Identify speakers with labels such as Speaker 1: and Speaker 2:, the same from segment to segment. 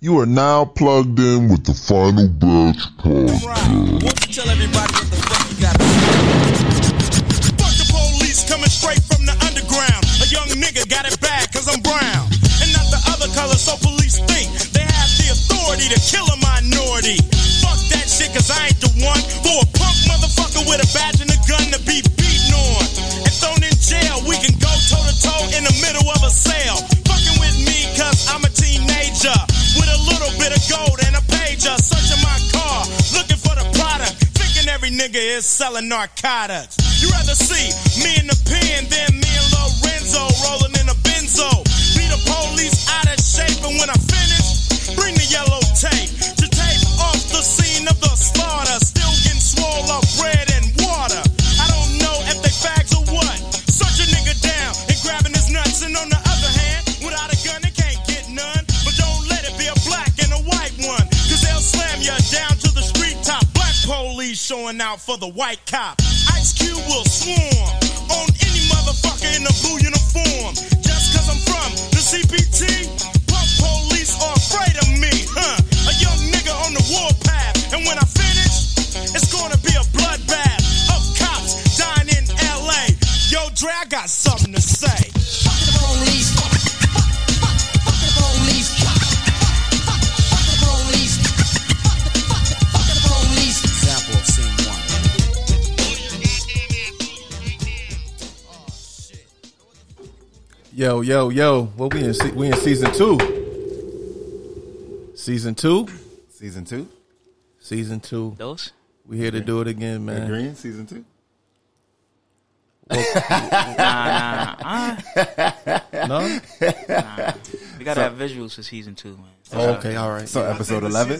Speaker 1: You are now plugged in with the final batch podcast.
Speaker 2: Won't you tell everybody what the fuck you got? Fuck the police coming straight from the underground. A young nigga got it bad cause I'm brown. And not the other color, so police think they have the authority to kill a minority. Fuck that shit cause I ain't the one for a punk motherfucker with a badge and a gun to be beaten on. And thrown in jail, we can go toe to toe in the middle of a sale. Fucking with me cause I'm a teenager with a little bit of gold and a pager. Searching my car, looking for the product. Thinking every nigga is selling narcotics. You rather see me in the pen than me and Lorenzo rolling in a benzo. Be the police out of shape, and when I finish, bring the yellow tape to tape off the scene of the slaughter. Still getting swole off bread and water. I don't know if they fags or what. Search a nigga down and grabbing his nuts, and on the other hand, without a gun, it can't get none. But don't let it be a black and a white one, cause they'll slam you down to the street top. Black police showing out for the white cop. Ice Cube will swarm on any motherfucker in a blue uniform. Just cause I'm from the CPT, punk police are afraid of me, huh? A young nigga on the warpath, and when I finish, it's gonna be a bloodbath of cops dying in LA. Yo, Dre, I got something to say.
Speaker 3: Example of scene one.
Speaker 4: Yo, yo, yo. Well, we in se- we in season two. Season two.
Speaker 5: Season two.
Speaker 4: Season two.
Speaker 6: Those?
Speaker 4: We here to do it again, man.
Speaker 5: Green season two.
Speaker 4: No.
Speaker 6: We gotta have visuals for season two, man.
Speaker 4: Oh, okay. All right.
Speaker 5: So episode eleven.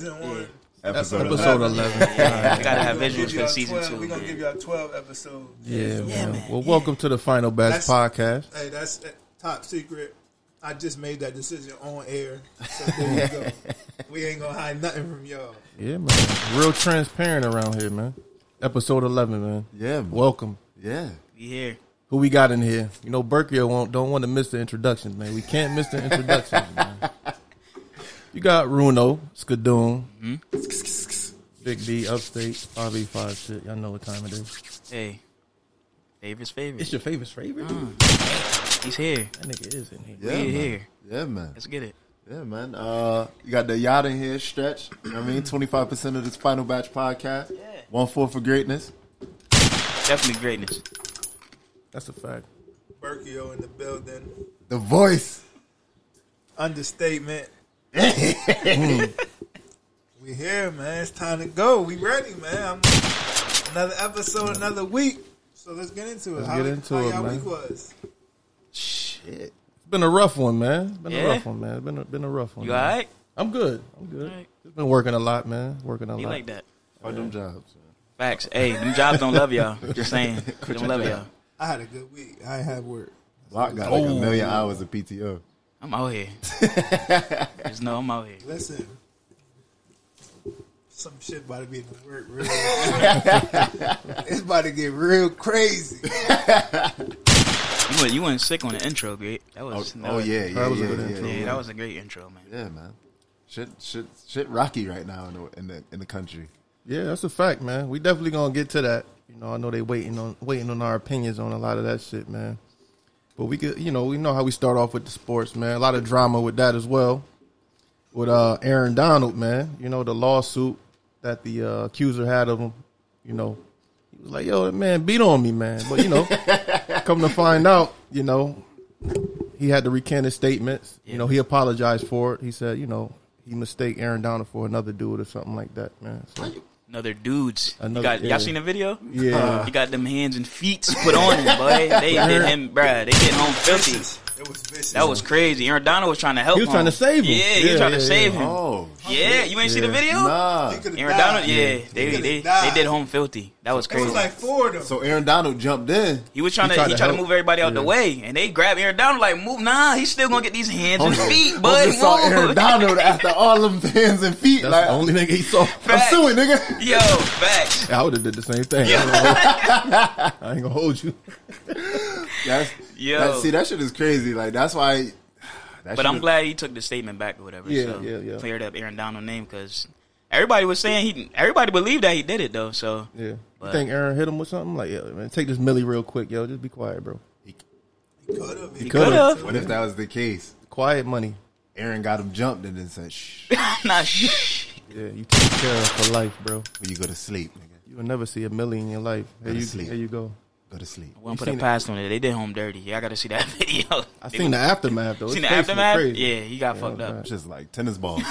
Speaker 5: Episode,
Speaker 4: Episode
Speaker 5: 11.
Speaker 4: eleven.
Speaker 6: We gotta have visuals for season two.
Speaker 7: We're gonna give
Speaker 6: man.
Speaker 7: y'all twelve episodes.
Speaker 4: Yeah, man. Well, welcome to the Final Batch
Speaker 7: That's-
Speaker 4: podcast.
Speaker 7: Hey, that's uh, top secret. I just made that decision on air. So there you go. we ain't gonna hide nothing from y'all.
Speaker 4: Yeah, man. Real transparent around here, man. Episode eleven, man.
Speaker 5: Yeah, man.
Speaker 4: Welcome.
Speaker 5: Yeah.
Speaker 6: We here.
Speaker 4: Who we got in here? You know, Berkio won't don't want to miss the introduction, man. We can't miss the introduction, man. You got Runo, Skadoon,
Speaker 6: Mm-hmm.
Speaker 4: Big D, Upstate, RB5 shit. Y'all know what time it is.
Speaker 6: Hey. Favorite's favorite.
Speaker 4: It's your favorite favorite.
Speaker 6: Mm. He's here.
Speaker 4: That nigga is in here.
Speaker 5: Yeah,
Speaker 6: We
Speaker 5: man.
Speaker 6: here.
Speaker 5: Yeah, man.
Speaker 6: Let's get it.
Speaker 5: Yeah, man. Uh, you got the yacht in here stretch. You know what I mean, twenty five percent of this final batch podcast.
Speaker 6: Yeah.
Speaker 5: One four for greatness.
Speaker 6: Definitely greatness.
Speaker 4: That's a fact.
Speaker 7: Berkio in the building.
Speaker 5: The voice.
Speaker 7: Understatement. we here, man. It's time to go. We ready, man. I'm, another episode, another week. So let's get into it.
Speaker 4: Let's
Speaker 7: how
Speaker 4: get
Speaker 7: we-
Speaker 4: into
Speaker 7: how
Speaker 4: it,
Speaker 7: y'all
Speaker 4: man.
Speaker 7: week was?
Speaker 5: Shit.
Speaker 4: It's been a rough one, man. It's been
Speaker 6: Yeah?
Speaker 4: a rough one, man. It's been a, been a rough one.
Speaker 6: You
Speaker 4: man.
Speaker 6: alright?
Speaker 4: I'm good. I'm good.
Speaker 6: Alright.
Speaker 4: It's been working a lot, man. Working a
Speaker 6: He
Speaker 4: lot.
Speaker 6: like that.
Speaker 5: Fuck them jobs. man.
Speaker 6: Facts. Hey, them jobs don't love y'all. Just saying. They don't love y'all.
Speaker 7: I had a good week. I ain't had work.
Speaker 5: Block got like a million hours of PTO.
Speaker 6: I'm out here. Just know I'm out here.
Speaker 7: Listen, some shit about to be in the work real. it's about to get real crazy.
Speaker 6: You went, you went sick on the intro, great. That was that
Speaker 5: Oh
Speaker 6: was-
Speaker 5: yeah, yeah,
Speaker 4: That was a
Speaker 5: yeah,
Speaker 4: good
Speaker 5: yeah,
Speaker 4: intro,
Speaker 5: yeah,
Speaker 6: Yeah, that was a great intro, man.
Speaker 5: Yeah, man. Shit, shit, shit, rocky right now in the in the, in the country.
Speaker 4: Yeah, that's a fact, man. We definitely gonna get to that. You know, I know they waiting on waiting on our opinions on a lot of that shit, man. But we could, you know, we know how we start off with the sports, man. A lot of drama with that as well. With uh, Aaron Donald, man. You know the lawsuit that the uh, accuser had of him. You know, he was like, "Yo, that man beat on me, man." But you know, come to find out, you know, he had to recant his statements. You know, he apologized for it. He said, you know, he mistake Aaron Donald for another dude or something like that, man. So,
Speaker 6: Another dudes.
Speaker 4: Another-
Speaker 6: you got,
Speaker 4: yeah.
Speaker 6: Y'all seen the video? Uh,
Speaker 4: Yeah.
Speaker 6: He got them hands and feet put on him, boy. They did him, bruh. They did home filthy.
Speaker 7: Vicious. It was vicious.
Speaker 6: That was crazy. Aaron Donald was trying to help.
Speaker 4: He was trying to save him.
Speaker 6: Yeah, he
Speaker 4: Yeah,
Speaker 6: was trying
Speaker 4: yeah,
Speaker 6: to save
Speaker 4: yeah.
Speaker 6: him.
Speaker 5: Oh,
Speaker 6: Yeah, you ain't see the
Speaker 4: Yeah.
Speaker 6: video.
Speaker 5: nah.
Speaker 7: He coulda
Speaker 6: Aaron
Speaker 7: died.
Speaker 6: Donald. Yeah, they
Speaker 7: could've
Speaker 6: they, they
Speaker 7: died.
Speaker 6: did home filthy. That was
Speaker 7: It
Speaker 6: crazy.
Speaker 7: was like four of them.
Speaker 5: So Aaron Donald jumped in.
Speaker 6: he was trying
Speaker 4: he
Speaker 6: to
Speaker 4: tried
Speaker 6: he
Speaker 4: to
Speaker 6: tried to
Speaker 4: help.
Speaker 6: move everybody out the
Speaker 4: Yeah.
Speaker 6: way, and they grabbed Aaron Donald like move. Nah, he's still gonna get these hands and
Speaker 5: Homie-
Speaker 6: feet,
Speaker 5: homie
Speaker 6: bud.
Speaker 5: Oh, saw Aaron
Speaker 6: Move.
Speaker 5: Donald after all them hands and feet.
Speaker 4: That's
Speaker 5: like,
Speaker 4: the only nigga he saw.
Speaker 5: I'm
Speaker 6: Facts.
Speaker 5: suing, nigga.
Speaker 6: Yo, facts.
Speaker 4: I would have did the same thing. I ain't gonna hold you.
Speaker 5: That's,
Speaker 6: Yo.
Speaker 5: that- see, that shit is crazy. Like, that's why that
Speaker 6: But I'm
Speaker 5: should've-
Speaker 6: glad he took the statement back or whatever.
Speaker 4: Yeah,
Speaker 6: so
Speaker 4: yeah, yeah.
Speaker 6: Cleared up Aaron Donald's name because everybody was saying he. Everybody believed that he did it though. So
Speaker 4: Yeah.
Speaker 6: But-
Speaker 4: you think Aaron hit him with something? Like, yeah, man, take this millie real quick, yo. Just be quiet, bro.
Speaker 7: Could have. He
Speaker 4: coulda.
Speaker 7: coulda.
Speaker 5: What if that was the case?
Speaker 4: Quiet money.
Speaker 5: Aaron got him jumped and then said, "Shh,
Speaker 6: nah, shh.
Speaker 4: Yeah, you take care of for life, bro.
Speaker 5: when you go to sleep, nigga,
Speaker 4: You will never see a millie in your life. There
Speaker 5: Gotta
Speaker 4: you,
Speaker 5: sleep.
Speaker 4: there you go.
Speaker 5: go to sleep."
Speaker 6: Won't put
Speaker 4: seen
Speaker 6: a
Speaker 4: it.
Speaker 6: pass on it. They did home dirty. Yeah, I gotta see that video.
Speaker 4: I seen the aftermath though.
Speaker 6: Seen
Speaker 4: His
Speaker 6: the
Speaker 4: face was
Speaker 6: aftermath.
Speaker 4: crazy.
Speaker 6: Yeah, he got fucked up.
Speaker 5: It's Just like tennis balls.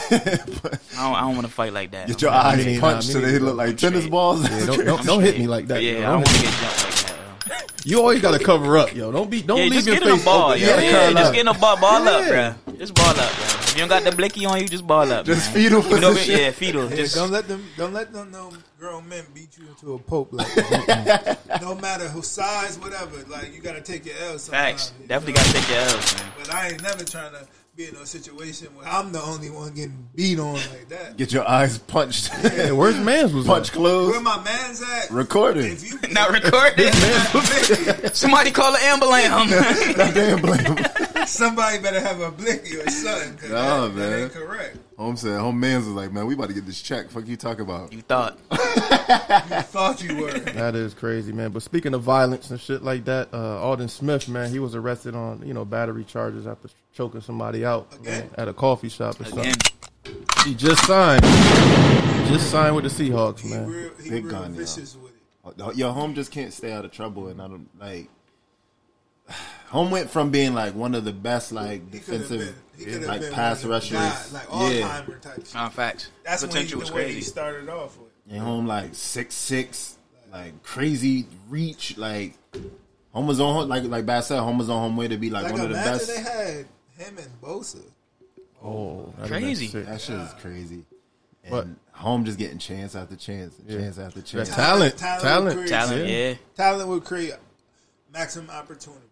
Speaker 6: I don't, I don't want to fight like that.
Speaker 5: Get your
Speaker 6: I'm not-
Speaker 5: eyes
Speaker 4: me neither,
Speaker 5: punched
Speaker 4: me
Speaker 5: so they
Speaker 4: neither.
Speaker 5: look like tennis balls.
Speaker 4: Yeah, don't don't, don't hit me like that.
Speaker 6: Yeah,
Speaker 4: yo.
Speaker 6: I
Speaker 4: Don't
Speaker 6: don't want
Speaker 4: hit-
Speaker 6: to get jumped like that. Though.
Speaker 4: You always gotta cover up, yo. Don't be don't
Speaker 6: Yeah,
Speaker 4: leave
Speaker 6: just
Speaker 4: your
Speaker 6: get in a
Speaker 4: face
Speaker 6: ball.
Speaker 4: open.
Speaker 6: yo. Yeah,
Speaker 4: curl
Speaker 6: just
Speaker 4: up.
Speaker 6: get in a ball. Ball
Speaker 4: Yeah.
Speaker 6: up, bro. Just ball up, bro. If you don't got the blicky on you, just ball up.
Speaker 5: Just
Speaker 6: man.
Speaker 5: fetal
Speaker 6: You know,
Speaker 5: position.
Speaker 6: yeah, fetal.
Speaker 7: Yeah,
Speaker 6: Just
Speaker 7: don't let them don't let them know grown men beat you into a pope like that. no matter who size, whatever. Like you gotta take your L sometimes.
Speaker 6: facts.
Speaker 7: you
Speaker 6: Definitely
Speaker 7: know?
Speaker 6: got to take your L's, man.
Speaker 7: But I ain't never trying to be in no situation where I'm the only one getting beat on like that.
Speaker 5: Get your eyes punched.
Speaker 4: Yeah, where's man's was
Speaker 5: Punch
Speaker 7: Where
Speaker 5: closed.
Speaker 7: my man's at?
Speaker 5: Recording.
Speaker 7: If you
Speaker 6: Not recorded. Somebody call an ambulance.
Speaker 5: Damn, blame.
Speaker 7: somebody better have a blicky or something. 'cause
Speaker 5: Nah,
Speaker 7: that,
Speaker 5: man.
Speaker 7: that ain't correct.
Speaker 5: Home said, home man's was like, man, we about to get this check. Fuck you talking about.
Speaker 6: you thought.
Speaker 7: I thought you were.
Speaker 4: That is crazy, man. But speaking of violence and shit like that, uh, Alden Smith, man, he was arrested on you know battery charges after choking somebody out
Speaker 7: Again?
Speaker 4: man, at a coffee shop or
Speaker 6: Again,
Speaker 4: something. He just signed, just signed with the Seahawks,
Speaker 7: He
Speaker 4: man.
Speaker 7: real, he
Speaker 5: Big
Speaker 7: real
Speaker 5: gun, yeah.
Speaker 7: vicious with it.
Speaker 5: Your home just can't stay out of trouble, and I don't like. Home went from being like one of the best like
Speaker 7: He could have been.
Speaker 5: defensive
Speaker 7: He could have
Speaker 5: like
Speaker 7: been one
Speaker 5: pass
Speaker 7: of
Speaker 5: rushers.
Speaker 7: the guys, like
Speaker 5: yeah,
Speaker 7: Alzheimer type. Shit.
Speaker 6: uh, facts.
Speaker 7: That's when he,
Speaker 6: potential
Speaker 7: the
Speaker 6: was
Speaker 7: way he
Speaker 6: crazy.
Speaker 7: started off with.
Speaker 5: and home like six six, like crazy reach. Like home was on like like Bass said, home was on home way to be like,
Speaker 7: Like
Speaker 5: one of the
Speaker 7: imagine
Speaker 5: best.
Speaker 7: they had him and Bosa.
Speaker 4: Oh, that'd have been
Speaker 6: Crazy.
Speaker 4: sick.
Speaker 5: That shit is crazy. And
Speaker 4: But-
Speaker 5: home just getting chance after chance, and chance after chance.
Speaker 4: That's talent,
Speaker 7: Talent,
Speaker 4: talent,
Speaker 7: creates-
Speaker 6: Talent,
Speaker 4: Yeah.
Speaker 6: yeah.
Speaker 7: Talent would create maximum opportunity.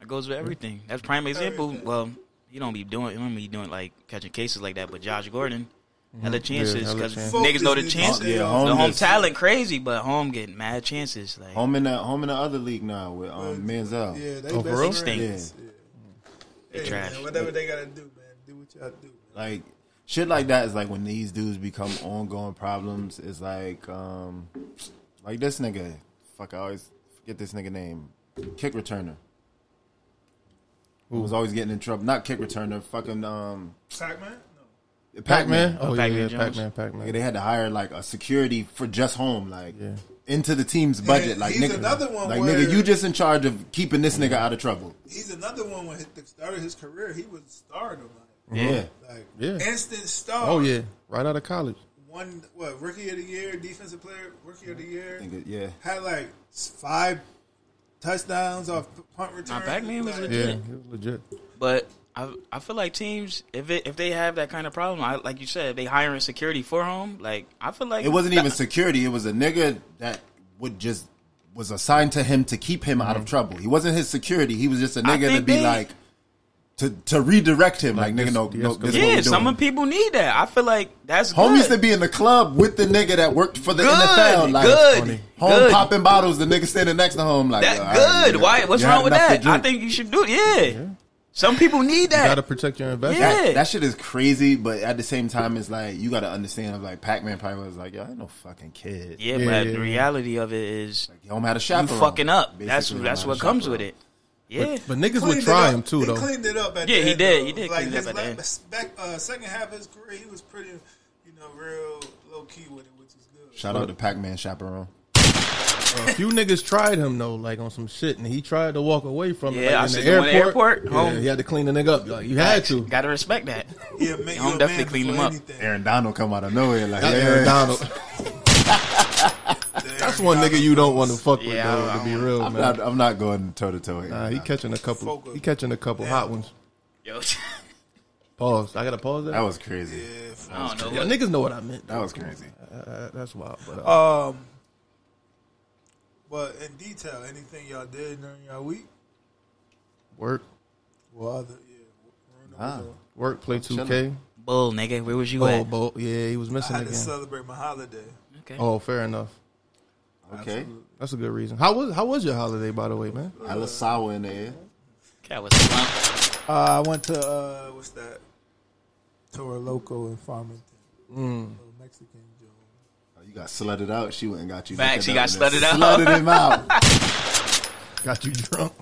Speaker 6: That goes with everything. That's prime example. Well, you don't be doing, you don't be doing like catching cases like that. But Josh Gordon,
Speaker 5: Mm-hmm.
Speaker 6: hella
Speaker 4: Yeah,
Speaker 6: chances
Speaker 4: hella
Speaker 6: because
Speaker 4: chance.
Speaker 6: niggas know the
Speaker 7: Focus, nigga.
Speaker 6: chances.
Speaker 5: Yeah, home
Speaker 6: the home
Speaker 5: is-
Speaker 6: talent crazy, but home getting mad chances. Like
Speaker 5: Home in the home in the other league now with um, Manziel.
Speaker 7: Yeah, they
Speaker 4: Oh, for real?
Speaker 7: best
Speaker 6: Stink.
Speaker 7: friends. Yeah.
Speaker 6: they
Speaker 7: Hey,
Speaker 6: trash.
Speaker 7: man, whatever they gotta do, man. Do what y'all do. Man.
Speaker 5: like shit like that is like when these dudes become ongoing problems is like um like this nigga fuck I always forget this nigga name kick returner who was always getting in trouble not kick returner fucking um
Speaker 7: Pac-Man? No.
Speaker 4: Pac Man.
Speaker 5: Pac-Man.
Speaker 4: Oh
Speaker 6: Pac-Man
Speaker 4: yeah, yeah,
Speaker 6: Jones.
Speaker 4: Pac Man, Pac
Speaker 5: Like,
Speaker 4: Man.
Speaker 5: they had to hire like a security for just home like
Speaker 4: Yeah.
Speaker 5: into the team's budget
Speaker 7: And
Speaker 5: like
Speaker 7: he's
Speaker 5: nigga
Speaker 7: another one
Speaker 5: like
Speaker 7: where-
Speaker 5: nigga you just in charge of keeping this nigga out of trouble
Speaker 7: He's another one when he started his career. He was stardom. Like,
Speaker 5: yeah
Speaker 7: like
Speaker 4: Yeah.
Speaker 7: instant star.
Speaker 4: Oh yeah, right out of college.
Speaker 7: One, what, rookie of the year, defensive player, rookie of the year.
Speaker 5: nigga yeah
Speaker 7: Had like five touchdowns off punt return.
Speaker 6: Pac-Man was
Speaker 7: like,
Speaker 6: legit.
Speaker 4: Yeah, it was legit.
Speaker 6: But I I feel like teams if it, if they have that kind of problem, I, like you said, if they hiring security for home. Like I feel like
Speaker 5: It wasn't even security. It was a nigga that would just was assigned to him to keep him out of trouble. He wasn't his security. He was just a
Speaker 6: Mm-hmm. I
Speaker 5: nigga to
Speaker 6: think
Speaker 5: be
Speaker 6: they-
Speaker 5: like to to redirect him. Like,
Speaker 4: Like,
Speaker 5: nigga,
Speaker 4: this-
Speaker 5: no, no,
Speaker 4: yes,
Speaker 5: this
Speaker 6: Yeah,
Speaker 5: is what
Speaker 6: some
Speaker 5: we
Speaker 6: of
Speaker 5: doing.
Speaker 6: people need that. I feel like that's
Speaker 5: Home used
Speaker 6: good.
Speaker 5: to be in the club with the nigga that worked for the
Speaker 6: Good,
Speaker 5: NFL. Like,
Speaker 6: good,
Speaker 5: home
Speaker 6: good.
Speaker 5: popping bottles. The nigga standing next to home. Like, uh,
Speaker 6: That
Speaker 5: "Yo, all right,
Speaker 6: good.
Speaker 5: nigga,
Speaker 6: Why? What's
Speaker 5: you
Speaker 6: wrong
Speaker 5: had
Speaker 6: with
Speaker 5: enough to
Speaker 6: that? I
Speaker 5: drink."
Speaker 6: think you should do. it. Yeah. Some people need
Speaker 4: You gotta
Speaker 6: that.
Speaker 4: protect your investment.
Speaker 6: Yeah.
Speaker 5: that, that shit is crazy, but at the same time, it's like you got to understand. Like Pac Man probably was like, "Yo, I ain't no fucking kid.
Speaker 6: Yeah,
Speaker 4: Yeah,
Speaker 6: but
Speaker 4: yeah,
Speaker 6: the
Speaker 4: yeah.
Speaker 6: reality of it is
Speaker 5: Home had
Speaker 6: you
Speaker 5: a chaperone.
Speaker 6: fucking up. That's
Speaker 5: Basically,
Speaker 6: that's
Speaker 5: home
Speaker 6: what
Speaker 5: had a
Speaker 6: comes
Speaker 5: chaperone.
Speaker 6: with it. Yeah,
Speaker 4: But niggas
Speaker 7: cleaned
Speaker 4: would
Speaker 7: it
Speaker 4: try
Speaker 7: up.
Speaker 4: him too,
Speaker 7: He
Speaker 4: though.
Speaker 7: cleaned it up at
Speaker 6: Yeah,
Speaker 7: the
Speaker 6: he
Speaker 7: end,
Speaker 6: did.
Speaker 7: though.
Speaker 6: He did
Speaker 7: Like
Speaker 6: clean it up
Speaker 7: his
Speaker 6: at the
Speaker 7: la-
Speaker 6: end.
Speaker 7: s- back uh, second half of his career, he was pretty, you know, real low key with it, which is good.
Speaker 5: Shout out to Pac Man chaperone.
Speaker 4: A few niggas tried him though, like on some shit, and he tried to walk away from it.
Speaker 6: Yeah, I
Speaker 4: like,
Speaker 6: said
Speaker 4: in
Speaker 6: the
Speaker 4: the
Speaker 6: one
Speaker 4: airport.
Speaker 6: at airport,
Speaker 4: yeah,
Speaker 6: home.
Speaker 4: he had to clean the nigga up. Like you had to.
Speaker 6: gotta respect that.
Speaker 7: Yeah, man,
Speaker 6: Home
Speaker 7: you a
Speaker 6: definitely cleaned him
Speaker 7: man before
Speaker 6: up.
Speaker 7: anything.
Speaker 5: Aaron Donald come out of nowhere like
Speaker 4: Not
Speaker 5: yeah.
Speaker 4: Aaron Donald. That's one nigga you don't want to fuck with,
Speaker 6: Yeah, I-
Speaker 4: though. To be real,
Speaker 5: I'm
Speaker 4: man.
Speaker 5: not, I'm not going toe to toe.
Speaker 4: Nah, he catching a couple.
Speaker 7: Focus.
Speaker 4: He catching a couple hot ones.
Speaker 6: Yo,
Speaker 4: Pause. I gotta pause that.
Speaker 5: That was crazy.
Speaker 6: I don't know.
Speaker 4: Yo,
Speaker 6: what-
Speaker 4: niggas know what I meant.
Speaker 5: That was crazy.
Speaker 4: Uh, that's wild. But uh,
Speaker 7: Um, but in detail, anything y'all did during y'all week?
Speaker 4: work,
Speaker 7: Well, other, yeah,
Speaker 5: Ah.
Speaker 4: work, play two K.
Speaker 5: chilling.
Speaker 6: Bull nigga, where was you
Speaker 4: Oh,
Speaker 6: at?
Speaker 4: bo- yeah, he was
Speaker 7: I
Speaker 4: missing
Speaker 7: had to
Speaker 4: again.
Speaker 7: celebrate my holiday.
Speaker 6: Okay.
Speaker 4: Oh, fair enough.
Speaker 5: Okay.
Speaker 4: That's a good reason. How was how was your holiday, by the way, man?
Speaker 5: Alisawa in the air.
Speaker 6: Cat was slumped.
Speaker 7: Uh, I went to uh, what's that? Toro Loco in Farmington. Little Mexican joint.
Speaker 5: Oh, You got slutted out. She went and got you.
Speaker 6: Facts, he
Speaker 5: looking up
Speaker 6: got slutted
Speaker 5: and
Speaker 6: out.
Speaker 5: Slutted him out.
Speaker 4: Got you drunk.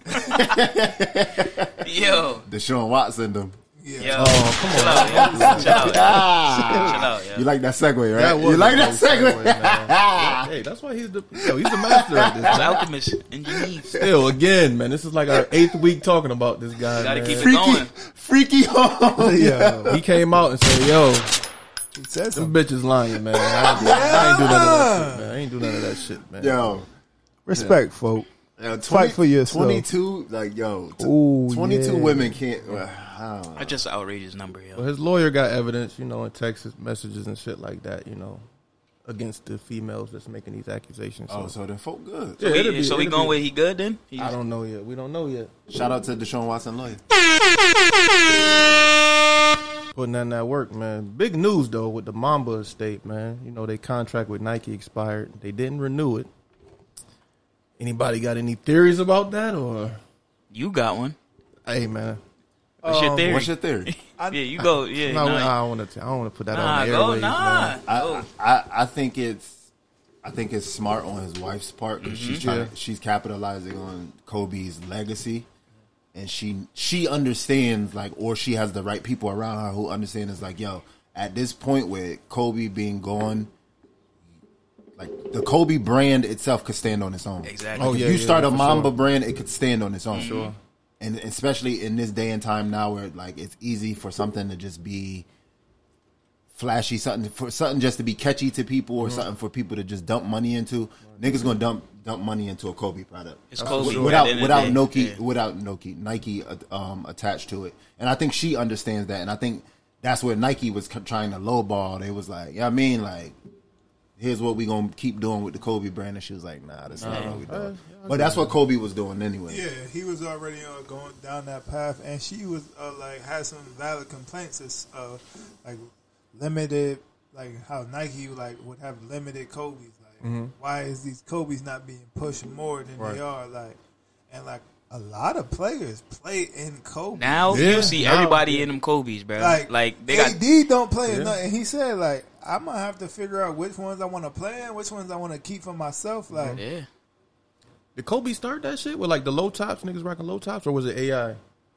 Speaker 6: Yo,
Speaker 5: Deshaun Watson them.
Speaker 6: yo,
Speaker 4: Oh, come
Speaker 6: chill out, yo. chill out, yo.
Speaker 5: Ah,
Speaker 6: chill out, yo.
Speaker 5: you like that segue, right?
Speaker 4: That was
Speaker 5: you like
Speaker 4: a
Speaker 5: that
Speaker 4: dope
Speaker 5: segue?
Speaker 4: segue, man. hey, that's why he's the yo, he's the master at this.
Speaker 6: It's alchemist engineer.
Speaker 4: Still, again, man, this is like our eighth week talking about this guy.
Speaker 6: Gotta
Speaker 4: man.
Speaker 6: keep it
Speaker 5: Freaky,
Speaker 6: going.
Speaker 5: freaky home.
Speaker 7: Yeah,
Speaker 4: He came out and said, "Yo,
Speaker 7: he said
Speaker 4: them
Speaker 7: something.
Speaker 4: bitches lying, man. I ain't do, I ain't do none of that shit, man. I ain't do none of that shit, man."
Speaker 5: Yo,
Speaker 7: Respect, folk.
Speaker 5: yo 20,
Speaker 7: Fight for yourself.
Speaker 5: Twenty-two, like yo, t-
Speaker 7: Ooh,
Speaker 5: twenty-two
Speaker 7: yeah.
Speaker 5: women can't. Well, I don't know.
Speaker 6: That's just an outrageous number, yo.
Speaker 4: But his lawyer got evidence, you know, in Texas messages and shit like that, you know, against the females that's making these accusations. So,
Speaker 5: Oh, so then folk good.
Speaker 4: yeah, it'll
Speaker 6: He-
Speaker 4: be-
Speaker 6: so we
Speaker 4: it'll
Speaker 6: going
Speaker 4: be-
Speaker 6: with he good then? He,
Speaker 4: I don't know yet. We don't know yet.
Speaker 5: Shout out to Deshaun Watson lawyer.
Speaker 4: Putting in that work, man. Big news though with the Mamba estate, man. You know, their contract with Nike expired. They didn't renew it. Anybody got any theories about that or
Speaker 6: you got one.
Speaker 4: hey man.
Speaker 6: What's your theory?
Speaker 5: What's your theory?
Speaker 6: yeah, you go. Yeah,
Speaker 4: No,
Speaker 6: nah,
Speaker 4: I don't wanna t- I don't wanna put that
Speaker 6: nah,
Speaker 4: on the
Speaker 6: go,
Speaker 4: airways,
Speaker 6: nah. Oh,
Speaker 4: man.
Speaker 5: I, I I think it's I think it's smart on his wife's part because she's trying,
Speaker 4: Yeah.
Speaker 5: she's capitalizing on Kobe's legacy, and she she understands like or she has the right people around her who understand is like yo at this point with Kobe being gone. Like the Kobe brand itself could stand on its own.
Speaker 6: Exactly.
Speaker 4: Oh,
Speaker 5: Like, if
Speaker 4: yeah,
Speaker 5: you
Speaker 4: yeah,
Speaker 5: start a
Speaker 4: for
Speaker 5: Mamba
Speaker 4: sure.
Speaker 5: brand, it could stand on its own. Sure. And especially in this day and time now, where like it's easy for something to just be flashy, something for something just to be catchy to people,
Speaker 6: Mm-hmm.
Speaker 5: or something for people to just dump money into. Niggas gonna dump dump money into a Kobe product.
Speaker 6: It's Kobe. At the
Speaker 5: without
Speaker 6: end of
Speaker 5: without
Speaker 6: the
Speaker 5: Nike
Speaker 6: day, yeah.
Speaker 5: without Nike Nike uh, um, attached to it, and I think she understands that, and I think that's where Nike was c- trying to lowball. They was like, yeah, I mean, like, here's what we gonna keep doing with the Kobe brand, and she was like, nah, that's not what we doing. but that's what Kobe was doing anyway.
Speaker 7: Yeah, he was already uh, going down that path, and she was uh, like had some valid complaints as uh, like limited, like how Nike like would have limited Kobe's. Like, why is these Kobe's not being pushed more than
Speaker 4: Mm-hmm. Right.
Speaker 7: they are? Like, and like a lot of players play in Kobe.
Speaker 6: Now
Speaker 4: Yeah,
Speaker 6: you see
Speaker 4: now-
Speaker 6: everybody in them Kobe's, bro. Like,
Speaker 7: like,
Speaker 6: they
Speaker 7: AD
Speaker 6: got
Speaker 7: don't play in nothing. He said like I'm gonna have to figure out which ones I want to play in, which ones I want to keep for myself. Like,
Speaker 6: yeah.
Speaker 4: Did Kobe start that shit with like the low tops, niggas rocking low tops, or was it AI?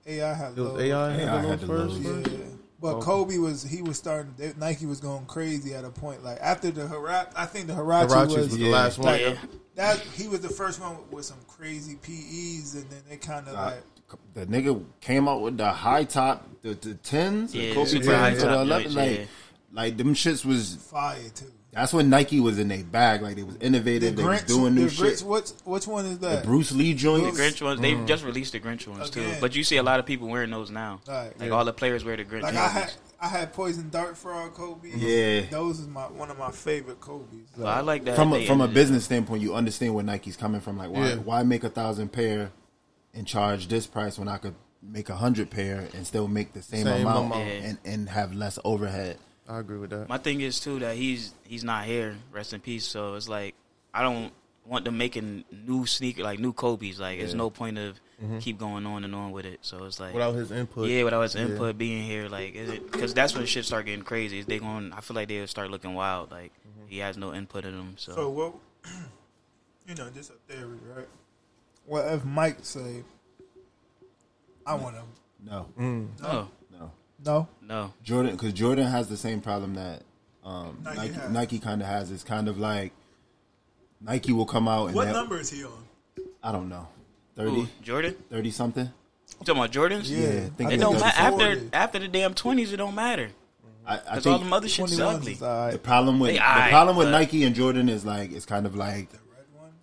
Speaker 7: AI had
Speaker 4: It was
Speaker 7: low-
Speaker 4: AI, had the
Speaker 5: AI Oh, had
Speaker 4: low
Speaker 5: the
Speaker 4: first.
Speaker 5: lows.
Speaker 4: first?
Speaker 7: Yeah. But Kobe was he was starting they, Nike was going crazy at a point like after the Hirachi I think the Hirachi,
Speaker 4: Hirachis
Speaker 7: was,
Speaker 4: was the last one.
Speaker 7: like,
Speaker 6: Yeah.
Speaker 7: that he was the first one with, some crazy PEs and then they kind of
Speaker 5: Uh,
Speaker 7: like
Speaker 5: the nigga came out with the high top, the, the tens,
Speaker 6: Yeah,
Speaker 5: the Kobe
Speaker 6: super
Speaker 5: brand,
Speaker 6: high
Speaker 5: for the
Speaker 6: top
Speaker 5: 11,
Speaker 6: joints,
Speaker 5: like,
Speaker 6: yeah.
Speaker 5: like them shits was
Speaker 7: fire too.
Speaker 5: That's when Nike was in their bag. Like they was innovative. they
Speaker 7: Grinch-
Speaker 5: was doing new
Speaker 7: the
Speaker 5: shit.
Speaker 7: Grinch- what's which one is
Speaker 5: the
Speaker 7: that?
Speaker 5: Bruce Lee joint.
Speaker 6: The Grinch ones, they
Speaker 5: Mm.
Speaker 6: just released the Grinch ones too.
Speaker 7: Again.
Speaker 6: But you see a lot of people wearing those now.
Speaker 7: Right.
Speaker 6: Like all the players wear the Grinch
Speaker 7: like I
Speaker 6: ones.
Speaker 7: had I had Poison Dart Frog Kobe.
Speaker 5: Yeah.
Speaker 7: those is my one of my favorite Kobe's.
Speaker 6: But I like that.
Speaker 5: From
Speaker 6: they
Speaker 5: a, from a
Speaker 6: ended it.
Speaker 5: business standpoint, you understand where Nike's coming from. Like why
Speaker 4: Yeah.
Speaker 5: why make a thousand pair and charge this price when I could make a hundred pair and still make the same,
Speaker 4: Same
Speaker 5: amount,
Speaker 4: amount.
Speaker 6: Yeah.
Speaker 5: and and have less overhead.
Speaker 4: I agree with that.
Speaker 6: My thing is too that he's he's not here. Rest in peace. So it's like I don't want them making new sneaker like new Kobe's. Like there's no point of
Speaker 5: Mm-hmm.
Speaker 6: keep going on and on with it. So it's like
Speaker 4: Without his input,
Speaker 6: yeah, without his input being here, like is it because that's when shit start getting crazy. Is they going? I feel like they'll start looking wild. Like
Speaker 5: Mm-hmm.
Speaker 6: he has no input in them. So,
Speaker 7: So what? You know, just a theory, right? Well, if Mike say, I want to
Speaker 5: No,
Speaker 7: Mm.
Speaker 6: no,
Speaker 5: no.
Speaker 7: no,
Speaker 6: Oh, no.
Speaker 5: Jordan because Jordan has the same problem that um,
Speaker 7: Nike
Speaker 5: Nike,
Speaker 7: has.
Speaker 5: Nike kind of has. It's kind of like Nike will come out and
Speaker 7: what
Speaker 5: they'll-
Speaker 7: number is he on?
Speaker 5: I don't know,
Speaker 6: Who,
Speaker 5: 30,
Speaker 6: Jordan?
Speaker 5: 30 something.
Speaker 6: You talking about Jordans?
Speaker 5: Yeah, I think
Speaker 6: It
Speaker 5: it's
Speaker 6: don't
Speaker 5: like
Speaker 6: matter after
Speaker 7: 40.
Speaker 6: after the damn twenties. It don't matter
Speaker 5: I, I
Speaker 6: because all
Speaker 5: think
Speaker 6: the other shit's
Speaker 7: 21s
Speaker 6: ugly.
Speaker 7: is all
Speaker 5: The
Speaker 7: right.
Speaker 5: problem with
Speaker 6: They
Speaker 5: the
Speaker 6: aight,
Speaker 5: problem with
Speaker 6: but-
Speaker 5: Nike and Jordan is like it's kind of like
Speaker 7: The red ones.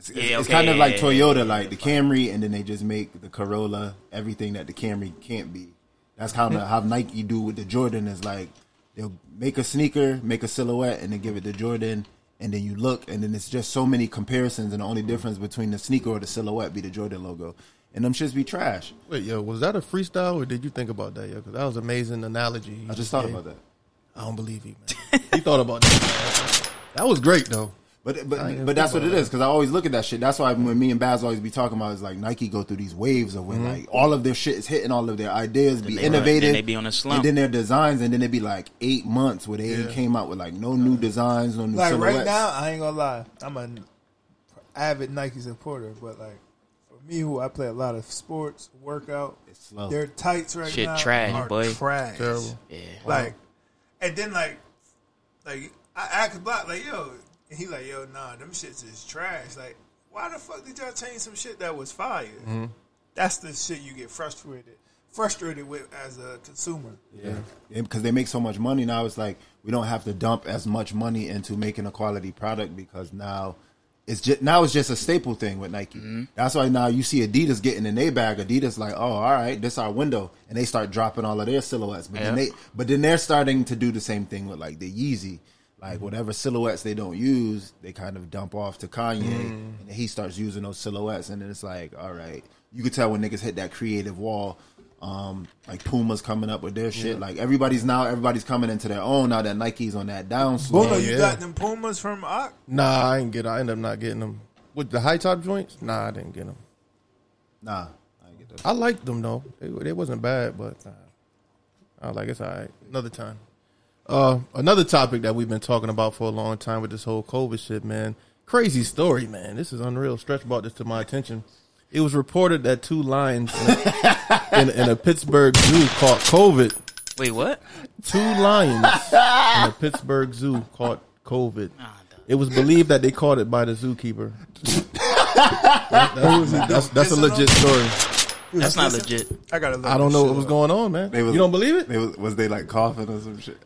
Speaker 5: it's,
Speaker 6: Yeah,
Speaker 5: it's
Speaker 6: okay,
Speaker 5: kind of
Speaker 6: yeah,
Speaker 5: like
Speaker 6: yeah,
Speaker 5: Toyota, like the Camry, and then they just make the Corolla everything that the Camry can't be. That's kind of how Nike do with the Jordan is like they'll make a sneaker, make a silhouette, and then give it to Jordan, and then you look, and then it's just so many comparisons, and the only difference between the sneaker or the silhouette be the Jordan logo, and them shits be trash.
Speaker 4: Wait, yo, was that a freestyle or did you think about that, yo? Because that was an amazing analogy. you
Speaker 5: I just thought
Speaker 4: gave.
Speaker 5: about that.
Speaker 4: I don't believe you, man. he thought about that. man. That was great, though.
Speaker 5: But but but that's what it is because I always look at that shit. That's why when me and Baz always be talking about is like Nike go through these waves of
Speaker 7: Mm-hmm.
Speaker 5: when like all of their shit is hitting, all of their ideas be
Speaker 6: they-
Speaker 5: innovative,
Speaker 6: then they be on a slump.
Speaker 5: and then their designs, and then it be like eight months where they came out with like no new designs, no new
Speaker 7: Like
Speaker 5: silhouettes.
Speaker 7: right now, I ain't gonna lie, I'm an avid Nike supporter, but like for me, who I play a lot of sports, workout,
Speaker 5: It's slow.
Speaker 7: their tights right
Speaker 6: Shit
Speaker 7: now
Speaker 6: trash,
Speaker 7: are
Speaker 6: boy.
Speaker 7: trash.
Speaker 4: Terrible.
Speaker 6: Yeah.
Speaker 7: Like, and then like, like I asked Block like, yo, and he like, yo, nah, them shits is trash. Like, why the fuck did y'all change some shit that was fire? That's the shit you get frustrated, frustrated with as a consumer.
Speaker 5: because they make so much money now it's like we don't have to dump as much money into making a quality product because now it's just now it's just a staple thing with nike that's why now you see adidas getting in their bag adidas like oh all right this our window and they start dropping all of their silhouettes but then
Speaker 6: Yeah.
Speaker 5: they but then they're starting to do the same thing with like the yeezy like whatever silhouettes they don't use they kind of dump off to kanye and he starts using those silhouettes and then it's like all right you could tell when niggas hit that creative wall um, like Puma's coming up with their shit. Like everybody's now, everybody's coming into their own now that Nike's on that down
Speaker 7: Bono,
Speaker 5: slope.
Speaker 7: Oh, you
Speaker 4: Oh, yeah.
Speaker 7: got them Pumas from Ock.
Speaker 4: Nah, I ain't get. I end up not getting them with the high top joints. Nah, I didn't get them.
Speaker 5: Nah, I get that.
Speaker 4: I liked them though. They, they wasn't bad, but uh, I was like, it's all right. Another time. Uh, another topic that we've been talking about for a long time with this whole COVID shit, man. Crazy story, man. This is unreal. Stretch brought this to my attention. It was reported that two lions in a, in, in a Pittsburgh zoo caught COVID.
Speaker 6: Wait, what?
Speaker 4: Two lions in a Pittsburgh zoo caught COVID. It was believed that they caught it by the zookeeper. That- that's, that's- that's a legit story.
Speaker 6: That's not legit.
Speaker 7: I gotta. Look
Speaker 4: I don't know what was going on, man.
Speaker 5: They was-
Speaker 4: you don't believe it?
Speaker 5: They was, was they like coughing or some shit?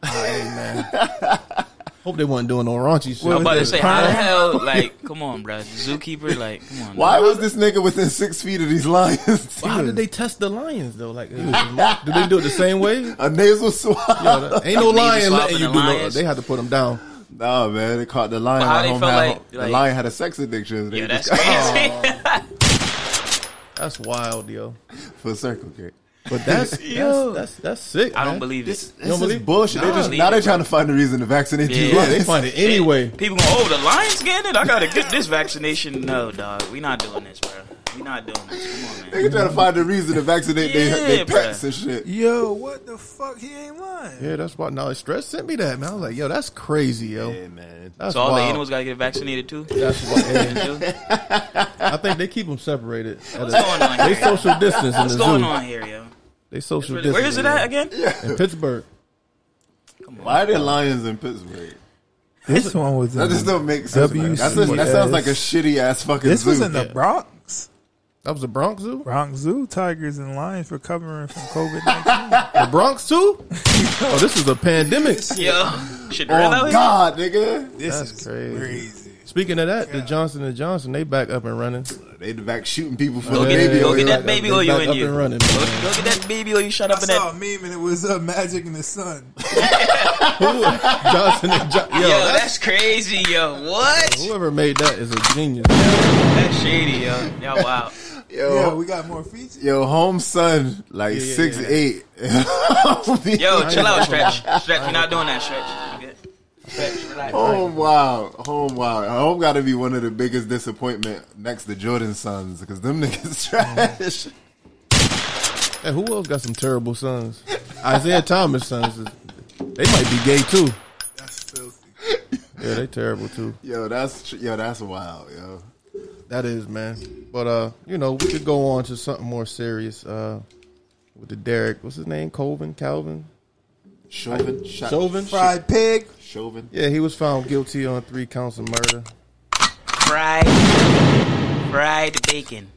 Speaker 4: Hope they wasn't doing no raunchy shit.
Speaker 6: I'm about to say, how the hell? Like, come on, bro. Zookeeper, like, come on.
Speaker 5: Why was this nigga within six feet of these lions?
Speaker 4: How did they test the lions though? Like, it was mocked. did they do it the same way? Yo,
Speaker 5: A nasal swab.
Speaker 4: that- ain't no
Speaker 6: Niggas
Speaker 4: lion letting
Speaker 6: swapping
Speaker 4: you
Speaker 6: the
Speaker 4: do no.
Speaker 6: lions.
Speaker 4: They had to put them down.
Speaker 5: Nah, man, they caught the lion.
Speaker 6: But how they
Speaker 5: home
Speaker 6: felt
Speaker 5: had-
Speaker 6: like-
Speaker 5: the
Speaker 6: like-
Speaker 5: lion had a sex addiction. They
Speaker 6: Yeah,
Speaker 5: just
Speaker 6: that's
Speaker 5: got
Speaker 6: crazy.
Speaker 4: That's wild, yo.
Speaker 5: for circle kick.
Speaker 4: But that's that's, that's that's sick.
Speaker 6: I don't
Speaker 4: man.
Speaker 6: believe
Speaker 5: This,
Speaker 6: it.
Speaker 5: this
Speaker 4: don't
Speaker 5: is
Speaker 4: believe-
Speaker 5: bullshit. they
Speaker 6: Nah.
Speaker 5: just now they're trying to find a reason to vaccinate
Speaker 6: Yeah.
Speaker 5: these
Speaker 6: Yeah,
Speaker 4: Yeah,
Speaker 5: lions.
Speaker 4: they find it anyway.
Speaker 6: People go, oh, the lion's getting it. I gotta get this vaccination. No, dog, we not doing this, bro. We not doing this. Come on, man.
Speaker 5: They're trying to find a reason to
Speaker 6: Yeah,
Speaker 5: vaccinate their, their
Speaker 6: bruh.
Speaker 5: pets and shit.
Speaker 7: Yo, what the fuck? He ain't lying.
Speaker 4: Yeah, that's why. Now stress sent me that man. I was like, yo, that's crazy, yo.
Speaker 5: Yeah, man.
Speaker 4: That's
Speaker 6: So all
Speaker 4: wild.
Speaker 6: the animals gotta get vaccinated too.
Speaker 4: That's wild.
Speaker 6: What's going
Speaker 4: I think they keep them separated. at a-
Speaker 6: on
Speaker 4: they
Speaker 6: here? yo?
Speaker 4: social distance in
Speaker 6: What's
Speaker 4: the
Speaker 6: going
Speaker 4: zoo.
Speaker 6: on here, yo?
Speaker 4: They social distance.
Speaker 6: Where is it at again?
Speaker 4: In Pittsburgh.
Speaker 5: Why are there lions in Pittsburgh?
Speaker 7: This one was.
Speaker 5: That just don't make sense. man. That's just- that sounds like a shitty ass fucking
Speaker 7: This
Speaker 5: zoo.
Speaker 7: was in the Bronx.
Speaker 4: That was the Bronx Zoo.
Speaker 7: Bronx Zoo tigers and lions recovering from COVID nineteen.
Speaker 4: The Bronx Zoo. Oh, this is a pandemic.
Speaker 6: Yo, shit, real out
Speaker 5: Oh
Speaker 6: here?
Speaker 5: God, nigga!
Speaker 7: this
Speaker 4: That's
Speaker 7: is
Speaker 4: crazy.
Speaker 7: crazy.
Speaker 4: Speaking of that, the Johnson and Johnson, they back up and running.
Speaker 5: They back shooting people for
Speaker 6: Go
Speaker 5: the
Speaker 6: get,
Speaker 5: baby.
Speaker 6: go
Speaker 5: over
Speaker 6: get
Speaker 5: here.
Speaker 6: that baby
Speaker 4: They
Speaker 6: or you
Speaker 4: back
Speaker 6: in
Speaker 4: up
Speaker 6: you.
Speaker 4: and
Speaker 6: Go,
Speaker 4: running, man.
Speaker 6: go get that baby or you shut up
Speaker 7: I
Speaker 6: in
Speaker 7: saw
Speaker 6: that.
Speaker 7: a meme and it was uh, Magic in the Sun.
Speaker 4: Who- Johnson and Johnson.
Speaker 6: Yo,
Speaker 4: Yo, that's-
Speaker 6: that's crazy, yo. What?
Speaker 4: whoever made that is a genius.
Speaker 6: That's shady, yo. Y'all wow.
Speaker 7: yeah,
Speaker 5: Yo,
Speaker 7: we got more features.
Speaker 5: yo, home son, like
Speaker 4: yeah,
Speaker 5: six
Speaker 4: yeah.
Speaker 5: eight.
Speaker 6: Yo, chill out, stretch. Stretch, we're not doing that, stretch. You good? Stretch, relax.
Speaker 5: Home wow, home wow. Home got to be one of the biggest disappointment next to Jordan sons because them niggas trash.
Speaker 4: Hey, who else got some terrible sons? Isaiah Thomas sons. is- They might be gay too.
Speaker 7: That's filthy.
Speaker 4: Yeah, they terrible too.
Speaker 5: Yo, that's tr- yo, that's wild. Yo,
Speaker 4: That is man. But uh, you know, we could go on to something more serious. Uh, with the Derek, what's his name? Colvin, Calvin,
Speaker 5: Chauvin, Sha-
Speaker 4: Chauvin.
Speaker 7: Fried pig.
Speaker 5: Chauvin.
Speaker 4: Yeah, he was found guilty on three counts of murder,
Speaker 6: Fried, fried bacon.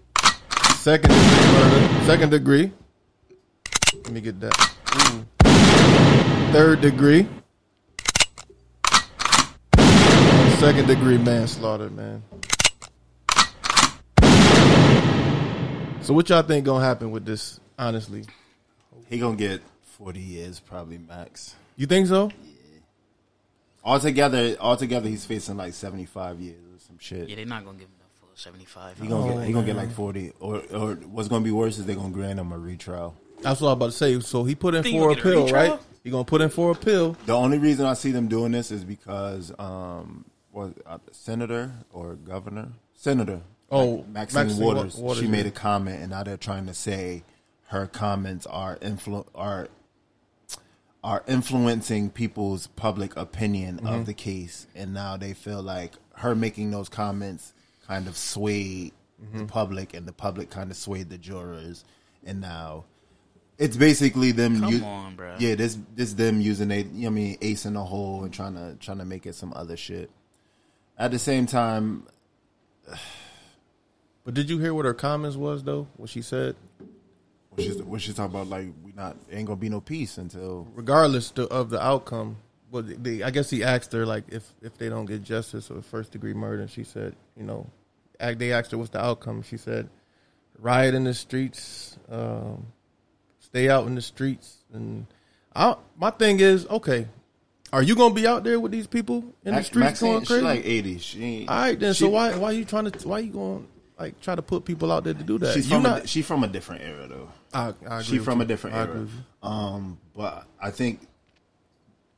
Speaker 4: second degree murder, second degree. Let me get that. Mm. Third degree. Second degree manslaughter, man. So what y'all think gonna happen with this? Honestly,
Speaker 5: He gonna get forty years probably max.
Speaker 4: you think so?
Speaker 5: Altogether, altogether, he's facing like seventy five years or some shit.
Speaker 6: Yeah, they're not gonna give him the full seventy-five.
Speaker 5: He gonna, get, he gonna
Speaker 4: Oh,
Speaker 5: get like forty, or or what's gonna be worse is they gonna grant him a retrial.
Speaker 4: That's what I was about to say. So he put in
Speaker 6: Think he
Speaker 4: for a
Speaker 6: gonna get a
Speaker 4: pill,
Speaker 6: retrial?
Speaker 4: right? He gonna put in for a pill.
Speaker 5: The only reason I see them doing this is because um, was uh, senator or governor, senator.
Speaker 4: Oh,
Speaker 5: Ma- Maxine,
Speaker 4: Maxine Wa-
Speaker 5: Waters.
Speaker 4: Waters,
Speaker 5: She
Speaker 4: yeah.
Speaker 5: made a comment, and now they're trying to say her comments are influ- are are influencing people's public opinion
Speaker 4: Mm-hmm.
Speaker 5: of the case, and now they feel like her making those comments kind of swayed
Speaker 4: Mm-hmm.
Speaker 5: the public, and the public kind of swayed the jurors, and now. It's basically them.
Speaker 6: Come
Speaker 5: u-
Speaker 6: on, bruh.
Speaker 5: Yeah, this this them using a. You know what I mean, ace in the hole and trying to trying to make it some other shit. At the same time,
Speaker 4: But did you hear what her comments was though? What she said?
Speaker 5: What she's what she's talking about? Like we not ain't gonna be no peace until
Speaker 4: Regardless to, of the outcome, but they, I guess he asked her like if if they don't get justice or first degree murder, and she said, you know, ac- they asked her what's the outcome. She said, riot in the streets, um, stay out in the streets, and I, my thing is okay. Are you gonna be out there with these people in the
Speaker 5: Max-
Speaker 4: streets
Speaker 5: Maxine,
Speaker 4: going
Speaker 5: she
Speaker 4: crazy?
Speaker 5: like eighty. She ain't,
Speaker 4: All right then.
Speaker 5: She,
Speaker 4: so why why you trying to why you going like try to put people out there to do that?
Speaker 5: She's
Speaker 4: you
Speaker 5: from a, di- she from a different era though.
Speaker 4: I, I agree
Speaker 5: She
Speaker 4: with
Speaker 5: from
Speaker 4: you.
Speaker 5: a different
Speaker 4: I agree
Speaker 5: era.
Speaker 4: with you.
Speaker 5: Um, but I think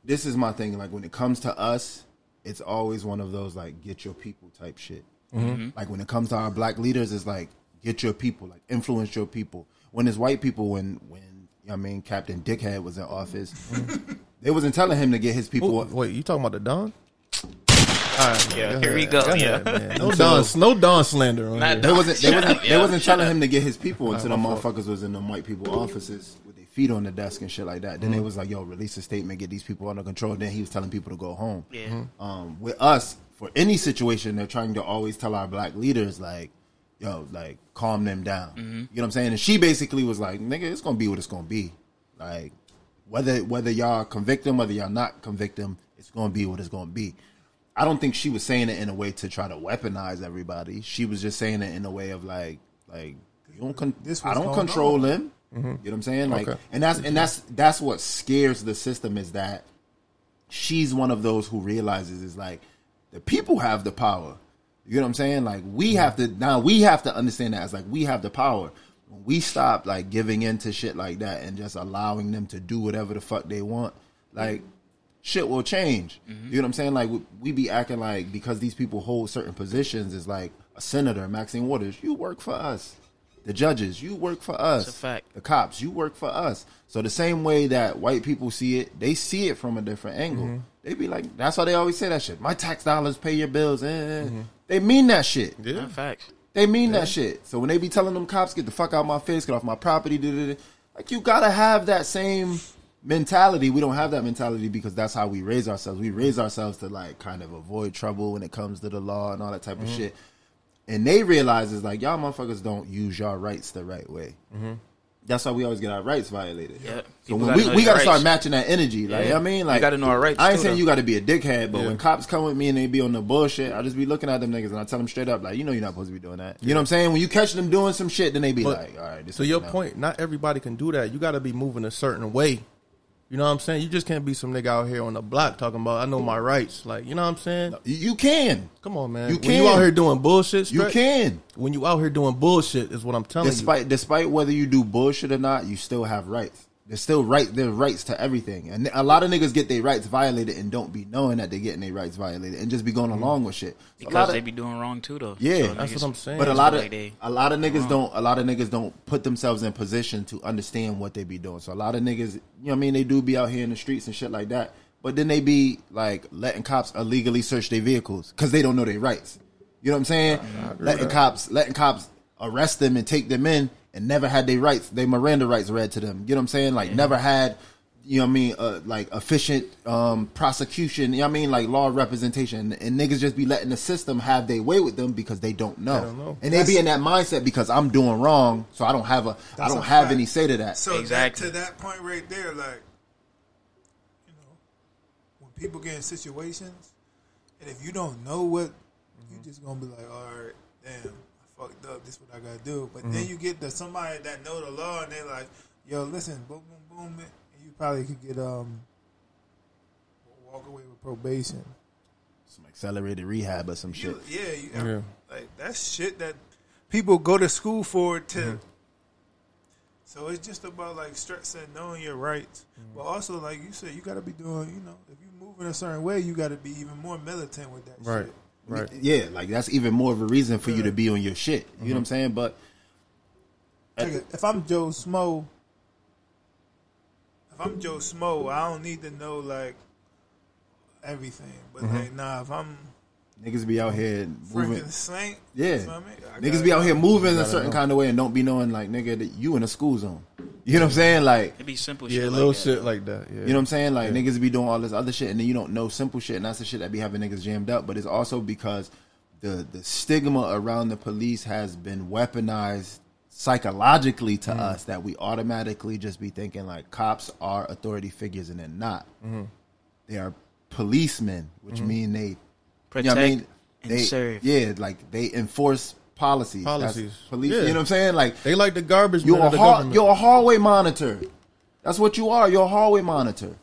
Speaker 5: this is my thing. Like when it comes to us, it's always one of those like get your people type shit. Like when it comes to our black leaders, it's like get your people, like influence your people. When it's white people, when when you know what I mean Captain Dickhead was in office, they wasn't telling him to get his people.
Speaker 4: Who- wait, you talking about the Don? All right,
Speaker 6: Yeah,
Speaker 4: man,
Speaker 6: here we
Speaker 4: ahead,
Speaker 6: go,
Speaker 4: ahead,
Speaker 6: yeah.
Speaker 4: man. no Don, no Don slander on
Speaker 6: Not
Speaker 4: here.
Speaker 5: They wasn't. They
Speaker 6: Shut
Speaker 5: wasn't.
Speaker 6: up,
Speaker 5: They
Speaker 6: yo.
Speaker 5: wasn't
Speaker 6: Shut
Speaker 5: telling him to get his people until the
Speaker 4: my fault.
Speaker 5: motherfuckers was in them white people offices with their feet on the desk and shit like that.
Speaker 6: Mm-hmm.
Speaker 5: Then they was like, "Yo, release a statement, get these people under control." Then he was telling people to go home.
Speaker 6: Yeah.
Speaker 5: Um, with us, for any situation, they're trying to always tell our black leaders like, "Yo, like calm them down." You know what I'm saying? And she basically was like, "Nigga, it's gonna be what it's gonna be. Like, whether whether y'all convict them, whether y'all not convict them, it's gonna be what it's gonna be." I don't think she was saying it in a way to try to weaponize everybody. She was just saying it in a way of like, like you don't con-
Speaker 7: This
Speaker 5: I
Speaker 7: was
Speaker 5: don't
Speaker 7: going
Speaker 5: control
Speaker 7: on. Mm-hmm.
Speaker 5: him. You know what I'm saying? Like,
Speaker 4: Okay.
Speaker 5: and that's and that's that's what scares the system is that she's one of those who realizes is like the people have the power. You know what I'm saying? Like we have to now we have to understand that as like we have the power. When we stop like giving in to shit like that and just allowing them to do whatever the fuck they want, like shit will change.
Speaker 6: Mm-hmm.
Speaker 5: You know what I'm saying? Like we, we be acting like because these people hold certain positions is like a senator, Maxine Waters, you work for us. The judges, you work for us.
Speaker 6: a fact.
Speaker 5: The cops, you work for us. So the same way that white people see it, they see it from a different angle.
Speaker 6: Mm-hmm.
Speaker 5: They be like, that's why they always say that shit. My tax dollars pay your bills. Eh, eh.
Speaker 6: Mm-hmm.
Speaker 5: They mean that shit.
Speaker 4: Yeah.
Speaker 6: Facts.
Speaker 5: They mean that shit. So when they be telling them cops, get the fuck out of my face, get off my property, da-da-da, like you gotta have that same mentality. We don't have that mentality because that's how we raise ourselves. We raise ourselves to like kind of avoid trouble when it comes to the law and all that type
Speaker 6: Mm-hmm.
Speaker 5: of shit. And they realize is like y'all motherfuckers don't use your rights the right way. That's why we always get our rights violated.
Speaker 6: Yep.
Speaker 5: So
Speaker 6: Mm-hmm. People
Speaker 5: when
Speaker 6: gotta
Speaker 5: we,
Speaker 6: know
Speaker 5: we
Speaker 6: their
Speaker 5: gotta start
Speaker 6: rights.
Speaker 5: matching that energy. Like
Speaker 6: Yeah.
Speaker 5: I mean,
Speaker 6: You
Speaker 5: like
Speaker 6: gotta know our rights,
Speaker 5: I ain't
Speaker 6: too,
Speaker 5: saying
Speaker 6: though.
Speaker 5: you got to be a dickhead, but
Speaker 4: Yeah.
Speaker 5: when cops come with me and they be on the bullshit, I just be looking at them niggas and I tell them straight up, like, you know, you're not supposed to be doing that. You know what I'm saying? When you catch them doing some shit, then they be
Speaker 4: But-
Speaker 5: like, all right, this
Speaker 4: So
Speaker 5: is
Speaker 4: your
Speaker 5: enough.
Speaker 4: point, not everybody can do that. You got to be moving a certain way. You know what I'm saying? You just can't be some nigga out here on the block talking about I know my rights. Like you know what I'm saying?
Speaker 5: You, you can,
Speaker 4: Come on, man.
Speaker 5: You
Speaker 4: When
Speaker 5: can.
Speaker 4: you out here doing bullshit,
Speaker 5: you
Speaker 4: Stretch,
Speaker 5: can.
Speaker 4: When you out here doing bullshit, is what I'm telling you.
Speaker 5: Despite despite whether you do bullshit or not, you still have rights. There's still right there's rights to everything, and a lot of niggas get their rights violated and don't be knowing that they're getting their rights violated and just be going
Speaker 4: Mm-hmm.
Speaker 5: along with shit. So a lot
Speaker 6: Because
Speaker 5: of-
Speaker 6: they be doing wrong too, though.
Speaker 5: Yeah,
Speaker 6: So
Speaker 4: That's
Speaker 6: niggas-
Speaker 4: what I'm saying.
Speaker 5: But a lot of
Speaker 6: Like they-
Speaker 5: a lot of niggas don't a lot of niggas don't put themselves in position to understand what they be doing. So a lot of niggas, you know what I mean, they do be out here in the streets and shit like that. But then they be like letting cops illegally search their vehicles because they don't know their rights. You know what I'm saying? Letting cops letting cops arrest them and take them in and never had their rights, their Miranda rights read to them. You know what I'm saying? Like never had you know what I mean, uh, like efficient um, prosecution, you know what I mean, like law representation, and niggas just be letting the system have their way with them because they don't know,
Speaker 4: don't know.
Speaker 5: and they be in that mindset because I'm doing wrong, so I don't have a, I
Speaker 7: That's
Speaker 5: don't
Speaker 7: a
Speaker 5: have
Speaker 7: fact.
Speaker 5: any say to that.
Speaker 7: So
Speaker 6: Exactly.
Speaker 7: that, to that point right there, like, you know, when people get in situations, and if you don't know what, you just gonna be like, all right, damn, I fucked up. This what I gotta do. But then you get the somebody that know the law, and they like, yo, listen, boom, boom, boom, and you probably could get um, walk away with probation.
Speaker 5: Some accelerated rehab or some shit.
Speaker 7: You, yeah, you,
Speaker 4: Yeah.
Speaker 7: like that's shit that people go to school for to.
Speaker 4: Mm-hmm.
Speaker 7: So it's
Speaker 4: Mm-hmm.
Speaker 7: just about like stressing, knowing your rights, but also like you said, you got to be doing. You know, if you moving moving a certain way, you got to be even more militant with that.
Speaker 4: Right.
Speaker 7: shit.
Speaker 4: Right.
Speaker 5: Yeah, like that's even more of a reason for you to be on your shit. You know what I'm saying? But
Speaker 7: Like, if I'm Joe Smo, if I'm Joe Smo, I don't need to know like everything. But
Speaker 4: Mm-hmm.
Speaker 7: like, nah, if I'm
Speaker 5: niggas be out here moving.
Speaker 7: freaking Saint,
Speaker 5: Yeah,
Speaker 7: you know what I mean? I
Speaker 5: niggas
Speaker 7: gotta-
Speaker 5: be out here moving a certain kind of way and don't be knowing like nigga that you in a school zone. You know what I'm saying? Like
Speaker 6: It'd be simple
Speaker 4: Yeah,
Speaker 6: shit. like
Speaker 4: little
Speaker 6: that.
Speaker 4: shit like that. Yeah.
Speaker 5: You know what I'm saying? Like niggas be doing all this other shit, and then you don't know simple shit, and that's the shit that be having niggas jammed up. But it's also because the the stigma around the police has been weaponized psychologically to
Speaker 4: Mm-hmm.
Speaker 5: us that we automatically just be thinking like cops are authority figures, and they're not.
Speaker 4: Mm-hmm.
Speaker 5: They are policemen, which mean they you
Speaker 6: Protect
Speaker 5: know what I mean?
Speaker 6: and
Speaker 5: They-
Speaker 6: serve.
Speaker 5: Yeah, like they enforce policies. That's
Speaker 4: Policies.
Speaker 5: police.
Speaker 4: Yeah.
Speaker 5: You know what I'm saying? Like
Speaker 4: They like the garbage
Speaker 5: you're
Speaker 4: men
Speaker 5: a
Speaker 4: of the
Speaker 5: hall,
Speaker 4: government.
Speaker 5: you're a hallway monitor. That's what you are. You're a hallway monitor.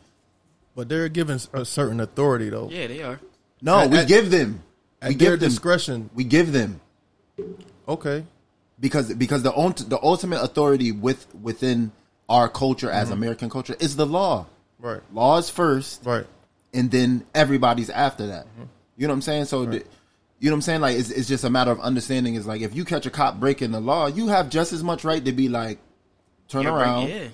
Speaker 4: But they're given a certain authority though.
Speaker 6: Yeah, they are.
Speaker 5: No,
Speaker 4: At-
Speaker 5: we
Speaker 4: at-
Speaker 5: give them.
Speaker 4: At
Speaker 5: we
Speaker 4: their
Speaker 5: give them.
Speaker 4: discretion.
Speaker 5: we give them
Speaker 4: Okay.
Speaker 5: because because the ult- the ultimate authority with within our culture as
Speaker 4: Mm-hmm.
Speaker 5: American culture is the law.
Speaker 4: Right.
Speaker 5: Laws first,
Speaker 4: Right.
Speaker 5: and then everybody's after that.
Speaker 4: Mm-hmm.
Speaker 5: You know what I'm saying? So. the- you know what I'm saying? Like it's, it's just a matter of understanding. Is like if you catch a cop breaking the law, you have just as much right to be like, turn
Speaker 6: Yeah,
Speaker 5: around,
Speaker 6: right, yeah.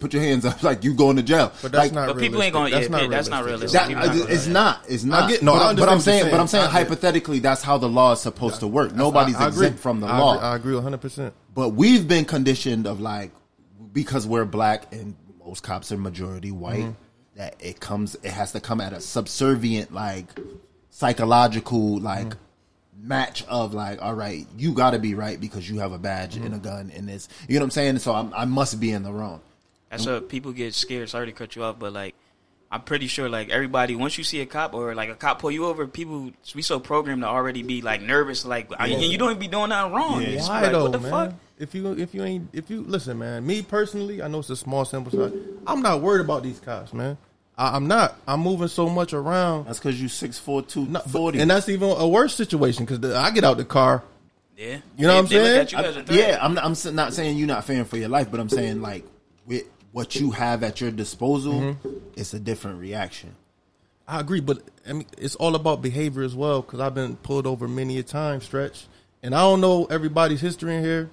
Speaker 5: put your hands up, like you going to jail.
Speaker 4: But that's
Speaker 5: Like,
Speaker 4: not
Speaker 6: But people ain't gonna-
Speaker 4: realistic.
Speaker 6: yeah, that's not realistic.
Speaker 5: That,
Speaker 6: People
Speaker 5: it's-
Speaker 6: not gonna
Speaker 5: it's
Speaker 6: do that.
Speaker 5: not. It's not.
Speaker 4: get- no, I
Speaker 5: but,
Speaker 4: understand
Speaker 5: but
Speaker 4: what
Speaker 5: I'm
Speaker 4: you're
Speaker 5: saying, but I'm
Speaker 4: saying.
Speaker 5: saying
Speaker 4: I get-
Speaker 5: hypothetically, that's how the law is supposed to work. Nobody's
Speaker 4: I- I agree.
Speaker 5: exempt from the
Speaker 4: I
Speaker 5: law.
Speaker 4: agree- I agree 100%.
Speaker 5: but we've been conditioned of like because we're black and most cops are majority white
Speaker 4: Mm-hmm.
Speaker 5: that it comes it has to come at a subservient like psychological like
Speaker 4: Mm-hmm.
Speaker 5: match of like all right you got to be right because you have a badge and
Speaker 4: Mm-hmm.
Speaker 5: a gun and this you know what i'm saying so I'm, i must be in the wrong
Speaker 6: That's what people get scared. Sorry to cut you off, but like, I'm pretty sure like everybody once you see a cop or like a cop pull you over, people we so programmed to already be like nervous, like I- and you don't even be doing nothing wrong. You just be
Speaker 4: Why
Speaker 6: like,
Speaker 4: though,
Speaker 6: what the
Speaker 4: man?
Speaker 6: fuck?
Speaker 4: If you if you ain't if you listen, man. Me personally, I know it's a small sample size. I'm not worried about these cops, man. I, I'm not. I'm moving so much around,
Speaker 5: that's because you 642
Speaker 4: No, but- and that's even a worse situation because I get out the car.
Speaker 6: Yeah,
Speaker 4: You know what I'm
Speaker 6: They- they look
Speaker 4: saying?
Speaker 6: at you as a threat.
Speaker 5: yeah, I'm not, I'm s- not saying you're not fair for your life, but I'm saying like with what you have at your disposal,
Speaker 4: Mm-hmm.
Speaker 5: it's a different reaction.
Speaker 4: I agree, but I mean, it's all about behavior as well. Because I've been pulled over many a time stretch, and I don't know everybody's history in here,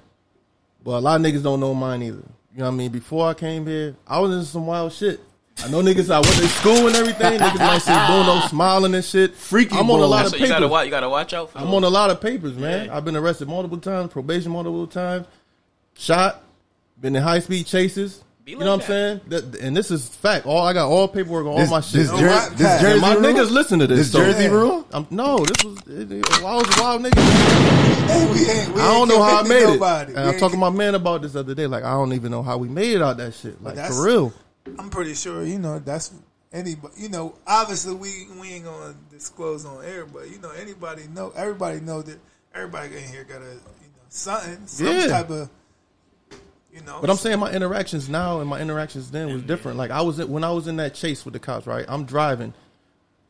Speaker 4: but a lot of niggas don't know mine either. You know what I mean? Before I came here, I was in some wild shit. I know niggas I went to school and everything. Niggas might see Bruno smiling and shit.
Speaker 5: Freaky
Speaker 4: I'm on a
Speaker 5: Bruno.
Speaker 4: lot
Speaker 6: That's
Speaker 4: of
Speaker 6: what you gotta
Speaker 4: papers.
Speaker 6: watch. You gotta watch out for.
Speaker 4: I'm
Speaker 6: them.
Speaker 4: on a lot of papers, man.
Speaker 6: Yeah.
Speaker 4: I've been arrested multiple times, probation multiple times, shot, been in high speed chases.
Speaker 6: Be
Speaker 4: you
Speaker 6: like
Speaker 4: know what
Speaker 6: that.
Speaker 4: I'm saying? That, and this is fact. All I got all paperwork on all my shit.
Speaker 7: jer- this
Speaker 4: And
Speaker 7: jersey
Speaker 4: my niggas listen to this.
Speaker 5: This
Speaker 4: so-
Speaker 5: jersey rule?
Speaker 4: I'm, no, this was it, it- I was a wild nigga.
Speaker 7: Hey, we ain't, we
Speaker 4: I don't know how I made
Speaker 7: nobody.
Speaker 4: it.
Speaker 7: We
Speaker 4: And I'm
Speaker 7: ain't
Speaker 4: talking to my man about this the other day. Like I don't even know how we made it out that shit. Like
Speaker 7: that's-
Speaker 4: for real.
Speaker 7: I'm pretty sure you know that's anybody. You know, obviously we we ain't gonna disclose on air, but you know anybody know everybody know that everybody in here got a you know something some
Speaker 4: Yeah.
Speaker 7: type of you know.
Speaker 4: But I'm saying my interactions now and my interactions then was different. Like I was when I was in that chase with the cops, right? I'm driving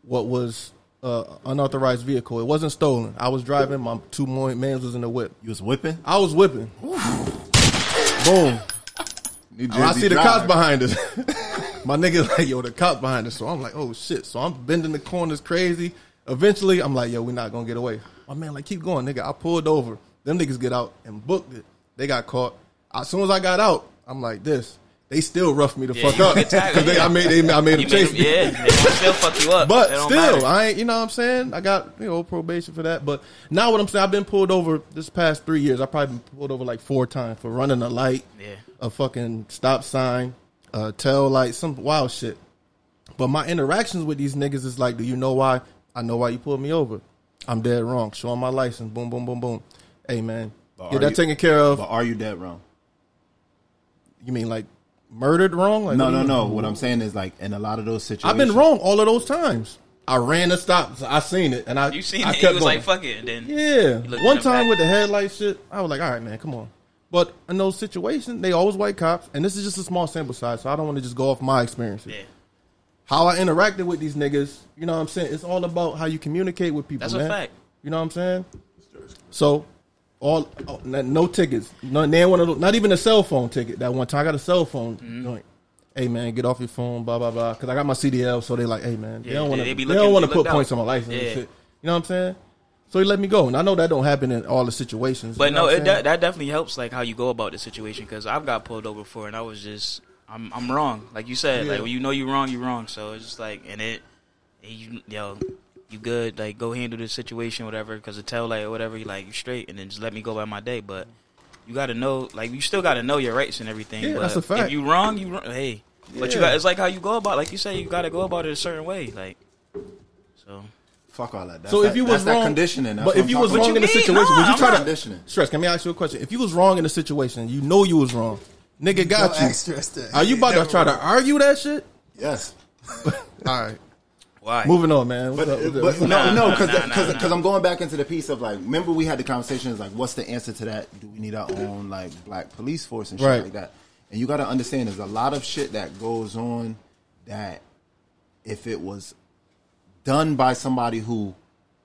Speaker 4: what was uh, unauthorized vehicle. It wasn't stolen. I was driving. My two more mans was in the whip.
Speaker 5: You was whipping.
Speaker 4: I was whipping. Boom.
Speaker 5: New
Speaker 4: And Oh, I
Speaker 5: Jersey
Speaker 4: see the
Speaker 5: driver.
Speaker 4: cops behind us. my nigga like, yo, the cop behind us. So I'm like, oh shit. So I'm bending the corners crazy. Eventually, I'm like, yo, we're not gonna get away. My man like, keep going, nigga. I pulled over. Them niggas get out and booked it. They got caught. As soon as I got out, I'm like this. They still roughed me the
Speaker 6: Yeah,
Speaker 4: fuck
Speaker 6: you
Speaker 4: up
Speaker 6: get tackled,
Speaker 4: because I made they, I made
Speaker 6: You made
Speaker 4: them chase
Speaker 6: them,
Speaker 4: me.
Speaker 6: yeah, they gonna still fuck you up.
Speaker 4: But
Speaker 6: It don't
Speaker 4: still,
Speaker 6: matter.
Speaker 4: I ain't. You know what I'm saying? I got you know probation for that. But now what I'm saying, I've been pulled over this past three years. I probably been pulled over like four times for running a light,
Speaker 6: Yeah.
Speaker 4: a fucking stop sign, a tail light, some wild shit. But my interactions with these niggas is like, do you know why? I know why you pulled me over. I'm dead wrong. Showing my license. Boom, boom, boom, boom. Hey man,
Speaker 5: But
Speaker 4: get
Speaker 5: are
Speaker 4: that
Speaker 5: you-
Speaker 4: taken care of.
Speaker 5: But are you dead wrong?
Speaker 4: you mean like murdered wrong? Like,
Speaker 5: No,
Speaker 4: what do
Speaker 5: no,
Speaker 4: you-
Speaker 5: no. What I'm saying is like in a lot of those situations,
Speaker 4: I've been wrong all of those times. I ran a stop. I seen it, and I
Speaker 6: you seen
Speaker 4: I
Speaker 6: it. You
Speaker 4: kept
Speaker 6: was
Speaker 4: going.
Speaker 6: like, fuck it. And then
Speaker 4: Yeah.
Speaker 6: You looked in
Speaker 4: One
Speaker 6: the
Speaker 4: time
Speaker 6: back.
Speaker 4: with the headlight shit, I was like, all right, man, come on. But in those situations, they always white cops, and this is just a small sample size, so I don't want to just go off my experiences.
Speaker 6: yeah,
Speaker 4: How I interacted with these niggas, you know what I'm saying? It's all about how you communicate with people.
Speaker 6: That's a
Speaker 4: man.
Speaker 6: fact.
Speaker 4: You know what I'm saying? So, all oh,
Speaker 6: Mm-hmm.
Speaker 4: no no tickets, no, not one of those, not even a cell phone ticket. That one time I got a cell phone joint. hey man, get off your phone, blah blah blah. Because I got my CDL, so they like, hey man, they
Speaker 6: Yeah,
Speaker 4: don't
Speaker 6: they-
Speaker 4: want to,
Speaker 6: they
Speaker 4: they,
Speaker 6: be
Speaker 4: don't
Speaker 6: looking-
Speaker 4: want to
Speaker 6: they
Speaker 4: put
Speaker 6: looked
Speaker 4: points
Speaker 6: out.
Speaker 4: on my license. And
Speaker 6: Yeah.
Speaker 4: shit. You know what I'm saying? So he let me go, and I know that don't happen in all the situations.
Speaker 6: But
Speaker 4: you know
Speaker 6: no,
Speaker 4: what I'm
Speaker 6: it,
Speaker 4: saying?
Speaker 6: that, that definitely helps like how you go about the situation because I've got pulled over before and I was just I'm I'm wrong like you said
Speaker 4: Yeah.
Speaker 6: like when you know you're wrong you're wrong so it's just like and it you yo you good like go handle this situation whatever because the tail light or whatever you like you straight and then just let me go by my day but you got to know like you still got to know your rights and everything
Speaker 4: Yeah,
Speaker 6: but
Speaker 4: that's a fact.
Speaker 6: if you wrong you wrong, hey but you
Speaker 4: Yeah.
Speaker 6: got it's like how you go about like you say you got to go about it a certain way like so
Speaker 5: Fuck all that. That's
Speaker 4: So
Speaker 5: that,
Speaker 4: if you
Speaker 5: that's
Speaker 4: was wrong,
Speaker 5: that conditioning. That's
Speaker 4: but
Speaker 5: what
Speaker 4: if
Speaker 5: I'm
Speaker 4: you was
Speaker 5: talking
Speaker 4: wrong
Speaker 5: about.
Speaker 4: in the
Speaker 6: mean?
Speaker 4: situation,
Speaker 6: Nah,
Speaker 4: would you
Speaker 6: I'm
Speaker 4: try
Speaker 5: not
Speaker 4: to
Speaker 5: conditioning.
Speaker 4: stress? Can me ask you a question? If you was wrong in the situation, you know you was wrong. Nigga got
Speaker 7: Don't
Speaker 4: you.
Speaker 7: act stressed out.
Speaker 4: Are you about to
Speaker 7: Never
Speaker 4: try to argue that shit?
Speaker 5: yes.
Speaker 4: All right,
Speaker 6: why
Speaker 4: moving on, man. What's
Speaker 5: But,
Speaker 4: up? What's up?
Speaker 5: but no,
Speaker 6: Nah,
Speaker 5: no,
Speaker 6: nah,
Speaker 5: because
Speaker 6: nah, nah,
Speaker 5: because
Speaker 6: nah.
Speaker 5: I'm going back into the piece of like, remember we had the conversation is like, what's the answer to that? Do we need our own like black police force and shit
Speaker 4: Right.
Speaker 5: like that? And you got to understand, there's a lot of shit that goes on that if it was done by somebody who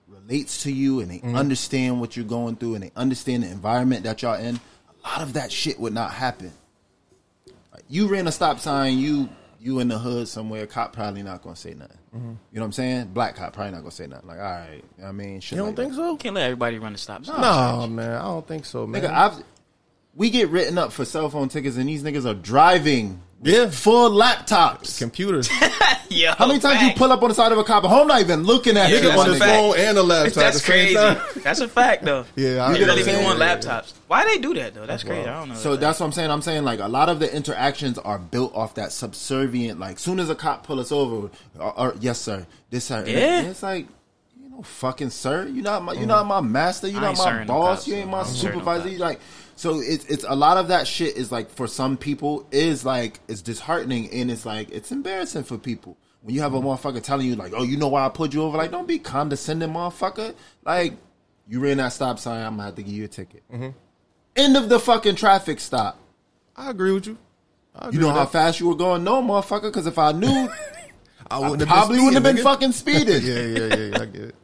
Speaker 5: relates to you and they
Speaker 4: Mm-hmm.
Speaker 5: understand what you're going through and they understand the environment that y'all in, a lot of that shit would not happen. You ran a stop sign. You you in the hood somewhere. Cop probably not gonna say nothing.
Speaker 4: Mm-hmm.
Speaker 5: You know what I'm saying? Black cop probably not gonna say nothing. Like, all right, you know what I mean, shit
Speaker 4: you don't
Speaker 5: like
Speaker 4: think
Speaker 5: that.
Speaker 4: so?
Speaker 6: can't let everybody run the stop sign
Speaker 4: No, man. I don't think so, man.
Speaker 5: Nigga, I've, we get written up for cell phone tickets, and these niggas are driving
Speaker 4: yeah,
Speaker 5: full laptops.
Speaker 4: computers.
Speaker 6: yeah
Speaker 5: How many times you pull up on the side of a cop? Home not even looking at
Speaker 6: Yeah,
Speaker 5: nigga
Speaker 6: that's
Speaker 5: on
Speaker 6: a
Speaker 5: his
Speaker 6: fact.
Speaker 5: phone.
Speaker 4: phone and a laptop. at
Speaker 6: That's
Speaker 4: the same
Speaker 6: crazy.
Speaker 4: time.
Speaker 6: That's a fact, though.
Speaker 4: Yeah, I
Speaker 5: You
Speaker 6: you
Speaker 5: know
Speaker 6: don't
Speaker 5: what I'm
Speaker 6: even
Speaker 5: saying?
Speaker 6: want laptops. Why they do that though? That's crazy. I don't know.
Speaker 5: So that's what I'm saying. I'm saying like a lot of the interactions are built off that subservient. Like soon as a cop pull us over, or, or, yes sir, this sir. And
Speaker 6: Yeah. Mm-hmm.
Speaker 5: it's like you know, fucking sir. You not my, you not my master. You
Speaker 6: I
Speaker 5: not
Speaker 6: ain't
Speaker 5: my
Speaker 6: serving no
Speaker 5: boss.
Speaker 6: cops.
Speaker 5: you ain't my
Speaker 6: I'm serving no
Speaker 5: supervisor.
Speaker 6: cops.
Speaker 5: You like so it's it's a lot of that shit is like for some people is like it's disheartening and it's like it's embarrassing for people. When you have
Speaker 6: Mm-hmm.
Speaker 5: a motherfucker telling you like, oh, you know why I pulled you over? Like, don't be condescending, motherfucker. Like, you ran that stop sign. I'm gonna have to give you a ticket.
Speaker 6: Mm-hmm.
Speaker 5: End of the fucking traffic stop.
Speaker 4: I agree with you. I
Speaker 5: You
Speaker 4: agree
Speaker 5: know
Speaker 4: with
Speaker 5: how
Speaker 4: that.
Speaker 5: fast you were going? No, motherfucker, because if I knew,
Speaker 4: I
Speaker 5: I
Speaker 4: wouldn't have
Speaker 5: probably wouldn't have been fucking speeding.
Speaker 4: speeding, nigga. Yeah, yeah, yeah, yeah. I get it.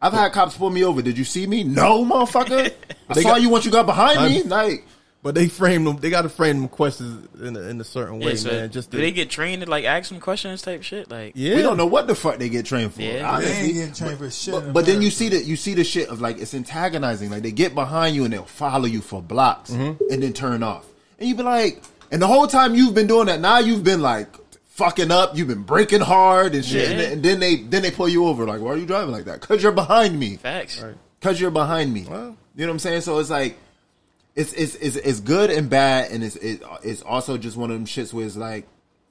Speaker 5: I've had cops pull me over. Did you see me? No, motherfucker. I saw you once you got behind me. Like,
Speaker 4: But they frame them. They got to frame them questions in a, in a certain way,
Speaker 6: Yeah, so
Speaker 4: man. Just
Speaker 6: do
Speaker 4: to-
Speaker 6: they get trained to like ask them questions type shit? Like,
Speaker 4: Yeah,
Speaker 5: we don't know what the fuck they get trained for.
Speaker 6: Yeah.
Speaker 7: They
Speaker 5: honestly.
Speaker 7: ain't getting trained for shit.
Speaker 5: But,
Speaker 7: in
Speaker 5: but then you
Speaker 7: America.
Speaker 5: see that you see the shit of like it's antagonizing. Like they get behind you and they'll follow you for blocks
Speaker 6: Mm-hmm.
Speaker 5: and then turn off. And you be like, and the whole time you've been doing that, now you've been like fucking up. You've been breaking hard and shit. And,
Speaker 6: Yeah.
Speaker 5: then, and then they then they pull you over. Like, why are you driving like that? Cause you're behind me.
Speaker 6: facts.
Speaker 5: Cause you're behind me. you know what I'm saying? So it's like it's it's it's, it's good and bad, and it's it, it's also just one of them shits where it's like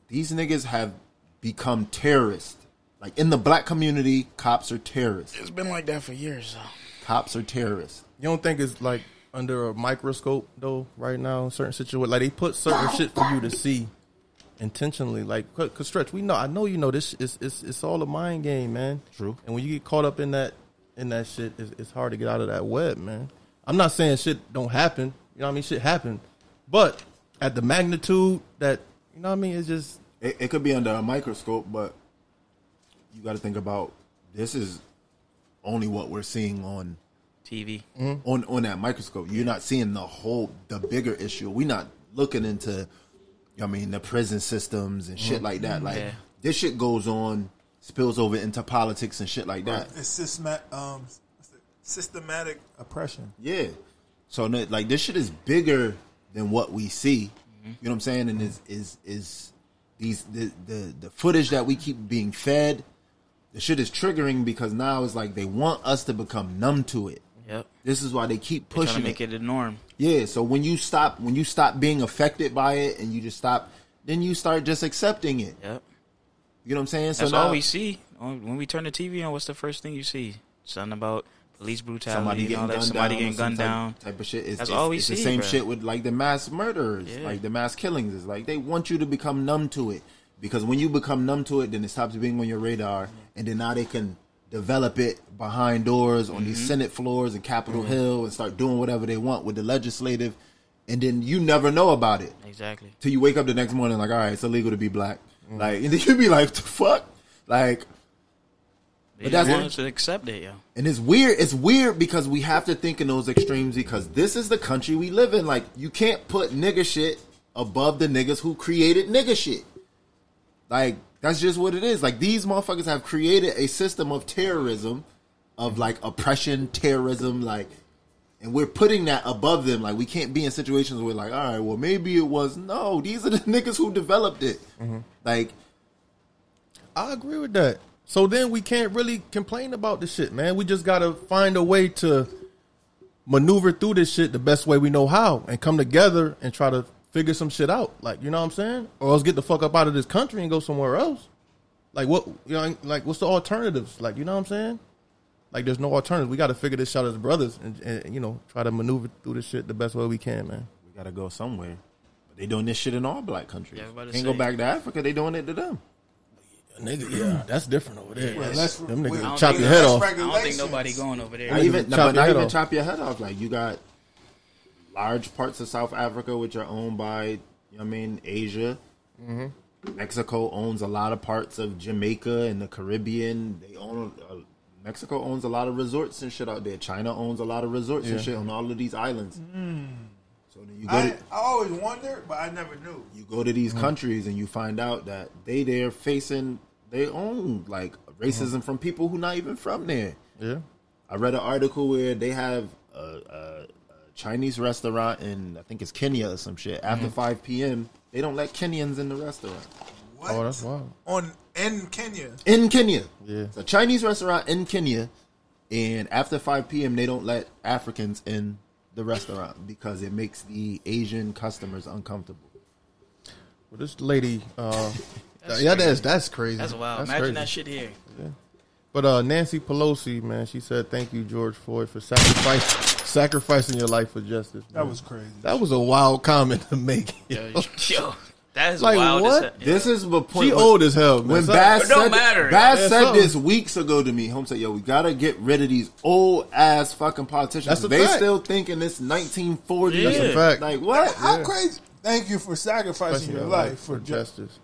Speaker 5: these niggas have become terrorists. Like in the black community, cops are terrorists.
Speaker 6: It's been like that for years. Though.
Speaker 5: Cops are terrorists.
Speaker 4: You don't think it's like under a microscope though, right now in certain situations? Like they put certain shit for you to see intentionally. Like, cause 'cause stretch, we know, I know you know this. It's it's it's all a mind game, man.
Speaker 5: True.
Speaker 4: And when you get caught up in that in that shit, it's, it's hard to get out of that web, man. I'm not saying shit don't happen. You know what I mean? Shit happen, but at the magnitude that you know what I mean, it's just
Speaker 5: It, it could be under a microscope, but you got to think about this is only what we're seeing on
Speaker 6: TV.
Speaker 5: on on that microscope. You're not seeing the whole the bigger issue. We're not looking into I mean the prison systems and shit like that. Like
Speaker 6: Mm-hmm. Yeah.
Speaker 5: this shit goes on spills over into politics and shit like that.
Speaker 7: it's systemat, um, what's it? systematic oppression.
Speaker 5: Yeah. So no- like this shit is bigger than what we see.
Speaker 6: Mm-hmm.
Speaker 5: You know what I'm saying? And is is is these the, the the footage that we keep being fed, the shit is triggering because now it's like they want us to become numb to it.
Speaker 6: Yep.
Speaker 5: This is why they keep
Speaker 6: Trying to
Speaker 5: pushing
Speaker 6: make
Speaker 5: it.
Speaker 6: it the norm.
Speaker 5: Yeah, so when you stop when you stop being affected by it and you just stop then you start just accepting it.
Speaker 6: Yep.
Speaker 5: You know what I'm saying? So
Speaker 6: That's
Speaker 5: now
Speaker 6: all we see On- when we turn the TV on. What's the first thing you see? Something about police brutality
Speaker 5: somebody
Speaker 6: and
Speaker 5: getting
Speaker 6: all
Speaker 5: gunned
Speaker 6: that. Somebody
Speaker 5: down, or
Speaker 6: getting
Speaker 5: some
Speaker 6: gunned
Speaker 5: type-
Speaker 6: down.
Speaker 5: type of shit. It's,
Speaker 6: That's
Speaker 5: it's-
Speaker 6: all we
Speaker 5: it's The
Speaker 6: see,
Speaker 5: same
Speaker 6: bruh.
Speaker 5: shit with like the mass murderers,
Speaker 6: Yeah.
Speaker 5: like the mass killings. It's like they want you to become numb to it because when you become numb to it, then it stops being on your radar, and then now they can develop it behind doors on these
Speaker 6: Mm-hmm.
Speaker 5: Senate floors and Capitol Hill and start doing whatever they want with the legislative, and then you never know about it.
Speaker 6: Exactly.
Speaker 5: till you wake up the next morning, like, all right, it's illegal to be black. Like, and then you be like, the fuck? Like,
Speaker 6: They
Speaker 5: that's-
Speaker 6: just want us to accept it, yo.
Speaker 5: and it's weird. It's weird because we have to think in those extremes because this is the country we live in. Like, you can't put nigga shit above the niggas who created nigga shit. Like that's just what it is. Like these motherfuckers have created a system of terrorism, of like oppression, terrorism, like, and we're putting that above them. Like we can't be in situations where like, all right, well maybe it was no. These are the niggas who developed it. Like
Speaker 4: I agree with that. So then we can't really complain about this shit, man. We just gotta find a way to maneuver through this shit the best way we know how and come together and try to figure some shit out. Like, you know what I'm saying? Or else get the fuck up out of this country and go somewhere else. Like what you know, like what's the alternatives? Like, you know what I'm saying? Like there's no alternative. We gotta figure this out as brothers and, and you know, try to maneuver through this shit the best way we can, man.
Speaker 5: we gotta go somewhere. But they doing this shit in all black countries.
Speaker 6: Yeah, I was about to
Speaker 5: Can't go
Speaker 6: say.
Speaker 5: back to Africa. They doing it to them.
Speaker 4: Nigga, yeah, that's different over there.
Speaker 7: Yeah, let's-
Speaker 4: Them
Speaker 7: I
Speaker 4: niggas
Speaker 6: don't
Speaker 4: chop
Speaker 6: think
Speaker 4: your head
Speaker 7: that's
Speaker 4: off.
Speaker 6: I don't think
Speaker 7: Regulations.
Speaker 6: nobody going over there.
Speaker 5: Not
Speaker 4: chop
Speaker 5: even, no,
Speaker 4: your
Speaker 5: but not
Speaker 4: head
Speaker 5: even
Speaker 4: off.
Speaker 5: chop your head off. Like you got large parts of South Africa which are owned by, you know what I mean, Asia.
Speaker 4: Mm-hmm.
Speaker 5: Mexico owns a lot of parts of Jamaica and the Caribbean. They own uh, Mexico owns a lot of resorts and shit out there. China owns a lot of resorts and
Speaker 4: Yeah.
Speaker 5: shit on all of these islands.
Speaker 6: Mm.
Speaker 5: So then you go
Speaker 7: I,
Speaker 5: to
Speaker 7: I always wondered, but I never knew.
Speaker 5: you go to
Speaker 4: Mm-hmm.
Speaker 5: these countries and you find out that they they're facing their own like racism
Speaker 4: Mm-hmm.
Speaker 5: from people who not even from there.
Speaker 4: Yeah.
Speaker 5: I read an article where they have a, a, a Chinese restaurant in I think it's Kenya or some shit. After
Speaker 4: Mm-hmm.
Speaker 5: 5 p.m., they don't let Kenyans in the restaurant
Speaker 7: What?
Speaker 4: Oh, that's wild.
Speaker 7: On in Kenya.
Speaker 5: in Kenya.
Speaker 4: Yeah.
Speaker 5: it's a Chinese restaurant in Kenya, and after 5 p.m., they don't let Africans in the restaurant because it makes the Asian customers uncomfortable.
Speaker 4: Well, this lady, uh, yeah, that's that's crazy.
Speaker 6: That's wild. Imagine
Speaker 4: crazy.
Speaker 6: that shit here.
Speaker 4: But uh, Nancy Pelosi, man, she said, "Thank you, George Floyd, for sacrifice, sacrificing your life for justice." man.
Speaker 7: That was crazy.
Speaker 4: that was a wild comment to make.
Speaker 6: Yo, yo, that is
Speaker 4: Like,
Speaker 6: wild.
Speaker 4: what?
Speaker 6: As hell.
Speaker 5: This is the point.
Speaker 4: She
Speaker 5: when-
Speaker 4: old as hell, man.
Speaker 5: When
Speaker 4: So-
Speaker 5: Bass
Speaker 6: It don't
Speaker 5: said,
Speaker 6: matter.
Speaker 5: Bass
Speaker 4: Yeah,
Speaker 5: said
Speaker 4: something.
Speaker 5: this weeks ago to me, home said, "Yo, we gotta get rid of these old ass fucking politicians.
Speaker 4: That's a
Speaker 5: They
Speaker 4: fact.
Speaker 5: still thinking it's 1940s.
Speaker 6: That's a
Speaker 4: fact.
Speaker 5: Like what?
Speaker 7: How crazy? Thank you for sacrificing
Speaker 4: Sacrificing
Speaker 7: your life for just.
Speaker 4: justice.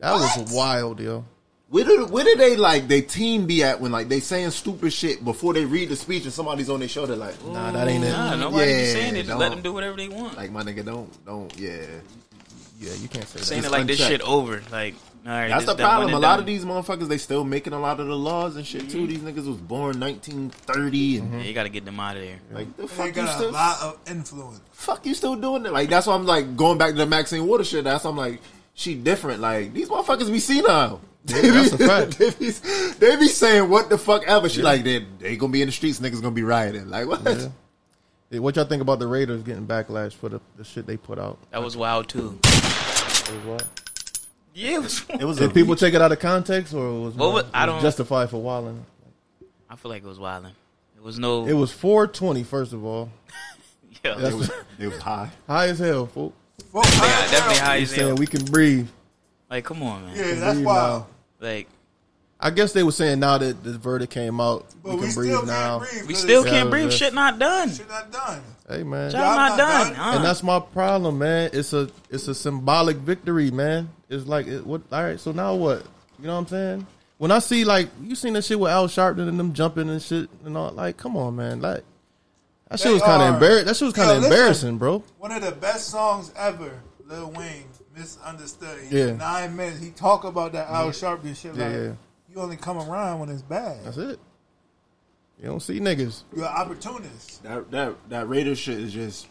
Speaker 4: That was wild, yo.
Speaker 5: Where do where do they like they team be at when like they saying stupid shit before they read the speech and somebody's on their shoulder like,
Speaker 4: Nah, that ain't it.
Speaker 6: Nah, nobody be
Speaker 5: Yeah,
Speaker 6: saying it. Just let
Speaker 5: don't.
Speaker 6: them do whatever they want.
Speaker 5: like my nigga, don't don't yeah.
Speaker 4: Yeah, you can't say
Speaker 6: saying
Speaker 4: that.
Speaker 6: it like this
Speaker 5: unchecked.
Speaker 6: shit over. Like, all right,
Speaker 5: That's
Speaker 6: this
Speaker 5: the
Speaker 6: done,
Speaker 5: problem.
Speaker 6: one
Speaker 5: A
Speaker 6: and
Speaker 5: lot
Speaker 6: done.
Speaker 5: of these motherfuckers they still making a lot of the laws and shit
Speaker 6: Mm-hmm.
Speaker 5: too. These niggas was born 1930 and
Speaker 6: Yeah, you got to get them out of there.
Speaker 5: like the
Speaker 7: They
Speaker 5: fuck you
Speaker 7: got a
Speaker 5: still
Speaker 7: lot of influence.
Speaker 5: fuck you still doing it? Like that's why I'm like going back to the Maxine Water shit. That's why I'm like she different. Like these motherfuckers be senile. They be,
Speaker 4: that's a fact.
Speaker 5: they, be, they be saying what the fuck ever. She like they they gonna be in the streets. Niggas gonna be rioting. Like what?
Speaker 4: Hey, What y'all think about the Raiders getting backlash for the, the shit they put out?
Speaker 6: That was wild too. Yeah, it was.
Speaker 5: It was
Speaker 4: Did people take it out of context, or was,
Speaker 6: What was-
Speaker 4: it
Speaker 6: I don't-
Speaker 4: justified for wilding?
Speaker 6: I feel like it was wilding. It was no.
Speaker 4: It was 420, first of all,
Speaker 6: yeah,
Speaker 5: It was, it was high.
Speaker 4: high as hell, folks.
Speaker 7: Well,
Speaker 6: Yeah, definitely high
Speaker 4: They
Speaker 6: as hell.
Speaker 4: saying we can breathe.
Speaker 6: Like, come on, man.
Speaker 7: Yeah, that's
Speaker 4: Breathe
Speaker 7: wild.
Speaker 4: now.
Speaker 6: Like,
Speaker 4: I guess they were saying now that the verdict came out,
Speaker 7: But
Speaker 4: we
Speaker 7: we,
Speaker 4: can
Speaker 7: still
Speaker 4: breathe
Speaker 7: can't
Speaker 4: now.
Speaker 7: breathe.
Speaker 6: we
Speaker 7: 'cause
Speaker 6: still
Speaker 7: it's-
Speaker 4: Yeah,
Speaker 6: can't
Speaker 4: it was
Speaker 6: breathe.
Speaker 4: just-
Speaker 6: Shit not done. Job
Speaker 7: Shit not done.
Speaker 4: Hey man,
Speaker 6: not,
Speaker 7: not
Speaker 6: done. Uh-uh.
Speaker 7: done.
Speaker 6: huh?
Speaker 4: and that's my problem, man. It's a it's a symbolic victory, man. It's like it, what? All right, so now what? You know what I'm saying? When I see like you seen that shit with Al Sharpton and them jumping and shit and all, like, come on, man, like that shit
Speaker 7: They
Speaker 4: was kind
Speaker 7: are-
Speaker 4: of embarrassing. That shit was
Speaker 7: Yo,
Speaker 4: kind of
Speaker 7: listen.
Speaker 4: embarrassing, bro.
Speaker 7: One of the best songs ever, Lil Wayne, misunderstood. He
Speaker 4: Yeah.
Speaker 7: Nine minutes. He talk about that Al Sharpton shit
Speaker 4: Yeah,
Speaker 7: like
Speaker 4: yeah.
Speaker 7: you only come around when it's bad.
Speaker 4: That's it. You don't see niggas.
Speaker 7: You're an opportunist.
Speaker 5: That that that Raiders shit is just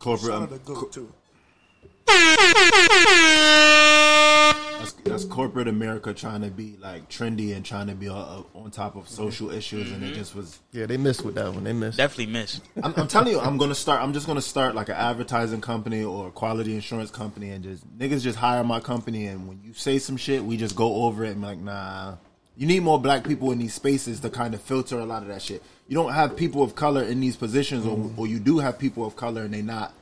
Speaker 5: corporate. um,
Speaker 7: Son of the go to.
Speaker 5: That's, that's corporate America trying to be like trendy and trying to be on, on top of social issues, and it just was
Speaker 4: Yeah, they missed with that one. They missed.
Speaker 6: Definitely missed.
Speaker 5: I'm, I'm telling you, I'm gonna start. I'm just gonna start like an advertising company or a quality insurance company, and just niggas just hire my company. And when you say some shit, we just go over it and be like, nah. You need more black people in these spaces to kind of filter a lot of that shit. You don't have people of color in these positions, or, or you do have people of color, and they not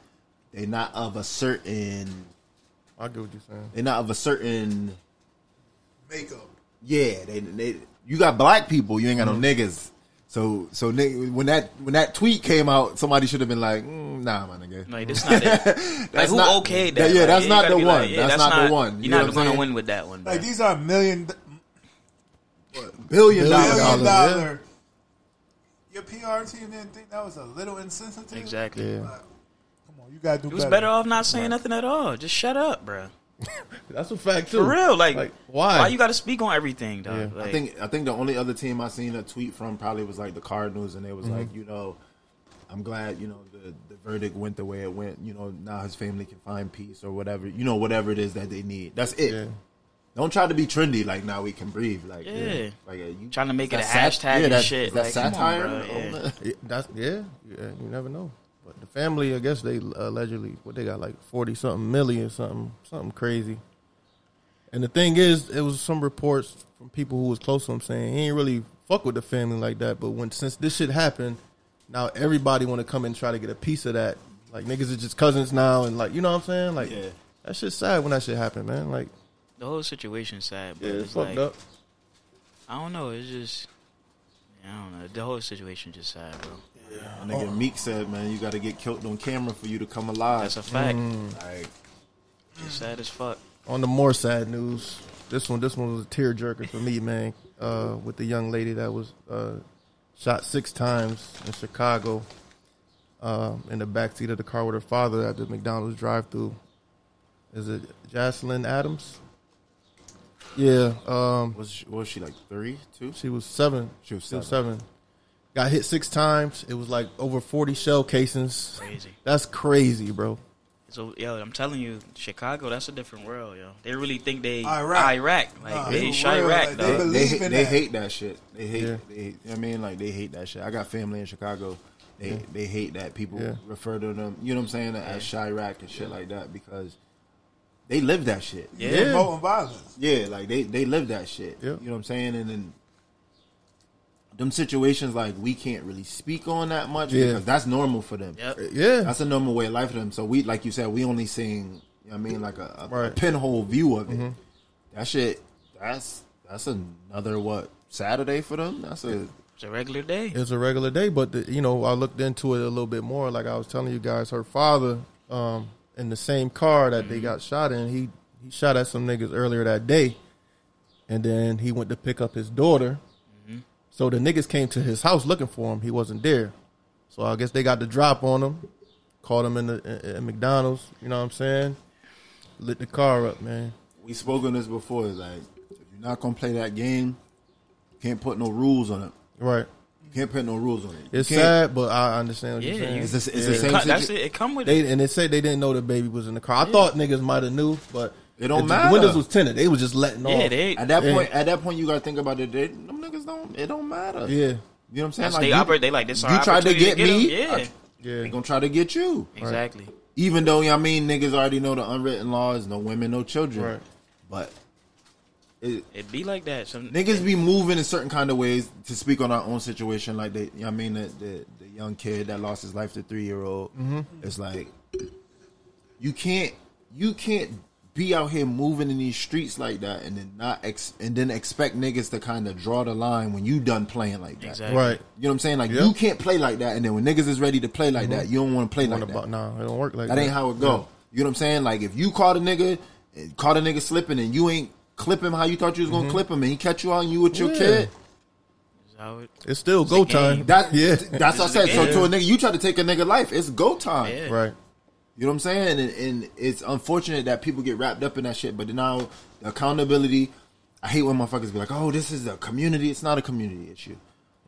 Speaker 5: they not of a certain
Speaker 4: I get what you're saying.
Speaker 5: they not of a certain
Speaker 7: Makeup.
Speaker 5: yeah, they, they you got black people, you ain't got
Speaker 4: Mm-hmm.
Speaker 5: no niggas. So so nigga, when that when that tweet came out, somebody should have been like, mm, nah, my nigga.
Speaker 6: Like, this not it. Like,
Speaker 5: That's
Speaker 6: who
Speaker 5: not-
Speaker 6: okayed that?
Speaker 5: Yeah,
Speaker 6: Like,
Speaker 5: that's
Speaker 6: you
Speaker 5: not
Speaker 6: gotta
Speaker 5: the
Speaker 6: be
Speaker 5: one.
Speaker 6: like, yeah,
Speaker 5: that's, not, the one.
Speaker 6: You're
Speaker 5: You know
Speaker 6: not
Speaker 5: what
Speaker 6: going
Speaker 5: I'm
Speaker 6: to
Speaker 5: saying?
Speaker 6: win with that one. bro.
Speaker 7: Like these are million
Speaker 5: Billion
Speaker 4: Billion
Speaker 5: dollars.
Speaker 7: billion
Speaker 4: dollars,
Speaker 7: dollar. Your PR team didn't think that was a little insensitive.
Speaker 6: exactly.
Speaker 4: Yeah,
Speaker 7: Come on, you gotta do
Speaker 6: It was
Speaker 7: better.
Speaker 6: better off not saying nothing at all. Just shut up, bro.
Speaker 4: That's a fact too.
Speaker 6: For real, like,
Speaker 4: why?
Speaker 6: Why you got to speak on everything, dog?
Speaker 4: Yeah.
Speaker 6: Like,
Speaker 5: I think I think the only other team I seen a tweet from probably was like the Cardinals, and they was
Speaker 6: Mm-hmm.
Speaker 5: like, you know, I'm glad you know the the verdict went the way it went. You know, now his family can find peace or whatever. You know, whatever it is that they need. That's it.
Speaker 4: Yeah.
Speaker 5: Don't try to be trendy. Like now we can breathe. Like
Speaker 6: Yeah.
Speaker 5: like uh, you
Speaker 6: Tryna make it
Speaker 5: that
Speaker 6: a
Speaker 5: sat-
Speaker 6: hashtag and
Speaker 5: that-
Speaker 6: shit,
Speaker 5: That
Speaker 6: like, come on,
Speaker 5: satire.
Speaker 6: bro,
Speaker 5: Oh,
Speaker 6: yeah.
Speaker 5: man.
Speaker 4: Yeah, that's yeah, yeah. You never know. But the family, I guess they allegedly what they got like forty something million, something something crazy. And the thing is, it was some reports from people who was close to him saying he ain't really fuck with the family like that. But when since this shit happened, now everybody want to come and try to get a piece of that. Like niggas is just cousins now, and like you know what I'm saying. Like
Speaker 5: Yeah.
Speaker 4: that shit's sad when that shit happened, man. Like
Speaker 6: the whole situation's sad, but
Speaker 4: yeah, it's
Speaker 6: it's
Speaker 4: fucked
Speaker 6: like
Speaker 4: up.
Speaker 6: I don't know. It's just I don't know. The whole situation just sad, bro.
Speaker 5: And nigga Meek said, man, you got to get killed on camera for you to come alive.
Speaker 6: That's a fact.
Speaker 5: like,
Speaker 6: It's sad as fuck.
Speaker 4: On the more sad news, this one this one was a tearjerker for me, man. Uh, with the young lady that was uh, shot six times in Chicago um, in the backseat of the car with her father at the McDonald's drive-through. Is it Jocelyn Adams? Yeah, um,
Speaker 5: was she, what was she like three, two?
Speaker 4: she was seven.
Speaker 5: She was
Speaker 4: seven. Got hit six times. It was like over forty shell casings.
Speaker 6: Crazy.
Speaker 4: That's crazy, bro.
Speaker 6: So yo, I'm telling you, Chicago, that's a different world, yo. They really think they
Speaker 7: Iraq.
Speaker 6: Iraq, like
Speaker 7: Nah,
Speaker 6: they
Speaker 7: it's a world,
Speaker 6: Chirac,
Speaker 7: like,
Speaker 6: dog.
Speaker 7: they
Speaker 5: They,
Speaker 7: believe
Speaker 5: hate,
Speaker 7: in
Speaker 5: they
Speaker 7: that.
Speaker 5: hate that shit. They hate,
Speaker 4: Yeah.
Speaker 5: they hate. I mean, like they hate that shit. I got family in Chicago. They they hate that people
Speaker 4: Yeah.
Speaker 5: refer to them. You know what I'm saying? As Chirac and shit like that because they live that shit.
Speaker 6: Yeah.
Speaker 7: Promoting violence.
Speaker 5: Yeah, like they they live that shit.
Speaker 4: Yeah.
Speaker 5: You know what I'm saying? And then them situations like we can't really speak on that much
Speaker 4: Yeah.
Speaker 5: because that's normal for them.
Speaker 6: Yep.
Speaker 4: Yeah,
Speaker 5: That's a normal way of life for them. So we, like you said, we only seeing. you know what I mean, like a, a, a
Speaker 4: Right. Mm-hmm.
Speaker 5: pinhole view of it. That shit. That's that's another what Saturday for them. That's a
Speaker 6: It's a regular day.
Speaker 4: It's a regular day, but the, you know, I looked into it a little bit more. Like I was telling you guys, her father, um, in the same car that they got shot in, he he shot at some niggas earlier that day, and then he went to pick up his daughter. So the niggas came to his house looking for him. He wasn't there, so I guess they got the drop on him. Called him in the in, in McDonald's. You know what I'm saying? Lit the car up, man.
Speaker 5: we spoke on this before. It's Like if you're not gonna play that game, you can't put no rules on it.
Speaker 4: Right.
Speaker 5: You can't put no rules on it. You
Speaker 4: It's
Speaker 5: can't-
Speaker 4: sad, but I understand what
Speaker 6: yeah,
Speaker 4: you're saying.
Speaker 6: you,
Speaker 5: It's the- it's
Speaker 6: it
Speaker 5: the same
Speaker 6: co- that's
Speaker 5: situ-
Speaker 6: it. It come with it.
Speaker 4: They and they said they didn't know the baby was in the car. I thought niggas might have knew, but
Speaker 5: It don't
Speaker 4: the-
Speaker 5: matter.
Speaker 4: The windows was tinted. They was just letting
Speaker 6: Yeah,
Speaker 4: off.
Speaker 6: they
Speaker 5: At that
Speaker 4: Yeah.
Speaker 5: point, at that point, you gotta think about it. They, them niggas don't. It don't matter.
Speaker 4: yeah,
Speaker 5: You know what I'm saying?
Speaker 6: that's they
Speaker 5: you-
Speaker 6: operate. They like this. Our
Speaker 5: you tried to
Speaker 6: opportunity
Speaker 5: get, me.
Speaker 6: them. Yeah,
Speaker 5: I-
Speaker 4: yeah.
Speaker 5: They gonna try to get you.
Speaker 6: exactly.
Speaker 5: even though you know what I mean niggas already know the unwritten laws, no women, no children.
Speaker 4: Right.
Speaker 5: But it,
Speaker 6: It be like that. Some
Speaker 5: niggas be moving in certain kind of ways to speak on our own situation. Like they, you know what I mean, the, the the young kid that lost his life, the three year old. It's like you can't you can't be out here moving in these streets like that and then not ex- and then expect niggas to kind of draw the line when you done playing like that.
Speaker 6: Exactly.
Speaker 4: Right.
Speaker 5: You know what I'm saying? Like
Speaker 4: Yep.
Speaker 5: you can't play like that, and then when niggas is ready to play like that, you don't want to play
Speaker 4: What
Speaker 5: like that.
Speaker 4: about nah? It don't work like that.
Speaker 5: That ain't how it go. You know what I'm saying? Like if you caught a nigga, and caught a nigga slipping, and you ain't clip him how you thought you was gonna clip him, and he catch you out and you with your
Speaker 4: Mm-hmm. Yeah.
Speaker 5: kid.
Speaker 6: That's how it-
Speaker 4: It's still go
Speaker 6: a game.
Speaker 4: time.
Speaker 5: That
Speaker 4: yeah,
Speaker 5: that's what I said. So to a nigga, you try to take a nigga life, it's go time.
Speaker 6: Yeah.
Speaker 4: right.
Speaker 5: You know what I'm saying? And, and it's unfortunate that people get wrapped up in that shit. But now the accountability, I hate when motherfuckers be like, "Oh, this is a community." It's not a community issue.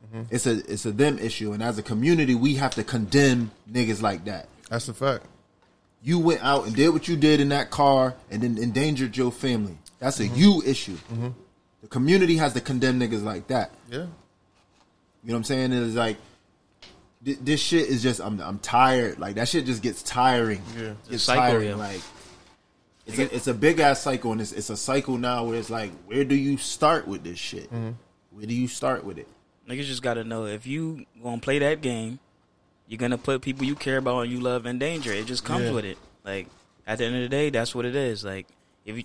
Speaker 4: Mm-hmm.
Speaker 5: It's a it's a them issue. And as a community, we have to condemn niggas like that.
Speaker 4: That's a fact.
Speaker 5: you went out and did what you did in that car and then endangered your family. That's a you issue. The community has to condemn niggas like that.
Speaker 4: Yeah,
Speaker 5: You know what I'm saying? It's like thi- this shit is just I'm I'm tired. Like that shit just gets tiring. Yeah,
Speaker 6: It's
Speaker 5: it's
Speaker 6: a cycle,
Speaker 5: tiring.
Speaker 6: yeah.
Speaker 5: Like it's a, it's a big ass cycle, and it's it's a cycle now where it's like, where do you start with this shit?
Speaker 6: Mm-hmm.
Speaker 5: Where do you start with it?
Speaker 6: Niggas just gotta know if you gonna play that game, you're gonna put people you care about and you love in danger. It just comes
Speaker 4: Yeah.
Speaker 6: with it. Like at the end of the day, that's what it is. Like if you,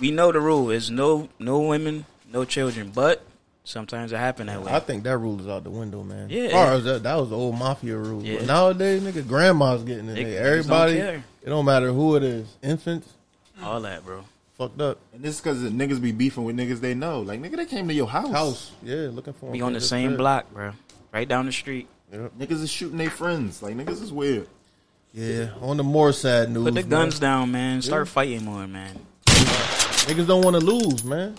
Speaker 6: we know the rule is no no women, no children, but sometimes it happen that way.
Speaker 4: I think that rule is out the window, man.
Speaker 6: Yeah.
Speaker 4: as far as that, that was the old mafia rule.
Speaker 6: Yeah.
Speaker 4: But nowadays, nigga, grandma's getting it.
Speaker 6: They-
Speaker 4: nigga.
Speaker 6: they just
Speaker 4: Everybody,
Speaker 6: don't care.
Speaker 4: it don't matter who it is, infants,
Speaker 6: All that, bro.
Speaker 4: fucked up
Speaker 5: And this is because niggas be beefing with niggas they know. Like nigga, they came to your house.
Speaker 4: house. Yeah, looking for
Speaker 6: We
Speaker 4: him.
Speaker 6: on the
Speaker 4: Just
Speaker 6: same
Speaker 4: that.
Speaker 6: block, bro. Right down the street.
Speaker 5: Niggas is shooting their friends. Like niggas is weird.
Speaker 4: Yeah, on the more sad news.
Speaker 6: Put the
Speaker 4: man.
Speaker 6: guns down, man. Start fighting more, man.
Speaker 4: Niggas don't want to lose, man.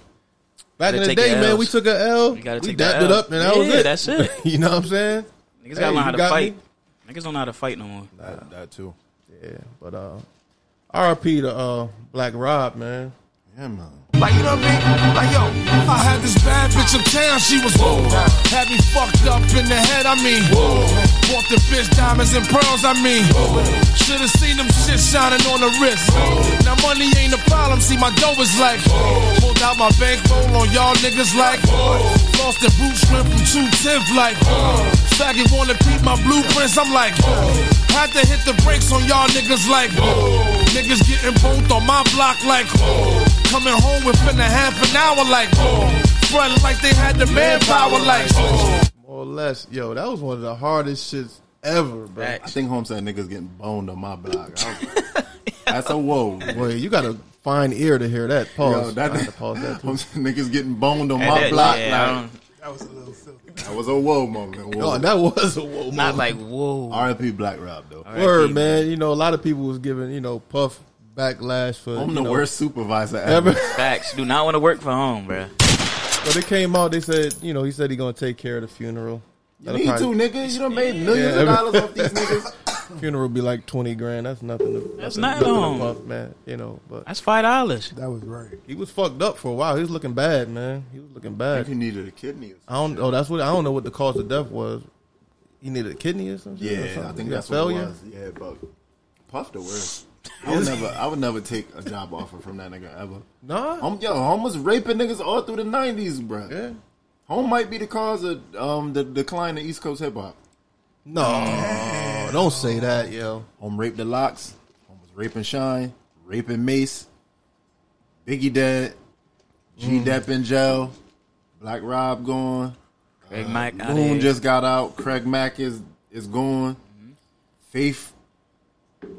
Speaker 4: Back
Speaker 6: Gotta
Speaker 4: in the
Speaker 6: take
Speaker 4: day,
Speaker 6: your
Speaker 4: man,
Speaker 6: Ls.
Speaker 4: we took a L.
Speaker 6: You gotta
Speaker 4: we
Speaker 6: take
Speaker 4: dapped
Speaker 6: the
Speaker 4: it
Speaker 6: L.
Speaker 4: up, and that was
Speaker 6: Yeah,
Speaker 4: it.
Speaker 6: that's it.
Speaker 4: you know what I'm saying?
Speaker 6: Niggas gotta
Speaker 4: you
Speaker 6: learn how to
Speaker 4: got
Speaker 6: fight.
Speaker 4: me?
Speaker 6: Niggas don't know how to fight no more.
Speaker 5: That, that too.
Speaker 4: Yeah, but uh, R.P. to uh, Black Rob, man.
Speaker 5: Yeah, man.
Speaker 8: Like, you know what I mean? Like, yo, I had this bad bitch uptown, she was whoa. Had me fucked up in the head, I mean. Whoa. Bought the bitch diamonds and pearls, I mean. Should've seen them shit shining on the wrist. Now, money ain't a problem, see, my dough is like. Pulled out my bankroll on y'all niggas like. Lost the boot strip from 210 like. Faggot wanna peep my blueprints, I'm like. Had to hit the brakes on y'all niggas like. Niggas getting both on my block like. Coming home within a half an hour, like front like they had the manpower, like
Speaker 4: More or less, yo, that was one of the hardest shits ever, bro.
Speaker 5: I
Speaker 6: Facts.
Speaker 5: think home said niggas getting boned on my block. I was like, That's a whoa.
Speaker 4: Boy, you got a fine ear to hear that. Pause.
Speaker 5: Yo, that,
Speaker 4: I had to pause that. Too.
Speaker 5: Home said niggas getting boned on
Speaker 6: And
Speaker 5: my
Speaker 6: that-
Speaker 5: block.
Speaker 6: yeah, I
Speaker 5: like,
Speaker 6: don't-
Speaker 7: That was a little filthy.
Speaker 5: that was a whoa moment. Whoa.
Speaker 4: Oh, that was a whoa
Speaker 6: not
Speaker 4: moment.
Speaker 6: like whoa.
Speaker 5: R.I.P. Black Rob though.
Speaker 4: Word, man. You know, a lot of people was giving, you know, Puff backlash for
Speaker 5: I'm
Speaker 4: you
Speaker 5: the
Speaker 4: know,
Speaker 5: worst supervisor ever.
Speaker 4: ever.
Speaker 6: Facts. Do not want to work from home, bruh.
Speaker 4: But it came out, they said, you know, he said he gonna take care of the funeral. That'll
Speaker 5: Me too,
Speaker 4: probably-
Speaker 5: nigga. You done made millions
Speaker 4: Yeah, every-
Speaker 5: of dollars off these niggas.
Speaker 4: Funeral be like twenty grand. That's nothing. To,
Speaker 6: That's
Speaker 4: nothing,
Speaker 6: nothing
Speaker 4: nothing to
Speaker 6: on.
Speaker 4: Puff, man. You know, but
Speaker 6: That's five dollars.
Speaker 7: That was right.
Speaker 4: he was fucked up for a while. He was looking bad, man. He was looking
Speaker 5: I
Speaker 4: bad.
Speaker 5: think he needed a kidney. Or
Speaker 4: I don't. Oh, that's what I don't know what the cause of death was. He needed a kidney or something.
Speaker 5: something. Yeah, I think that's what it was. Yeah, but Puff the worst. I would never, I would never take a job offer from that nigga ever.
Speaker 4: Nah.
Speaker 5: Home, yo, home was raping niggas all through the nineties, bro.
Speaker 4: Yeah.
Speaker 5: Home might be the cause of um, the decline of East Coast hip hop.
Speaker 4: No. Don't say that, yo.
Speaker 5: Home raped the locks. Home was raping Shine, raping Mace, Biggie dead, G Depp in jail, Black Rob gone.
Speaker 6: Greg Mike out
Speaker 5: Moon
Speaker 6: here.
Speaker 5: just got out. Craig Mack is is gone. Faith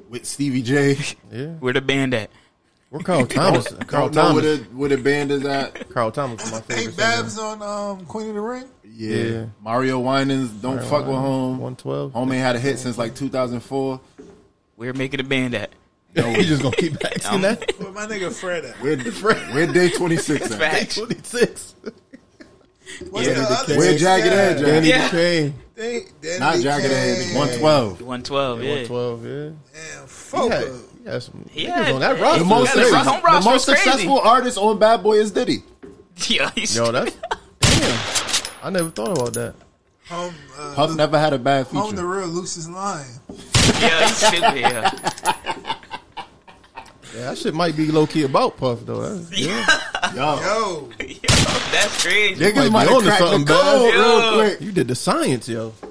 Speaker 5: with Stevie J.
Speaker 4: Yeah.
Speaker 6: Where the band at?
Speaker 4: We're Carl Thomas. Carl
Speaker 5: Don't know where the
Speaker 4: Thomas.
Speaker 5: where the band is at.
Speaker 4: Carl Thomas is my favorite.
Speaker 7: Ain't Babs on um, Queen of the Ring?
Speaker 5: Yeah.
Speaker 4: Yeah.
Speaker 5: Mario Winans. Don't fuck with home.
Speaker 4: One twelve.
Speaker 5: Home ain't had a hit since like 2004.
Speaker 6: Where making the band at?
Speaker 4: We just gonna keep asking that.
Speaker 7: Where my nigga Fred at?
Speaker 5: Where where day 26 at?
Speaker 6: Facts.
Speaker 4: Twenty six.
Speaker 7: What's the
Speaker 5: Where
Speaker 7: other
Speaker 5: where Jagged Edge at?
Speaker 4: Danny
Speaker 6: Yeah.
Speaker 4: Kane.
Speaker 7: They, they
Speaker 5: Not Jagged Edge. 112.
Speaker 6: One twelve. Yeah.
Speaker 4: One twelve. Yeah.
Speaker 7: Damn,
Speaker 4: He
Speaker 7: fuck
Speaker 4: had,
Speaker 7: up.
Speaker 4: he had some
Speaker 6: Yeah.
Speaker 4: niggas on that
Speaker 6: The
Speaker 4: roster.
Speaker 5: The most,
Speaker 6: Yeah, the
Speaker 5: success-
Speaker 6: home
Speaker 5: the
Speaker 6: roster
Speaker 5: most
Speaker 6: is crazy.
Speaker 5: successful artist on Bad Boy is Diddy.
Speaker 6: Yeah, he's-
Speaker 4: Yo, that's damn. I never thought about that.
Speaker 7: Home, uh,
Speaker 5: Puff never had a bad
Speaker 7: home the
Speaker 5: feature.
Speaker 7: real Lucius Lion.
Speaker 6: yeah, he's stupid. Yeah.
Speaker 4: Yeah, that shit might be low key about Puff though. That's,
Speaker 5: Yo,
Speaker 7: Yo,
Speaker 6: Yo, that's crazy.
Speaker 5: niggas
Speaker 4: be
Speaker 5: might have
Speaker 4: onto
Speaker 5: cracked
Speaker 4: something
Speaker 5: the
Speaker 4: bad.
Speaker 5: code real
Speaker 6: Yo.
Speaker 5: quick.
Speaker 4: you did the science, yo.
Speaker 6: Oh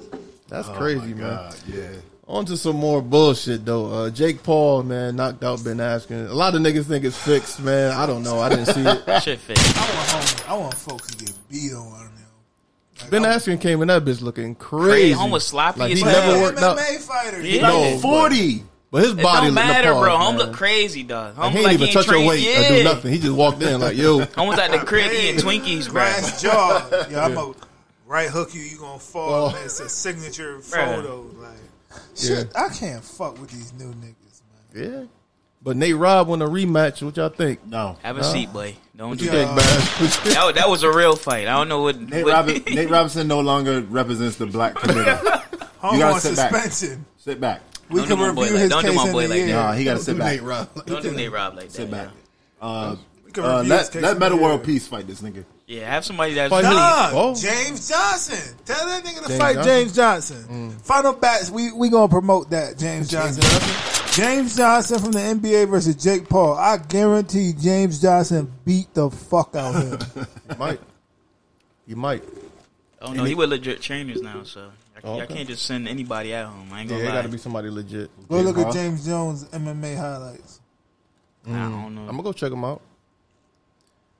Speaker 4: That's crazy, man.
Speaker 5: God, Uh, yeah.
Speaker 4: On to some more bullshit though. Uh, Jake Paul, man, knocked out Ben Askren. A lot of niggas think it's fixed, man. I don't know. I didn't see it.
Speaker 6: Shit fit.
Speaker 7: I want home. I want folks to get beat on right now. Like,
Speaker 4: Ben
Speaker 7: I-
Speaker 4: Askren came in that bitch looking crazy.
Speaker 6: Home was sloppy
Speaker 4: Like
Speaker 6: as
Speaker 4: he
Speaker 6: hell.
Speaker 4: never
Speaker 7: Yeah,
Speaker 4: worked out,
Speaker 7: MMA fighter.
Speaker 6: Yeah.
Speaker 4: No.
Speaker 5: Like 40.
Speaker 4: but his
Speaker 6: It
Speaker 4: body
Speaker 6: don't
Speaker 4: looked
Speaker 6: matter,
Speaker 4: apart,
Speaker 6: bro. Home
Speaker 4: man.
Speaker 6: look crazy, dog. Home
Speaker 4: Like, he ain't
Speaker 6: like
Speaker 4: even touch your
Speaker 6: trained-
Speaker 4: weight or do
Speaker 6: Yeah.
Speaker 4: nothing. He just walked in like, yo,
Speaker 6: Home was at the crib eating Twinkies, bro.
Speaker 7: Brass jaw. Yo, I'm going to right hook you. You gonna fall.
Speaker 4: Oh.
Speaker 7: Man, it's a signature
Speaker 6: Bruh.
Speaker 7: photo. Like, shit, I can't fuck with these new niggas, man.
Speaker 4: yeah. But Nate Robb won a rematch. What y'all think?
Speaker 5: No.
Speaker 6: Have a seat, boy. Don't
Speaker 4: What you
Speaker 6: do
Speaker 4: think,
Speaker 6: that.
Speaker 4: man?
Speaker 6: That, that was a real fight. I don't know what.
Speaker 5: Nate,
Speaker 6: what-
Speaker 5: Robin, Nate Robinson no longer represents the black community.
Speaker 7: Home
Speaker 5: gotta
Speaker 7: on
Speaker 5: sit back.
Speaker 7: suspension.
Speaker 5: sit back.
Speaker 7: We
Speaker 6: Don't
Speaker 7: can
Speaker 6: do my boy
Speaker 7: review
Speaker 6: like-
Speaker 7: his
Speaker 6: don't do
Speaker 7: case
Speaker 6: my
Speaker 7: in
Speaker 6: boy
Speaker 7: the
Speaker 6: like that.
Speaker 5: Nah,
Speaker 7: year.
Speaker 5: he got to sit back.
Speaker 4: Nate Robb.
Speaker 6: don't do Nate Rob like that.
Speaker 5: Sit back. Uh,
Speaker 7: We can
Speaker 5: uh,
Speaker 7: review his
Speaker 5: let
Speaker 7: case
Speaker 5: let
Speaker 7: in the
Speaker 5: Meta World
Speaker 7: year.
Speaker 5: Peace fight this nigga.
Speaker 6: Yeah, have somebody that's
Speaker 4: Fight
Speaker 6: really.
Speaker 7: Nah,
Speaker 4: Oh.
Speaker 7: James Johnson. Tell that nigga to
Speaker 4: James
Speaker 7: fight
Speaker 4: Johnson?
Speaker 7: James Johnson. Final bats. We we gonna promote that James Johnson. James Johnson from the NBA versus Jake Paul. I guarantee James Johnson beat the fuck out of him.
Speaker 4: You might. You might.
Speaker 6: Oh no, he with legit trainers now, so I,
Speaker 4: Oh,
Speaker 6: I
Speaker 4: okay.
Speaker 6: can't just send anybody at home. I ain't
Speaker 4: Yeah,
Speaker 6: gonna lie.
Speaker 4: it got to be somebody legit.
Speaker 7: Go look
Speaker 5: Paul?
Speaker 7: at James Jones MMA highlights.
Speaker 6: I don't know.
Speaker 4: I'm gonna Hmm. go check him out.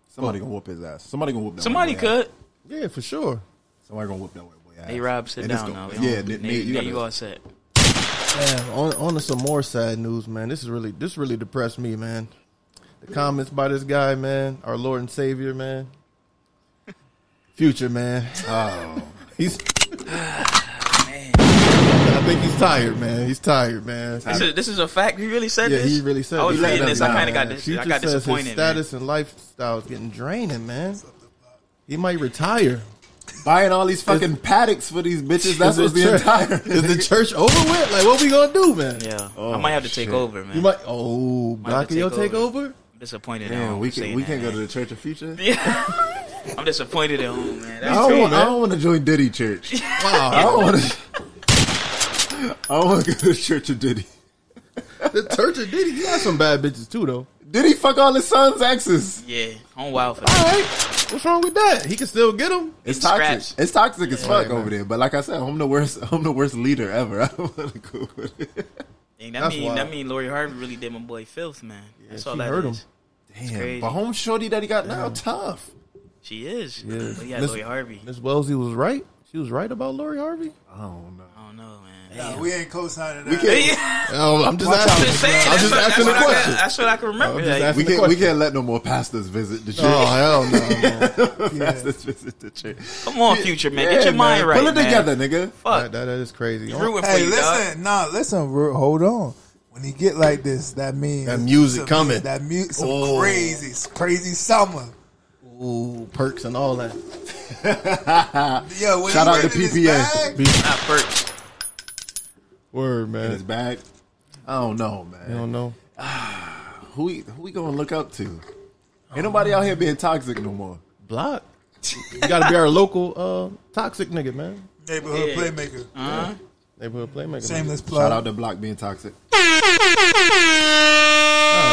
Speaker 5: Somebody gonna whoop his ass. Somebody gonna whoop that.
Speaker 6: Somebody
Speaker 5: white boy ass.
Speaker 6: could.
Speaker 4: Yeah, for sure.
Speaker 5: Somebody gonna whoop that white boy ass.
Speaker 6: Nate Rob, sit
Speaker 5: And it's
Speaker 6: down now.
Speaker 5: gonna-
Speaker 6: We don't-
Speaker 5: Yeah, Nate,
Speaker 6: Nate,
Speaker 5: Nate,
Speaker 6: Nate,
Speaker 5: you gotta.
Speaker 6: you all set.
Speaker 4: Damn, on on to some more sad news, man. This is really this really depressed me, man. The comments by this guy, man, our Lord and Savior, man. Future man.
Speaker 5: Oh,
Speaker 6: Ah,
Speaker 4: He's I think he's tired, man. He's tired, man.
Speaker 6: This is, this is a fact. You really said
Speaker 4: Yeah,
Speaker 6: this?
Speaker 4: he really said
Speaker 6: I was
Speaker 4: this. He
Speaker 6: reading
Speaker 4: let
Speaker 6: this.
Speaker 4: them
Speaker 6: I kind
Speaker 4: know,
Speaker 6: of got
Speaker 4: man.
Speaker 6: this.
Speaker 4: Future
Speaker 6: I got
Speaker 4: says
Speaker 6: disappointed.
Speaker 4: His
Speaker 6: man.
Speaker 4: status and lifestyle is getting draining, man. He might retire.
Speaker 5: Buying all these fucking paddocks for these bitches. That's
Speaker 4: Is
Speaker 5: what's the
Speaker 4: church-
Speaker 5: entire.
Speaker 4: Is the church over with? Like, what we gonna do, man?
Speaker 6: Yeah, I
Speaker 5: Oh,
Speaker 6: might have to take
Speaker 5: shit.
Speaker 6: over, man.
Speaker 4: You might. Oh, Blocky,
Speaker 6: take
Speaker 4: yo, take
Speaker 6: over.
Speaker 4: over.
Speaker 6: I'm disappointed. at
Speaker 5: Damn,
Speaker 6: home
Speaker 5: we
Speaker 6: for
Speaker 5: can
Speaker 6: saying
Speaker 5: we
Speaker 6: that,
Speaker 5: can go to
Speaker 6: man.
Speaker 5: the Church of Future.
Speaker 6: Yeah, I'm disappointed at home, man.
Speaker 5: I
Speaker 6: That's
Speaker 5: don't,
Speaker 6: cool,
Speaker 5: want, I
Speaker 6: man.
Speaker 5: don't want to join Diddy Church. I
Speaker 4: Wow,
Speaker 5: don't want to. I don't want to go to the Church of Diddy.
Speaker 4: the church of Diddy. He had some bad bitches too, though.
Speaker 5: Diddy fuck all his sons' exes.
Speaker 6: Yeah, I'm wild for
Speaker 4: All
Speaker 6: that.
Speaker 4: right, what's wrong with that? He can still get them.
Speaker 5: It's
Speaker 6: Getting
Speaker 5: toxic.
Speaker 6: scratched.
Speaker 5: It's toxic as fuck over there. But like I said, I'm the worst. I'm the worst leader ever. I don't want to go with it.
Speaker 6: Dang, that
Speaker 4: That's
Speaker 6: mean
Speaker 4: wild.
Speaker 6: that mean Lori Harvey really did my boy filth, man. That's all
Speaker 4: she
Speaker 6: that
Speaker 4: hurt
Speaker 6: is.
Speaker 4: him.
Speaker 5: Damn,
Speaker 6: crazy.
Speaker 5: but home shorty that he got now tough.
Speaker 6: She is.
Speaker 4: Yeah.
Speaker 6: But yeah,
Speaker 4: Miss-
Speaker 6: Lori Harvey.
Speaker 4: Miss Wellesley was right. She was right about Lori Harvey.
Speaker 5: I don't know.
Speaker 6: I don't know, man.
Speaker 7: Nah, we ain't co-signing that.
Speaker 6: Yeah,
Speaker 4: Oh, I'm just
Speaker 6: I'm
Speaker 4: asking.
Speaker 6: just saying.
Speaker 4: I'm
Speaker 6: that's
Speaker 4: just
Speaker 6: what-
Speaker 4: asking the
Speaker 6: that's what I got-
Speaker 4: question.
Speaker 6: That's what I can remember.
Speaker 4: I'm just
Speaker 6: like,
Speaker 4: asking-
Speaker 5: We
Speaker 4: the
Speaker 5: can't. We
Speaker 4: question.
Speaker 5: can't let no more pastors visit the church.
Speaker 4: Oh hell no! man.
Speaker 5: pastors visit the church.
Speaker 6: Come on, future man,
Speaker 5: Yeah,
Speaker 6: get your mind
Speaker 5: man.
Speaker 6: right.
Speaker 5: Pull it
Speaker 6: man.
Speaker 5: together, nigga.
Speaker 4: that,
Speaker 6: Fuck,
Speaker 4: that is crazy.
Speaker 6: you ruined for
Speaker 7: Hey,
Speaker 6: you, dog.
Speaker 7: listen, nah, listen, Ru- hold on. When he get like this, that means
Speaker 4: That music
Speaker 7: some-
Speaker 4: coming.
Speaker 7: That music, some
Speaker 4: Oh.
Speaker 7: crazy, crazy summer.
Speaker 4: Ooh, perks and all that.
Speaker 7: Yo, when
Speaker 5: Shout
Speaker 7: he
Speaker 5: out
Speaker 7: get
Speaker 5: to
Speaker 7: in this
Speaker 5: PPA.
Speaker 7: bag,
Speaker 6: Not first.
Speaker 4: Word,
Speaker 5: In his
Speaker 4: man.
Speaker 5: bag. I don't know, man.
Speaker 4: You don't know.
Speaker 5: Who we, who we gonna look up to? Ain't nobody out here being toxic no more.
Speaker 4: Block. You gotta be our local uh, toxic nigga, man.
Speaker 7: neighborhood
Speaker 6: Yeah.
Speaker 7: playmaker,
Speaker 6: Uh-huh.
Speaker 4: Neighborhood playmaker.
Speaker 7: shameless plug.
Speaker 5: Shout out to Block being toxic.
Speaker 4: All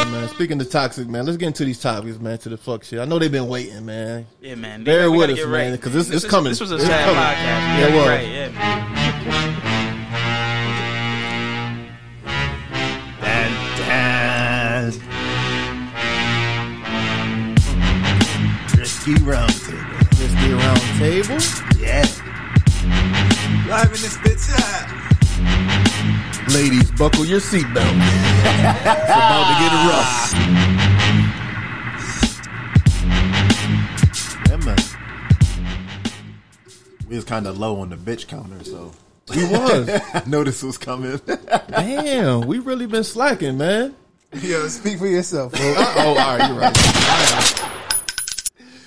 Speaker 4: right, man. Speaking of toxic, man, let's get into these topics, man. To the fuck shit. I know they've been waiting, man.
Speaker 6: Yeah, man.
Speaker 4: Bear
Speaker 6: We gotta
Speaker 4: with us,
Speaker 6: get
Speaker 4: man, 'cause it's-
Speaker 6: This
Speaker 4: it's
Speaker 6: is-
Speaker 4: coming.
Speaker 6: This was a
Speaker 4: It's
Speaker 6: sad
Speaker 4: coming.
Speaker 6: podcast.
Speaker 4: Yeah, it
Speaker 6: Yeah,
Speaker 4: was.
Speaker 6: right. Yeah, man.
Speaker 4: Let's get around the table.
Speaker 7: Live in this bitch high.
Speaker 4: Ladies, buckle your seatbelt. it's about to get rough.
Speaker 5: Yeah, man. We was kind of low on the bitch counter, so
Speaker 4: We was.
Speaker 5: notice was coming.
Speaker 4: Damn, we really been slacking, man.
Speaker 7: Yo, speak for yourself, bro.
Speaker 4: Oh, all right, you're right. All right.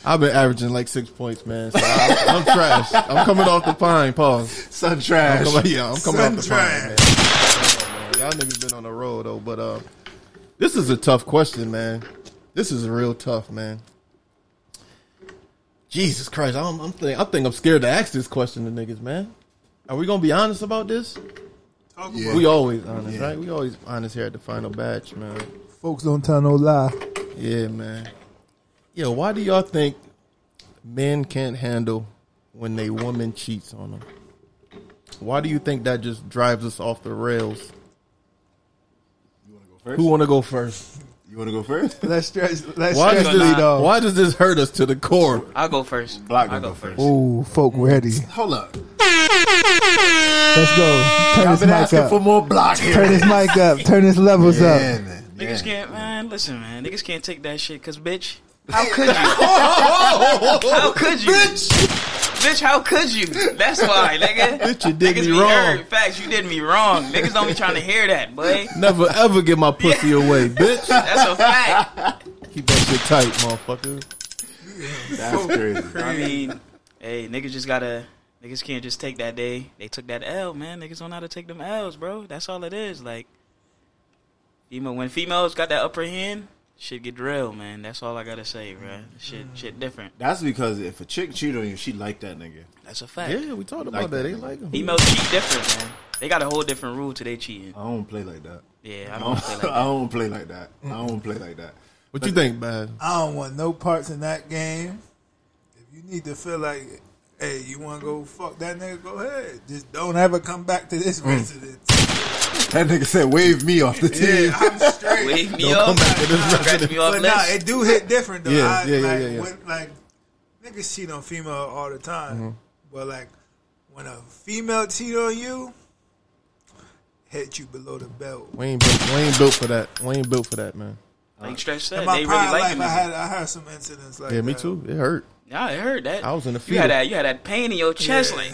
Speaker 4: I've been averaging like six points, man. So I, I'm trash. I'm coming off the pine. Pause.
Speaker 5: Sun trash.
Speaker 4: I'm coming, yeah, I'm coming off the
Speaker 7: Sunshine.
Speaker 4: pine. Man. Yeah, Y'all niggas been on the road though, but uh, this is a tough question, man. This is real tough, man. Jesus Christ, I'm, I'm think I think I'm scared to ask this question to niggas, man. Are we gonna be honest about this?
Speaker 7: Talk
Speaker 5: Yeah.
Speaker 7: about
Speaker 4: We always honest, right? We always honest here at the final batch, man.
Speaker 7: folks don't tell no lie.
Speaker 4: Yeah, man. Yo, why do y'all think men can't handle when they woman cheats on them? Why do you think that just drives us off the rails? Who want to go first?
Speaker 5: You want to go first?
Speaker 7: Let's stretch. Let's
Speaker 4: Why
Speaker 7: stretch
Speaker 4: does
Speaker 7: lead
Speaker 4: this
Speaker 7: off.
Speaker 4: Why does this hurt us to the core?
Speaker 6: I'll go first.
Speaker 5: Block
Speaker 6: I'll
Speaker 5: gonna
Speaker 6: go
Speaker 5: go
Speaker 6: first.
Speaker 7: Ooh, folk ready.
Speaker 5: Hold up.
Speaker 7: Let's go. Turn
Speaker 5: I've
Speaker 7: this
Speaker 5: been
Speaker 7: mic
Speaker 5: asking for
Speaker 7: up.
Speaker 5: more block here.
Speaker 7: Turn this mic up. Turn his levels
Speaker 5: yeah,
Speaker 7: up.
Speaker 5: man.
Speaker 6: Niggas
Speaker 5: Yeah.
Speaker 6: can't, man. Listen, man. Niggas can't take that shit, cause bitch, how could you? how could you, bitch? Bitch, how could you? That's why, nigga.
Speaker 4: Bitch, you did
Speaker 6: niggas be
Speaker 4: me wrong.
Speaker 6: heard. Facts, you did me wrong. Niggas don't be trying to hear that, boy.
Speaker 4: Never ever get my pussy away, bitch.
Speaker 6: That's a fact.
Speaker 4: Keep that shit tight, motherfucker.
Speaker 5: That's crazy.
Speaker 6: I mean, hey, niggas just gotta. Niggas can't just take that day. They took that L, man. Niggas don't know how to take them L's, bro. That's all it is. Like, female, when females got that upper hand, shit get drilled, man. That's all I gotta say, bro. Shit, shit different.
Speaker 5: That's because if a chick cheat on you, she like that nigga.
Speaker 6: That's a fact.
Speaker 4: Yeah, we talked about
Speaker 5: Like
Speaker 4: that.
Speaker 5: that.
Speaker 4: They like him.
Speaker 6: Females cheat different, man. They got a whole different rule to they cheating.
Speaker 5: I don't play like that.
Speaker 6: Yeah, I
Speaker 5: I
Speaker 6: don't
Speaker 5: don't,
Speaker 6: play like that.
Speaker 5: I don't play like that. I don't play like that.
Speaker 4: What you think, man?
Speaker 7: I don't want no parts in that game. If you need to feel like, hey, you want to go fuck that nigga, go ahead. Just don't ever come back to
Speaker 5: Mm.
Speaker 7: this resident.
Speaker 5: That nigga said, "Wave me off the team."
Speaker 7: Yeah, I'm straight.
Speaker 6: Wave me up,
Speaker 4: back to this
Speaker 6: scratch me off
Speaker 7: but nah,
Speaker 6: list.
Speaker 7: it do hit different though.
Speaker 4: Yeah,
Speaker 7: I,
Speaker 4: yeah, yeah,
Speaker 7: like,
Speaker 4: yeah, yeah.
Speaker 7: When, like niggas cheat on female all the time,
Speaker 4: Mm-hmm.
Speaker 7: but like when a female cheat on you, hit you below the belt.
Speaker 4: We ain't built, we ain't built for that. We ain't built for that, man.
Speaker 6: Like Stretch said,
Speaker 7: In my
Speaker 6: they really
Speaker 7: prior
Speaker 6: like
Speaker 7: life,
Speaker 6: him.
Speaker 7: I had I had some incidents like
Speaker 4: Yeah, me
Speaker 7: that.
Speaker 4: too. It hurt.
Speaker 6: Yeah, I heard that.
Speaker 4: I was in the
Speaker 6: You had
Speaker 4: field.
Speaker 6: that. You had that pain in your chest, like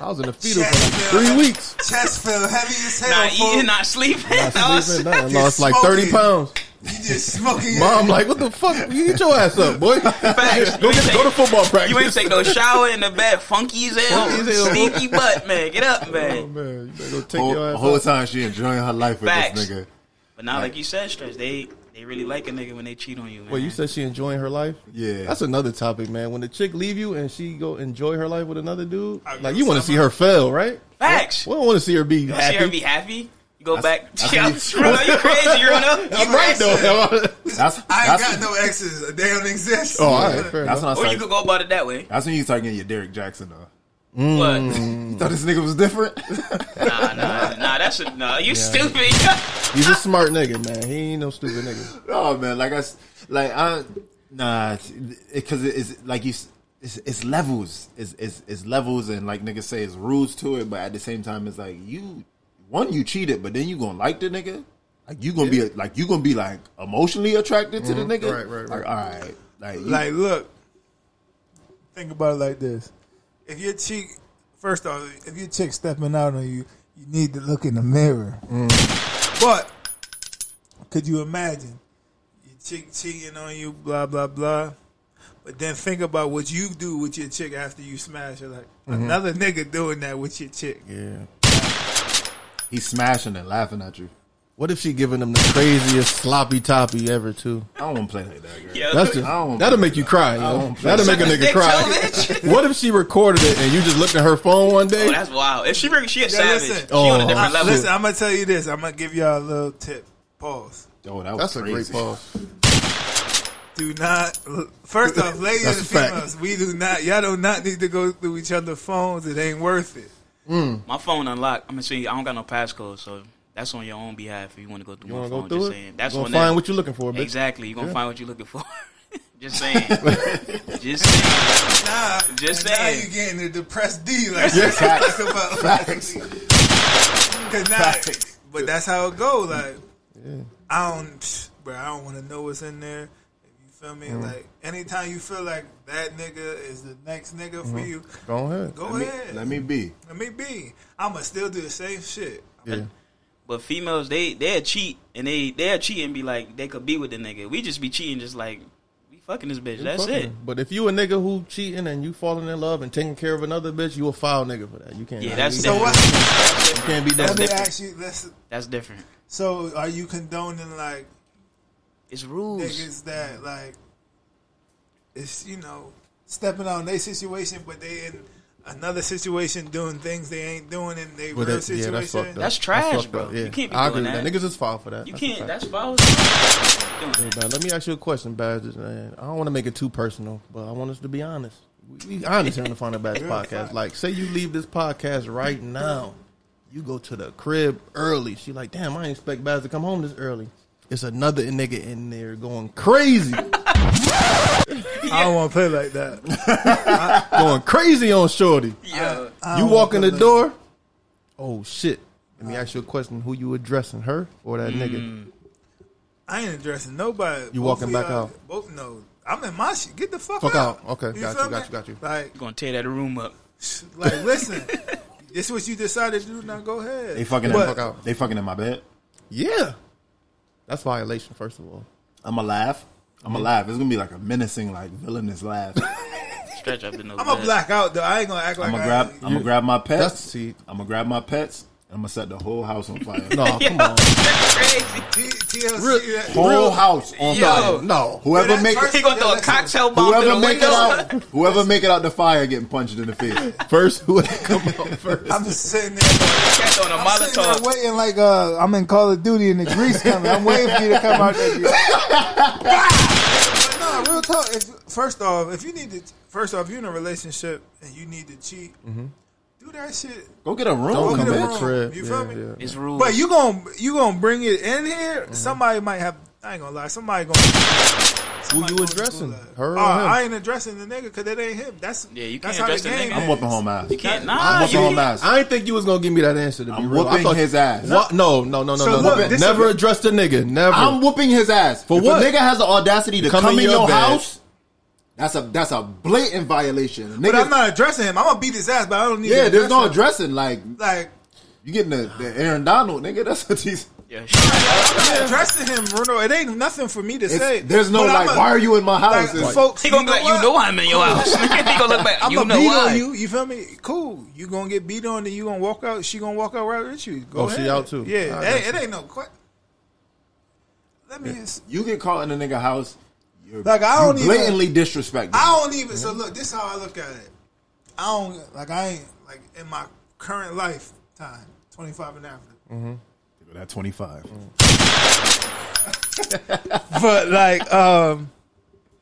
Speaker 4: I was in the fetal for like three weeks.
Speaker 7: Chest feel heavy as hell.
Speaker 6: Not
Speaker 7: fool.
Speaker 6: eating, not sleeping.
Speaker 4: Not sleeping, nothing.
Speaker 7: You're
Speaker 4: Lost like
Speaker 7: smoking.
Speaker 4: thirty pounds.
Speaker 7: You just smoking. it.
Speaker 4: Mom, like, what the fuck? You get your ass up, boy. Go,
Speaker 6: You ain't
Speaker 4: get, go to
Speaker 6: take-
Speaker 4: football practice.
Speaker 6: You ain't take no shower in the bed, funky as hell,
Speaker 4: Funky as hell.
Speaker 6: stinky butt, man. Get up,
Speaker 4: Oh,
Speaker 6: man.
Speaker 4: man, you better go take
Speaker 5: Whole,
Speaker 4: your ass
Speaker 5: whole
Speaker 4: up.
Speaker 5: time she enjoying her life with
Speaker 6: Facts.
Speaker 5: this nigga.
Speaker 6: But now, like you said, stress they they really like a nigga when they cheat on you. Man.
Speaker 4: Wait, you said she enjoying her life?
Speaker 5: Yeah.
Speaker 4: that's another topic, man. When the chick leave you and she go enjoy her life with another dude,
Speaker 7: I
Speaker 4: like
Speaker 7: guess
Speaker 4: you want to
Speaker 7: I'm
Speaker 4: see
Speaker 7: not-
Speaker 4: her fail, right?
Speaker 6: facts.
Speaker 4: We don't want to see her be
Speaker 6: You
Speaker 4: happy.
Speaker 6: see her be happy. You go back.
Speaker 5: I see-
Speaker 6: Yeah, Bruno, you crazy, Bruno.
Speaker 4: I'm right though.
Speaker 5: That's
Speaker 7: I ain't
Speaker 5: that's,
Speaker 7: got no exes. They don't exist.
Speaker 4: oh, all right, fair
Speaker 5: that's
Speaker 4: enough.
Speaker 5: when I
Speaker 6: Or you
Speaker 5: started.
Speaker 6: could go about it that way.
Speaker 5: That's when you start getting your Derek Jackson though.
Speaker 6: But
Speaker 4: Mm.
Speaker 5: You thought this nigga was different?
Speaker 6: nah, nah, nah. That's a, nah. You stupid.
Speaker 4: He's a smart nigga, man. He ain't no stupid nigga.
Speaker 5: oh man, like I, s- like I, nah, because it, it's like you, s- it's, it's levels, it's, it's it's levels, and like niggas say, it's rules to it, but at the same time, it's like you, one, you cheated, but then you gonna like the nigga, like you gonna be like you gonna be like emotionally attracted to the nigga,
Speaker 4: Mm-hmm. Right, right,
Speaker 5: Like all right, like, you-
Speaker 7: Like, look, think about it like this: if your chick, first off, if your chick stepping out on you, you need to look in the mirror.
Speaker 6: Mm.
Speaker 7: But could you imagine your chick cheating on you, blah blah blah? But then think about what you do with your chick after you smash her. Like
Speaker 6: Mm-hmm.
Speaker 7: another nigga doing that with your chick.
Speaker 4: Yeah.
Speaker 5: he's smashing and laughing at you.
Speaker 4: What if she giving him the craziest sloppy toppy ever too?
Speaker 5: I don't want to play like that, girl.
Speaker 6: Yo, Oh,
Speaker 4: That's just,
Speaker 5: I don't-
Speaker 4: that'll make you cry. yo.
Speaker 5: don't-
Speaker 4: That'll make a
Speaker 6: Suck his
Speaker 4: nigga
Speaker 6: dick,
Speaker 4: cry.
Speaker 6: too, bitch.
Speaker 4: what if she recorded it and you just looked at her phone one
Speaker 6: oh,
Speaker 4: day?
Speaker 6: that's wild. If she really, she a
Speaker 7: Yo,
Speaker 6: savage.
Speaker 7: listen.
Speaker 6: she on a
Speaker 4: Oh,
Speaker 6: different
Speaker 4: shit.
Speaker 6: level.
Speaker 7: Listen, I'm gonna tell you this. I'm gonna give y'all a little tip. Pause.
Speaker 5: Oh, that was
Speaker 4: that's a
Speaker 5: crazy.
Speaker 4: great pause.
Speaker 7: do not. First off, ladies
Speaker 4: That's
Speaker 7: and
Speaker 4: a fact.
Speaker 7: females, we do not. Y'all do not need to go through each other's phones. It ain't worth it.
Speaker 6: My phone unlocked. I'm gonna see. I don't got no passcode, so that's on your own behalf. If you want to go through
Speaker 4: You
Speaker 6: my
Speaker 4: want to
Speaker 6: phone,
Speaker 4: go
Speaker 6: just
Speaker 4: through
Speaker 6: saying.
Speaker 4: it?
Speaker 6: That's
Speaker 4: you
Speaker 6: on
Speaker 4: gonna find
Speaker 6: them.
Speaker 4: what you're looking for, bitch.
Speaker 6: Exactly. You're gonna find what you're looking for. just saying. just saying.
Speaker 7: Nah,
Speaker 6: Just
Speaker 7: and
Speaker 6: saying.
Speaker 7: Now you getting the depressed D like
Speaker 5: Facts.
Speaker 7: Because now, but that's how it go. Like, I don't, bro. I don't want to know what's in there. You feel me? Like, anytime you feel like that nigga is the next nigga for you,
Speaker 4: Go ahead.
Speaker 7: go
Speaker 5: Let me,
Speaker 7: ahead.
Speaker 5: let me be.
Speaker 7: Let me be. I'ma still do the same shit.
Speaker 4: Yeah.
Speaker 6: But females, they they cheat and they they will cheat and be like they could be with the nigga. We just be cheating, just like we fucking this bitch. That's
Speaker 4: Fuck
Speaker 6: it.
Speaker 4: her. But if you a nigga who cheating and you falling in love and taking care of another bitch, you a foul nigga for that. You can't.
Speaker 6: Yeah, that's
Speaker 7: So
Speaker 6: different.
Speaker 7: what?
Speaker 4: you can't be done.
Speaker 6: that's
Speaker 7: Let me
Speaker 6: different.
Speaker 7: ask you. Let's
Speaker 6: That's different.
Speaker 7: So are you condoning like
Speaker 6: It's rules.
Speaker 7: niggas that like it's you know stepping on their situation, but they in another situation doing things they ain't doing in their
Speaker 4: But
Speaker 7: real
Speaker 4: that- yeah,
Speaker 7: situation.
Speaker 4: that's fucked up.
Speaker 6: That's trash,
Speaker 4: fucked
Speaker 6: bro.
Speaker 4: up, Yeah.
Speaker 6: You can't be
Speaker 4: I
Speaker 6: doing
Speaker 4: agree with
Speaker 6: that.
Speaker 4: Niggas is foul for that.
Speaker 6: You
Speaker 4: That's a
Speaker 6: can't.
Speaker 4: fact.
Speaker 6: That's foul.
Speaker 4: Hey, man, let me ask you a question, Badgers. Man. I don't want to make it too personal, but I want us to be honest. We, we honest here on the Final Badge podcast. Like, say you leave this podcast right now, you go to the crib early. She like, damn, I didn't expect Baz to come home this early. It's another nigga in there going crazy,
Speaker 7: I don't want to play like that.
Speaker 4: going crazy on Shorty.
Speaker 6: Yeah.
Speaker 4: You walk in the door. Oh shit! Let me ask you a question: Who you addressing, her or that nigga?
Speaker 7: Mm. I ain't addressing nobody.
Speaker 4: You
Speaker 7: Both
Speaker 4: walking
Speaker 7: of
Speaker 4: back
Speaker 7: y'all-
Speaker 4: out.
Speaker 7: Both no. I'm in my shit. Get the fuck,
Speaker 4: Fuck
Speaker 7: out.
Speaker 4: out. Okay, got
Speaker 7: feel
Speaker 4: you, got
Speaker 7: me?
Speaker 4: you, got you.
Speaker 7: Like,
Speaker 6: Gonna tear that room up.
Speaker 7: like, listen. this is what you decided to do. Now go ahead.
Speaker 5: They fucking,
Speaker 7: But-
Speaker 5: in,
Speaker 4: fuck out.
Speaker 5: they fucking in my bed.
Speaker 4: Yeah, that's violation. First of all,
Speaker 5: I'm gonna laugh. I'm
Speaker 4: Mm-hmm.
Speaker 5: gonna laugh. It's gonna be like a menacing, like villainous laugh.
Speaker 6: Stretch up in the.
Speaker 7: I'm gonna black out though. I ain't gonna act like
Speaker 5: I'm gonna
Speaker 7: I-
Speaker 5: grab. I'm gonna grab my
Speaker 4: that's
Speaker 5: pets.
Speaker 4: see.
Speaker 5: I'm gonna grab my pets. and I'm gonna set the whole house on fire.
Speaker 4: No, Oh, come on.
Speaker 6: crazy.
Speaker 7: T- TLC.
Speaker 4: Real-
Speaker 7: that-
Speaker 5: whole house on
Speaker 6: Yo.
Speaker 5: fire.
Speaker 4: No.
Speaker 7: Yo,
Speaker 5: Whoever
Speaker 7: that
Speaker 5: make
Speaker 7: first-
Speaker 6: He gonna throw a cocktail bomb through
Speaker 5: whoever
Speaker 6: the
Speaker 5: make it
Speaker 6: window.
Speaker 5: out, whoever make it out the fire, getting punched in the face.
Speaker 4: First, who would come out first?
Speaker 7: I'm just sitting there.
Speaker 6: Cat on a
Speaker 7: I'm sitting there
Speaker 6: Molotov.
Speaker 7: waiting like uh, I'm in Call of Duty and the grease coming. I'm waiting for you to come out there. but nah, real talk. If, first off, if you need to, first off, if you're in a relationship and you need to cheat, do that shit.
Speaker 5: Go get a room.
Speaker 7: Don't
Speaker 5: Go
Speaker 7: come
Speaker 5: get a
Speaker 7: in
Speaker 5: room.
Speaker 7: the
Speaker 4: crib.
Speaker 7: You feel
Speaker 4: Yeah,
Speaker 7: me?
Speaker 4: yeah.
Speaker 6: It's rules.
Speaker 7: But you gon' you gonna bring it in here. Somebody might have. I ain't gonna lie. Somebody gonna. somebody
Speaker 4: you
Speaker 7: gonna
Speaker 4: addressing?
Speaker 7: do that.
Speaker 4: Her or
Speaker 7: Oh,
Speaker 4: him?
Speaker 7: I ain't addressing the nigga because it ain't him. That's
Speaker 6: Yeah, you
Speaker 7: that's
Speaker 6: can't
Speaker 7: how
Speaker 6: address the
Speaker 7: game
Speaker 6: nigga.
Speaker 7: is.
Speaker 5: I'm whooping home ass.
Speaker 6: you can't.
Speaker 5: I'm
Speaker 6: Nah,
Speaker 5: whooping
Speaker 6: you
Speaker 5: home
Speaker 6: can't.
Speaker 5: ass.
Speaker 4: I didn't think you was gonna give me that answer. To be
Speaker 5: I'm
Speaker 4: real, I
Speaker 5: whooping
Speaker 4: thought-
Speaker 5: his ass.
Speaker 4: What? No, no, no, no,
Speaker 7: So
Speaker 4: no. no.
Speaker 7: look, this
Speaker 4: Never
Speaker 7: is-
Speaker 4: address the nigga. Never.
Speaker 5: I'm whooping his ass.
Speaker 4: For
Speaker 5: if
Speaker 4: what?
Speaker 5: A nigga has the audacity to
Speaker 4: Come
Speaker 5: come,
Speaker 4: in
Speaker 5: in
Speaker 4: your
Speaker 5: your
Speaker 4: bed.
Speaker 5: house. That's a that's a blatant
Speaker 7: But
Speaker 5: violation. Niggas-
Speaker 7: I'm not addressing him. I'm gonna beat his ass, but I don't need.
Speaker 5: Yeah,
Speaker 7: to
Speaker 5: there's no
Speaker 7: address
Speaker 5: addressing. Like
Speaker 7: him. Like
Speaker 5: you getting the, the Aaron Donald nigga. That's what he's.
Speaker 6: Yeah, shit.
Speaker 7: I'm not addressing him, Bruno. It ain't nothing for me to
Speaker 5: it's-
Speaker 7: say.
Speaker 5: there's no
Speaker 7: But
Speaker 5: like.
Speaker 7: I'ma-
Speaker 5: why are you in my house?
Speaker 7: Like,
Speaker 5: It's-
Speaker 7: folks,
Speaker 6: he gonna be like, you know
Speaker 7: what?
Speaker 6: I'm in your house. he gonna look back.
Speaker 7: I'm
Speaker 6: you
Speaker 7: gonna
Speaker 6: know
Speaker 7: beat
Speaker 6: why?
Speaker 7: on you. You feel me? Cool. You gonna get beat on, and you gonna walk out. She gonna walk out right with you. Go
Speaker 4: Oh, she
Speaker 7: ahead.
Speaker 4: out too.
Speaker 7: Yeah,
Speaker 4: All right,
Speaker 7: hey, it ain't no. Qu- Let me. Just,
Speaker 5: you get caught in a nigga house. You're,
Speaker 7: Like, I
Speaker 5: you
Speaker 7: don't even-
Speaker 5: blatantly disrespect.
Speaker 7: I don't even. So look, this is how I look at it. I don't like. I ain't like in my current lifetime, 25 and after.
Speaker 5: At 25.
Speaker 7: but like, um,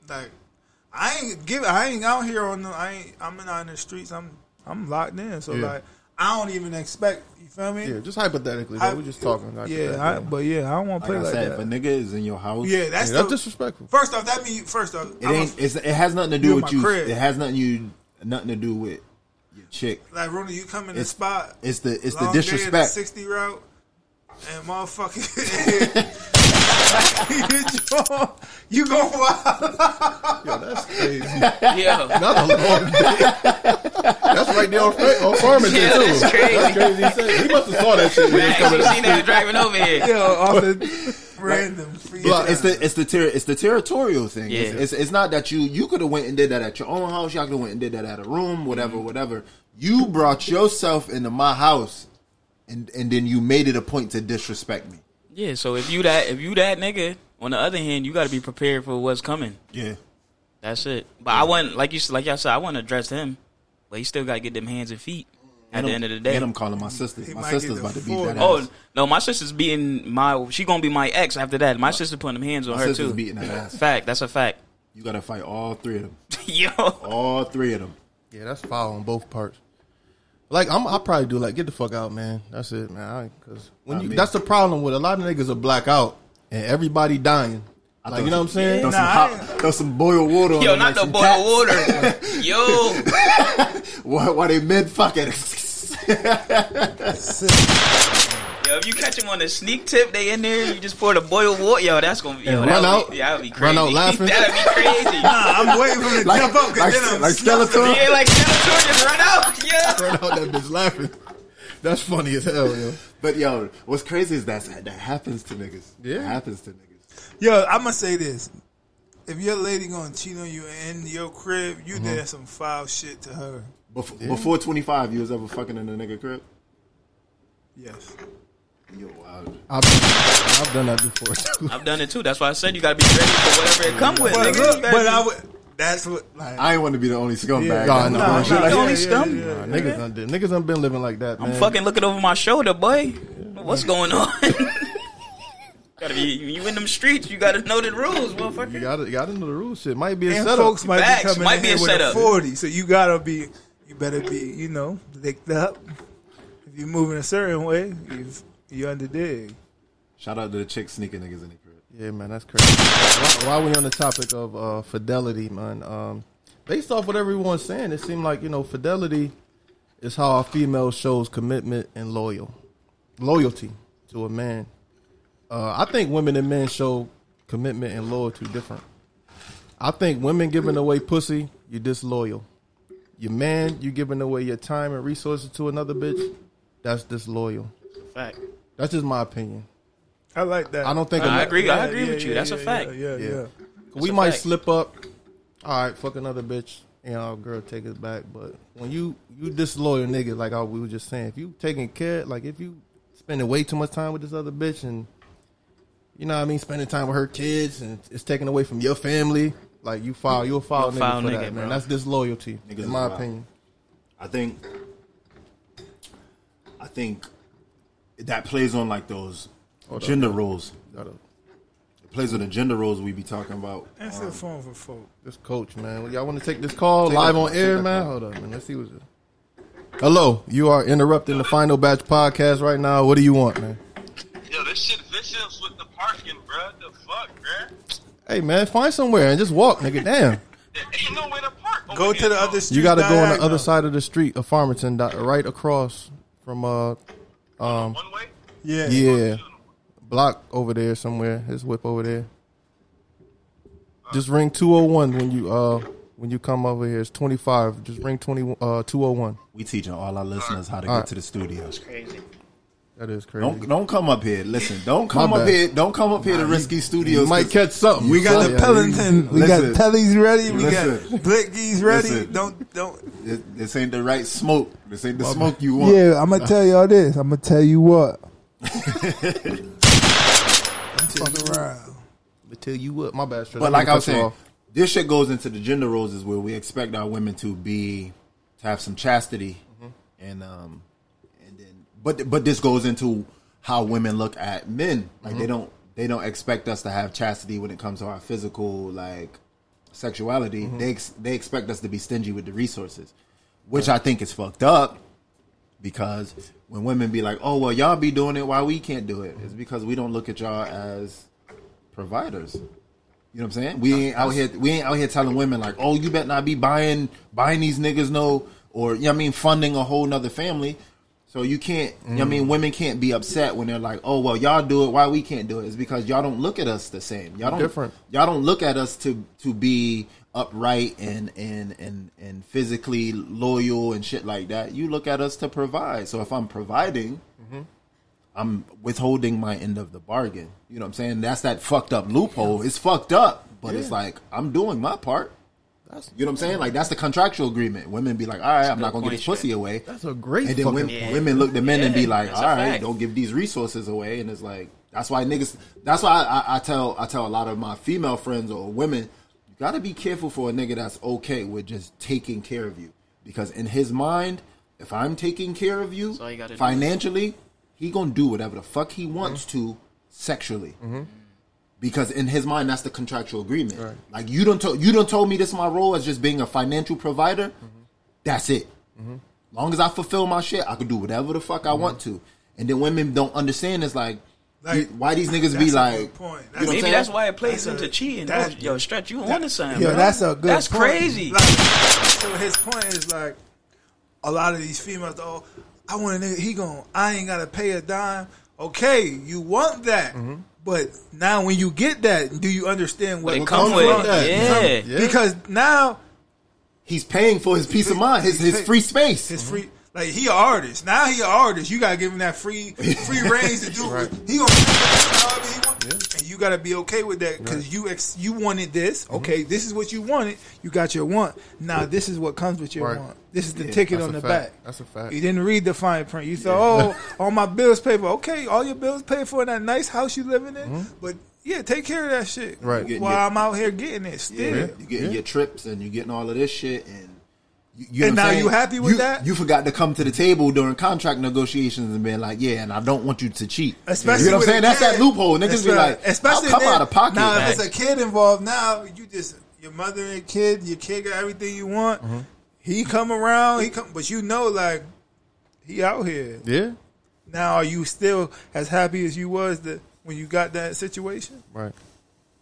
Speaker 7: like I ain't give. I ain't out here on the. I ain't. I'm not in the streets. I'm. I'm locked in. So
Speaker 4: Yeah.
Speaker 7: like, I don't even expect. You feel me?
Speaker 4: Yeah, just hypothetically.
Speaker 7: I-
Speaker 4: though. We're just talking.
Speaker 7: Yeah, I,
Speaker 4: hypothetically.
Speaker 7: but yeah, I don't want to play
Speaker 5: Like I
Speaker 7: like,
Speaker 5: said, if a
Speaker 7: that.
Speaker 5: nigga is in your house,
Speaker 7: Yeah, that's
Speaker 4: Yeah,
Speaker 7: the,
Speaker 4: that's disrespectful.
Speaker 7: first off. That means first off,
Speaker 5: it
Speaker 7: I'm a-
Speaker 5: ain't. It's, it has nothing to
Speaker 7: You
Speaker 5: do
Speaker 7: in
Speaker 5: with
Speaker 7: my
Speaker 5: you.
Speaker 7: crib.
Speaker 5: It has nothing you nothing to do with your chick.
Speaker 7: like Rooney. You come in the
Speaker 5: It's-
Speaker 7: spot.
Speaker 5: It's the it's the
Speaker 7: long day in
Speaker 5: disrespect.
Speaker 7: Sixty route and motherfucking. you go wild.
Speaker 6: Yeah.
Speaker 4: Not a long day. That's right there on, Fra- on Farmington
Speaker 6: Yeah,
Speaker 4: too.
Speaker 6: that's crazy.
Speaker 4: That's crazy. as hell. He must have saw that shit when he
Speaker 6: I
Speaker 4: was coming.
Speaker 6: actually seen that driving over here.
Speaker 7: Yeah, off the random. free
Speaker 5: It's, it's
Speaker 7: time.
Speaker 5: the it's the ter- it's the territorial thing. It's,
Speaker 6: Yeah.
Speaker 5: it's it's not that you you could have went and did that at your own house. Y'all could have went and did that at a room, whatever, whatever. You brought yourself into my house, and and then you made it a point to disrespect me.
Speaker 6: Yeah, so if you that if you that nigga, on the other hand, you got to be prepared for what's coming.
Speaker 5: Yeah,
Speaker 6: That's it. But I want like you s- like y'all said, I want to address him, but he still got to get them hands and feet at the end of the day.
Speaker 5: and I'm calling my sister. My
Speaker 7: might
Speaker 5: sister's
Speaker 7: get
Speaker 5: about to beat
Speaker 7: the
Speaker 5: that
Speaker 6: oh
Speaker 5: ass.
Speaker 6: no, my sister's beating my. She gonna be my ex after that. My sister putting them hands on
Speaker 5: My
Speaker 6: her
Speaker 5: sister's
Speaker 6: too.
Speaker 5: beating that ass.
Speaker 6: Fact. That's a fact.
Speaker 5: You gotta fight all three of them.
Speaker 6: Yo.
Speaker 5: All three of them.
Speaker 4: Yeah, that's foul on both parts. Like I'm, I probably do. Like get the fuck out, man. That's it, man. I, Cause when
Speaker 5: I
Speaker 4: you,
Speaker 5: mean-
Speaker 4: that's the problem with a lot of niggas are black out and everybody dying. Like you know what I'm saying?
Speaker 5: Throw,
Speaker 7: Nah,
Speaker 5: some
Speaker 7: I-
Speaker 5: hot, throw some boiled water on
Speaker 6: Yo,
Speaker 5: them
Speaker 6: not
Speaker 5: like
Speaker 6: the
Speaker 5: some
Speaker 6: boiled
Speaker 5: cats.
Speaker 6: water. Yo.
Speaker 5: Why, why they mid fucking?
Speaker 6: Yo, if you catch him on a sneak tip, they in there. You just pour the boiled water. Yo, that's gonna be. Yo,
Speaker 4: And
Speaker 6: that
Speaker 4: run
Speaker 6: would
Speaker 4: out.
Speaker 6: Be, yeah, that would be crazy.
Speaker 4: Run out laughing.
Speaker 6: That'd be crazy.
Speaker 7: Nah, I'm waiting for him to jump up because then I'm
Speaker 5: like Skeletor.
Speaker 6: Yeah, like Skeletor just run out. Yeah.
Speaker 4: Right out that bitch laughing. That's funny as hell, yo.
Speaker 5: But yo, what's crazy is that that happens to niggas.
Speaker 4: Yeah.
Speaker 5: That happens to niggas.
Speaker 7: Yo, I'm gonna say this: if your lady gonna cheat on you in your crib,
Speaker 4: Mm-hmm.
Speaker 7: you did some foul shit to her.
Speaker 5: Before, before 25, you was ever fucking in a nigga crib?
Speaker 7: Yes.
Speaker 5: Yo, wow.
Speaker 4: I've, I've done that before. Too.
Speaker 6: I've done it too. That's why I said you gotta be ready for whatever it come with.
Speaker 7: But
Speaker 6: nigga.
Speaker 7: look,
Speaker 6: You better
Speaker 7: but
Speaker 6: be-
Speaker 7: I would. That's what. Like,
Speaker 5: I ain't want to be the only scumbag.
Speaker 7: Yeah.
Speaker 4: Nah, nah,
Speaker 5: Like,
Speaker 4: nah,
Speaker 5: like,
Speaker 6: nah. only
Speaker 4: Nah, niggas, done, did- niggas done been living like that, man.
Speaker 6: I'm fucking looking over my shoulder, boy. What's going on? gotta be you in them streets. You gotta know the rules,
Speaker 4: You
Speaker 6: motherfucker.
Speaker 4: gotta, you gotta know the rules. Shit might be a
Speaker 7: and
Speaker 4: setup.
Speaker 7: folks might
Speaker 6: Facts,
Speaker 7: be coming
Speaker 6: might
Speaker 7: in
Speaker 6: be
Speaker 7: here
Speaker 6: a
Speaker 7: with a
Speaker 6: setup.
Speaker 7: forty, so you gotta be. You better be. You know, licked up. If you moving a certain way, you you under dig.
Speaker 5: Shout out to the chick sneaking niggas in the crib.
Speaker 4: Yeah, man, that's crazy. While, while we on the topic of uh, fidelity, man, um, based off what everyone's saying, it seemed like you know fidelity is how a female shows commitment and loyal loyalty to a man. Uh, I think women and men show commitment and loyalty different. I think women giving away pussy, you disloyal. Your man, you giving away your time and resources to another bitch, that's disloyal.
Speaker 6: Fact.
Speaker 4: That's just my opinion.
Speaker 7: I like that.
Speaker 4: I don't think a
Speaker 6: I
Speaker 4: ma-
Speaker 6: agree. I agree with you. That's a
Speaker 7: yeah,
Speaker 6: fact.
Speaker 7: Yeah, yeah.
Speaker 4: Yeah.
Speaker 7: yeah.
Speaker 4: we
Speaker 6: a
Speaker 4: might
Speaker 6: fact.
Speaker 4: slip up. All right, fuck another bitch. You know, girl, take us back. But when you you disloyal nigga, like I, we were just saying, if you taking care, like if you spending way too much time with this other bitch, and you know what I mean, spending time with her kids, and it's taken away from your family, like you foul, you a foul
Speaker 6: You
Speaker 4: nigga
Speaker 6: a foul
Speaker 4: for
Speaker 6: nigga,
Speaker 4: that, man.
Speaker 6: bro.
Speaker 4: That's disloyalty,
Speaker 5: Niggas is
Speaker 4: in my
Speaker 5: wild.
Speaker 4: opinion.
Speaker 5: I think, I think that plays on like those gender roles.
Speaker 4: Gotta-
Speaker 5: It plays on the gender roles we be talking about.
Speaker 7: That's the phone for folk.
Speaker 4: This coach, man. Y'all want to take this call
Speaker 5: Take
Speaker 4: live
Speaker 5: that
Speaker 4: on
Speaker 5: call,
Speaker 4: air,
Speaker 5: take that
Speaker 4: man?
Speaker 5: call.
Speaker 4: Hold up, man. Let's see what's. Hello, you are interrupting the final batch podcast right now. What do you want, man?
Speaker 9: Yo, this shit vicious with the parking, bruh. The fuck, bruh?
Speaker 4: Hey man, find somewhere and just walk, nigga. Damn,
Speaker 9: There ain't nowhere to park. over
Speaker 7: Go
Speaker 9: here,
Speaker 7: to the
Speaker 9: bro.
Speaker 7: other street.
Speaker 4: you got to go on the
Speaker 7: diagonal.
Speaker 4: other side of the street of Farmington, di- right across from uh, um,
Speaker 9: One way?
Speaker 7: Yeah.
Speaker 4: yeah, block over there somewhere. His whip over there. Just ring two hundred one oh when you uh when you come over here. It's 25. Just ring 20, uh, 201.
Speaker 5: We teaching all our listeners how to
Speaker 4: All
Speaker 5: get
Speaker 4: right.
Speaker 5: to the studio.
Speaker 6: Crazy.
Speaker 4: That is crazy.
Speaker 5: Don't don't come up here. Listen, don't come
Speaker 4: My
Speaker 5: up
Speaker 4: bad.
Speaker 5: here. Don't come up here to Risky Studios.
Speaker 4: you might
Speaker 5: 'cause
Speaker 4: catch something.
Speaker 7: We got the
Speaker 4: Yeah,
Speaker 7: Pellington. We got
Speaker 5: Listen.
Speaker 7: Pellies ready. We
Speaker 5: Listen.
Speaker 7: got Blickies ready.
Speaker 5: Listen.
Speaker 7: Don't don't.
Speaker 5: This, this ain't the right smoke. This ain't the smoke you want.
Speaker 7: Yeah, I'm gonna tell y'all this. I'm gonna tell you what. Fuck around.
Speaker 4: But tell you what, my bad. Stress.
Speaker 5: But like I was
Speaker 4: cut you
Speaker 5: saying,
Speaker 4: off.
Speaker 5: this shit goes into the gender roles is where we expect our women to be to have some chastity, and um, and then but but this goes into how women look at men. Like they don't they don't expect us to have chastity when it comes to our physical like sexuality. They ex- they expect us to be stingy with the resources, which I think is fucked up because when women be like, "Oh well, y'all be doing it, why we can't do it?" It's because we don't look at y'all as providers. You know what I'm saying? We ain't out here. We ain't out here telling women like, "Oh, you better not be buying buying these niggas no," or you know what I mean, funding a whole nother family. So you can't. You know what I mean, women can't be upset when they're like, "Oh, well, y'all do it, why we can't do it?" It's because y'all don't look at us the same. Y'all don't.
Speaker 4: Different.
Speaker 5: Y'all don't look at us to to be upright and and and and physically loyal and shit like that. You look at us to provide. So if I'm providing, I'm withholding my end of the bargain. You know what I'm saying? That's that fucked up loophole. It's fucked up, but it's like I'm doing my part. you know what I'm saying? Like that's the contractual agreement. Women be like, "All right, I'm not
Speaker 6: good
Speaker 5: gonna
Speaker 6: point,
Speaker 5: get this pussy
Speaker 6: Shred.
Speaker 5: away."
Speaker 4: that's a great
Speaker 5: and
Speaker 4: fucking
Speaker 5: then women,
Speaker 6: point.
Speaker 5: women look to men and be
Speaker 6: Yeah,
Speaker 5: like,
Speaker 6: that's
Speaker 5: "All
Speaker 6: a
Speaker 5: right,
Speaker 6: fact.
Speaker 5: don't give these resources away." And it's like that's why niggas. That's why I, I, I tell I tell a lot of my female friends or women, you gotta be careful for a nigga that's okay with just taking care of you because in his mind, if I'm taking care of you
Speaker 6: all you gotta do.
Speaker 5: financially, he gonna do whatever the fuck
Speaker 4: Mm-hmm.
Speaker 5: he wants to sexually. Because in his mind, that's the contractual agreement. Like you don't told you don't told me this my role as just being a financial provider. That's it. Long as I fulfill my shit, I can do whatever the fuck I
Speaker 7: Mm-hmm.
Speaker 5: want to. And then women don't understand. It's like,
Speaker 7: Like,
Speaker 5: you- why these niggas
Speaker 7: that's a
Speaker 5: be
Speaker 7: good
Speaker 5: like,
Speaker 7: point.
Speaker 5: you know what I'm
Speaker 6: Maybe
Speaker 5: saying?
Speaker 6: that's why it plays
Speaker 7: That's a-
Speaker 6: into cheating.
Speaker 7: that-
Speaker 6: Yo, yo, stretch, you on to something.
Speaker 7: Yo,
Speaker 6: bro.
Speaker 7: that's a good.
Speaker 6: That's
Speaker 7: point.
Speaker 6: crazy.
Speaker 7: Like, so his point is like, a lot of these females, oh, I want a nigga. He going I ain't gotta pay a dime. Okay, you want that, but now when you get that, do you understand what
Speaker 6: But it
Speaker 7: comes
Speaker 6: comes with
Speaker 7: from
Speaker 6: it.
Speaker 7: that?
Speaker 6: Yeah.
Speaker 7: Because- Because now
Speaker 5: He's paying for his peace of mind, his his free space.
Speaker 4: Mm-hmm.
Speaker 7: His free like he an artist. Now he an artist. You gotta give him that free free range to do. He gonna do however he want. And you gotta be okay with that because you ex, you wanted
Speaker 4: Mm-hmm.
Speaker 7: this. Okay, this is what you wanted. You got your want. Now this is what comes with your
Speaker 4: Right.
Speaker 7: want. This is the ticket
Speaker 4: that's
Speaker 7: on
Speaker 4: a
Speaker 7: the
Speaker 4: fact.
Speaker 7: back.
Speaker 4: That's a fact.
Speaker 7: You didn't read the fine print. You said, "Oh, all my bills paid for." Okay, all your bills paid for in that nice house you living in. But yeah, take care of that shit.
Speaker 4: Mm-hmm. Right.
Speaker 5: Getting
Speaker 7: While
Speaker 5: your-
Speaker 7: I'm out here getting it, still.
Speaker 5: You're getting your trips and you're getting all of this shit and. You, you
Speaker 7: And
Speaker 5: what I'm
Speaker 7: now
Speaker 5: saying?
Speaker 7: you happy with
Speaker 5: You-
Speaker 7: that?
Speaker 5: You forgot to come to the table during contract negotiations and being like, "Yeah, and I don't want you to cheat."
Speaker 7: Especially
Speaker 5: you know
Speaker 7: with
Speaker 5: what I'm saying?
Speaker 7: a
Speaker 5: That's that
Speaker 7: kid.
Speaker 5: loophole. Niggas be
Speaker 7: Especially-
Speaker 5: like,
Speaker 7: especially
Speaker 5: "I'll come
Speaker 7: then-
Speaker 5: out of pocket."
Speaker 7: Now, if it's a
Speaker 6: Facts.
Speaker 7: kid involved, now you just your mother and kid, your kid got everything you want.
Speaker 6: Mm-hmm.
Speaker 7: He come around, he come, but you know, like he out here.
Speaker 4: Yeah,
Speaker 7: Now, are you still as happy as you was that when you got that situation?
Speaker 4: right.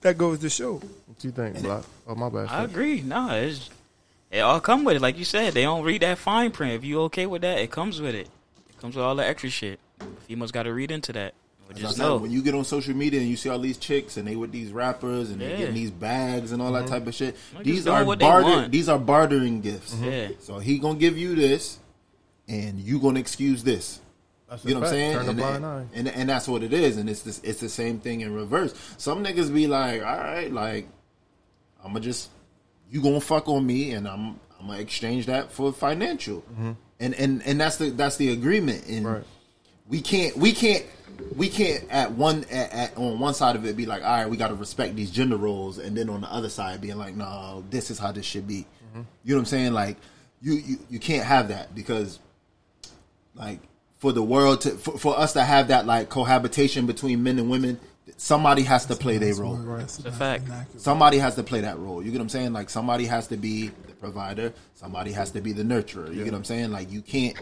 Speaker 7: That goes to show.
Speaker 4: What you think, Block? Oh, my bad.
Speaker 6: I
Speaker 4: Stress.
Speaker 6: agree. Nah, it's it all come with it. Like you said, they don't read that fine print. If you okay with that, it comes with it. It comes with all the extra shit. Females got to read into that. But
Speaker 5: As I
Speaker 6: Just
Speaker 5: said,
Speaker 6: know.
Speaker 5: when you get on social media and you see all these chicks and they with these rappers and they
Speaker 6: Yeah. Mm-hmm.
Speaker 5: getting these bags and all that type of shit,
Speaker 6: Niggas
Speaker 5: these
Speaker 6: doing
Speaker 5: are
Speaker 6: what they
Speaker 5: barter.
Speaker 6: want. Mm-hmm.
Speaker 5: These are bartering gifts.
Speaker 6: Yeah.
Speaker 5: So he gonna give you this, and you gonna excuse this.
Speaker 4: That's a
Speaker 5: You know what I'm
Speaker 4: fact.
Speaker 5: saying?
Speaker 4: Turn
Speaker 5: and,
Speaker 4: a blind eye.
Speaker 5: and, and that's what it is. And it's this, it's the same thing in reverse. Some niggas be like, all right, like I'm gonna just you gonna fuck on me, and I'm I'm gonna exchange that for financial. And and and that's the that's the agreement. And
Speaker 4: Mm-hmm. Right.
Speaker 5: we can't we can't we can't at one at, at on one side of it be like all right we got to respect these gender roles and then on the other side being like no this is how this should be you know what i'm saying like you, you you can't have that because like for the world to for, for us to have that like cohabitation between men and women somebody has to play their role
Speaker 6: a fact.
Speaker 5: somebody has to play that role. You get what I'm saying? Like somebody has to be the provider, somebody has to be the nurturer. You get what I'm saying? Like you can't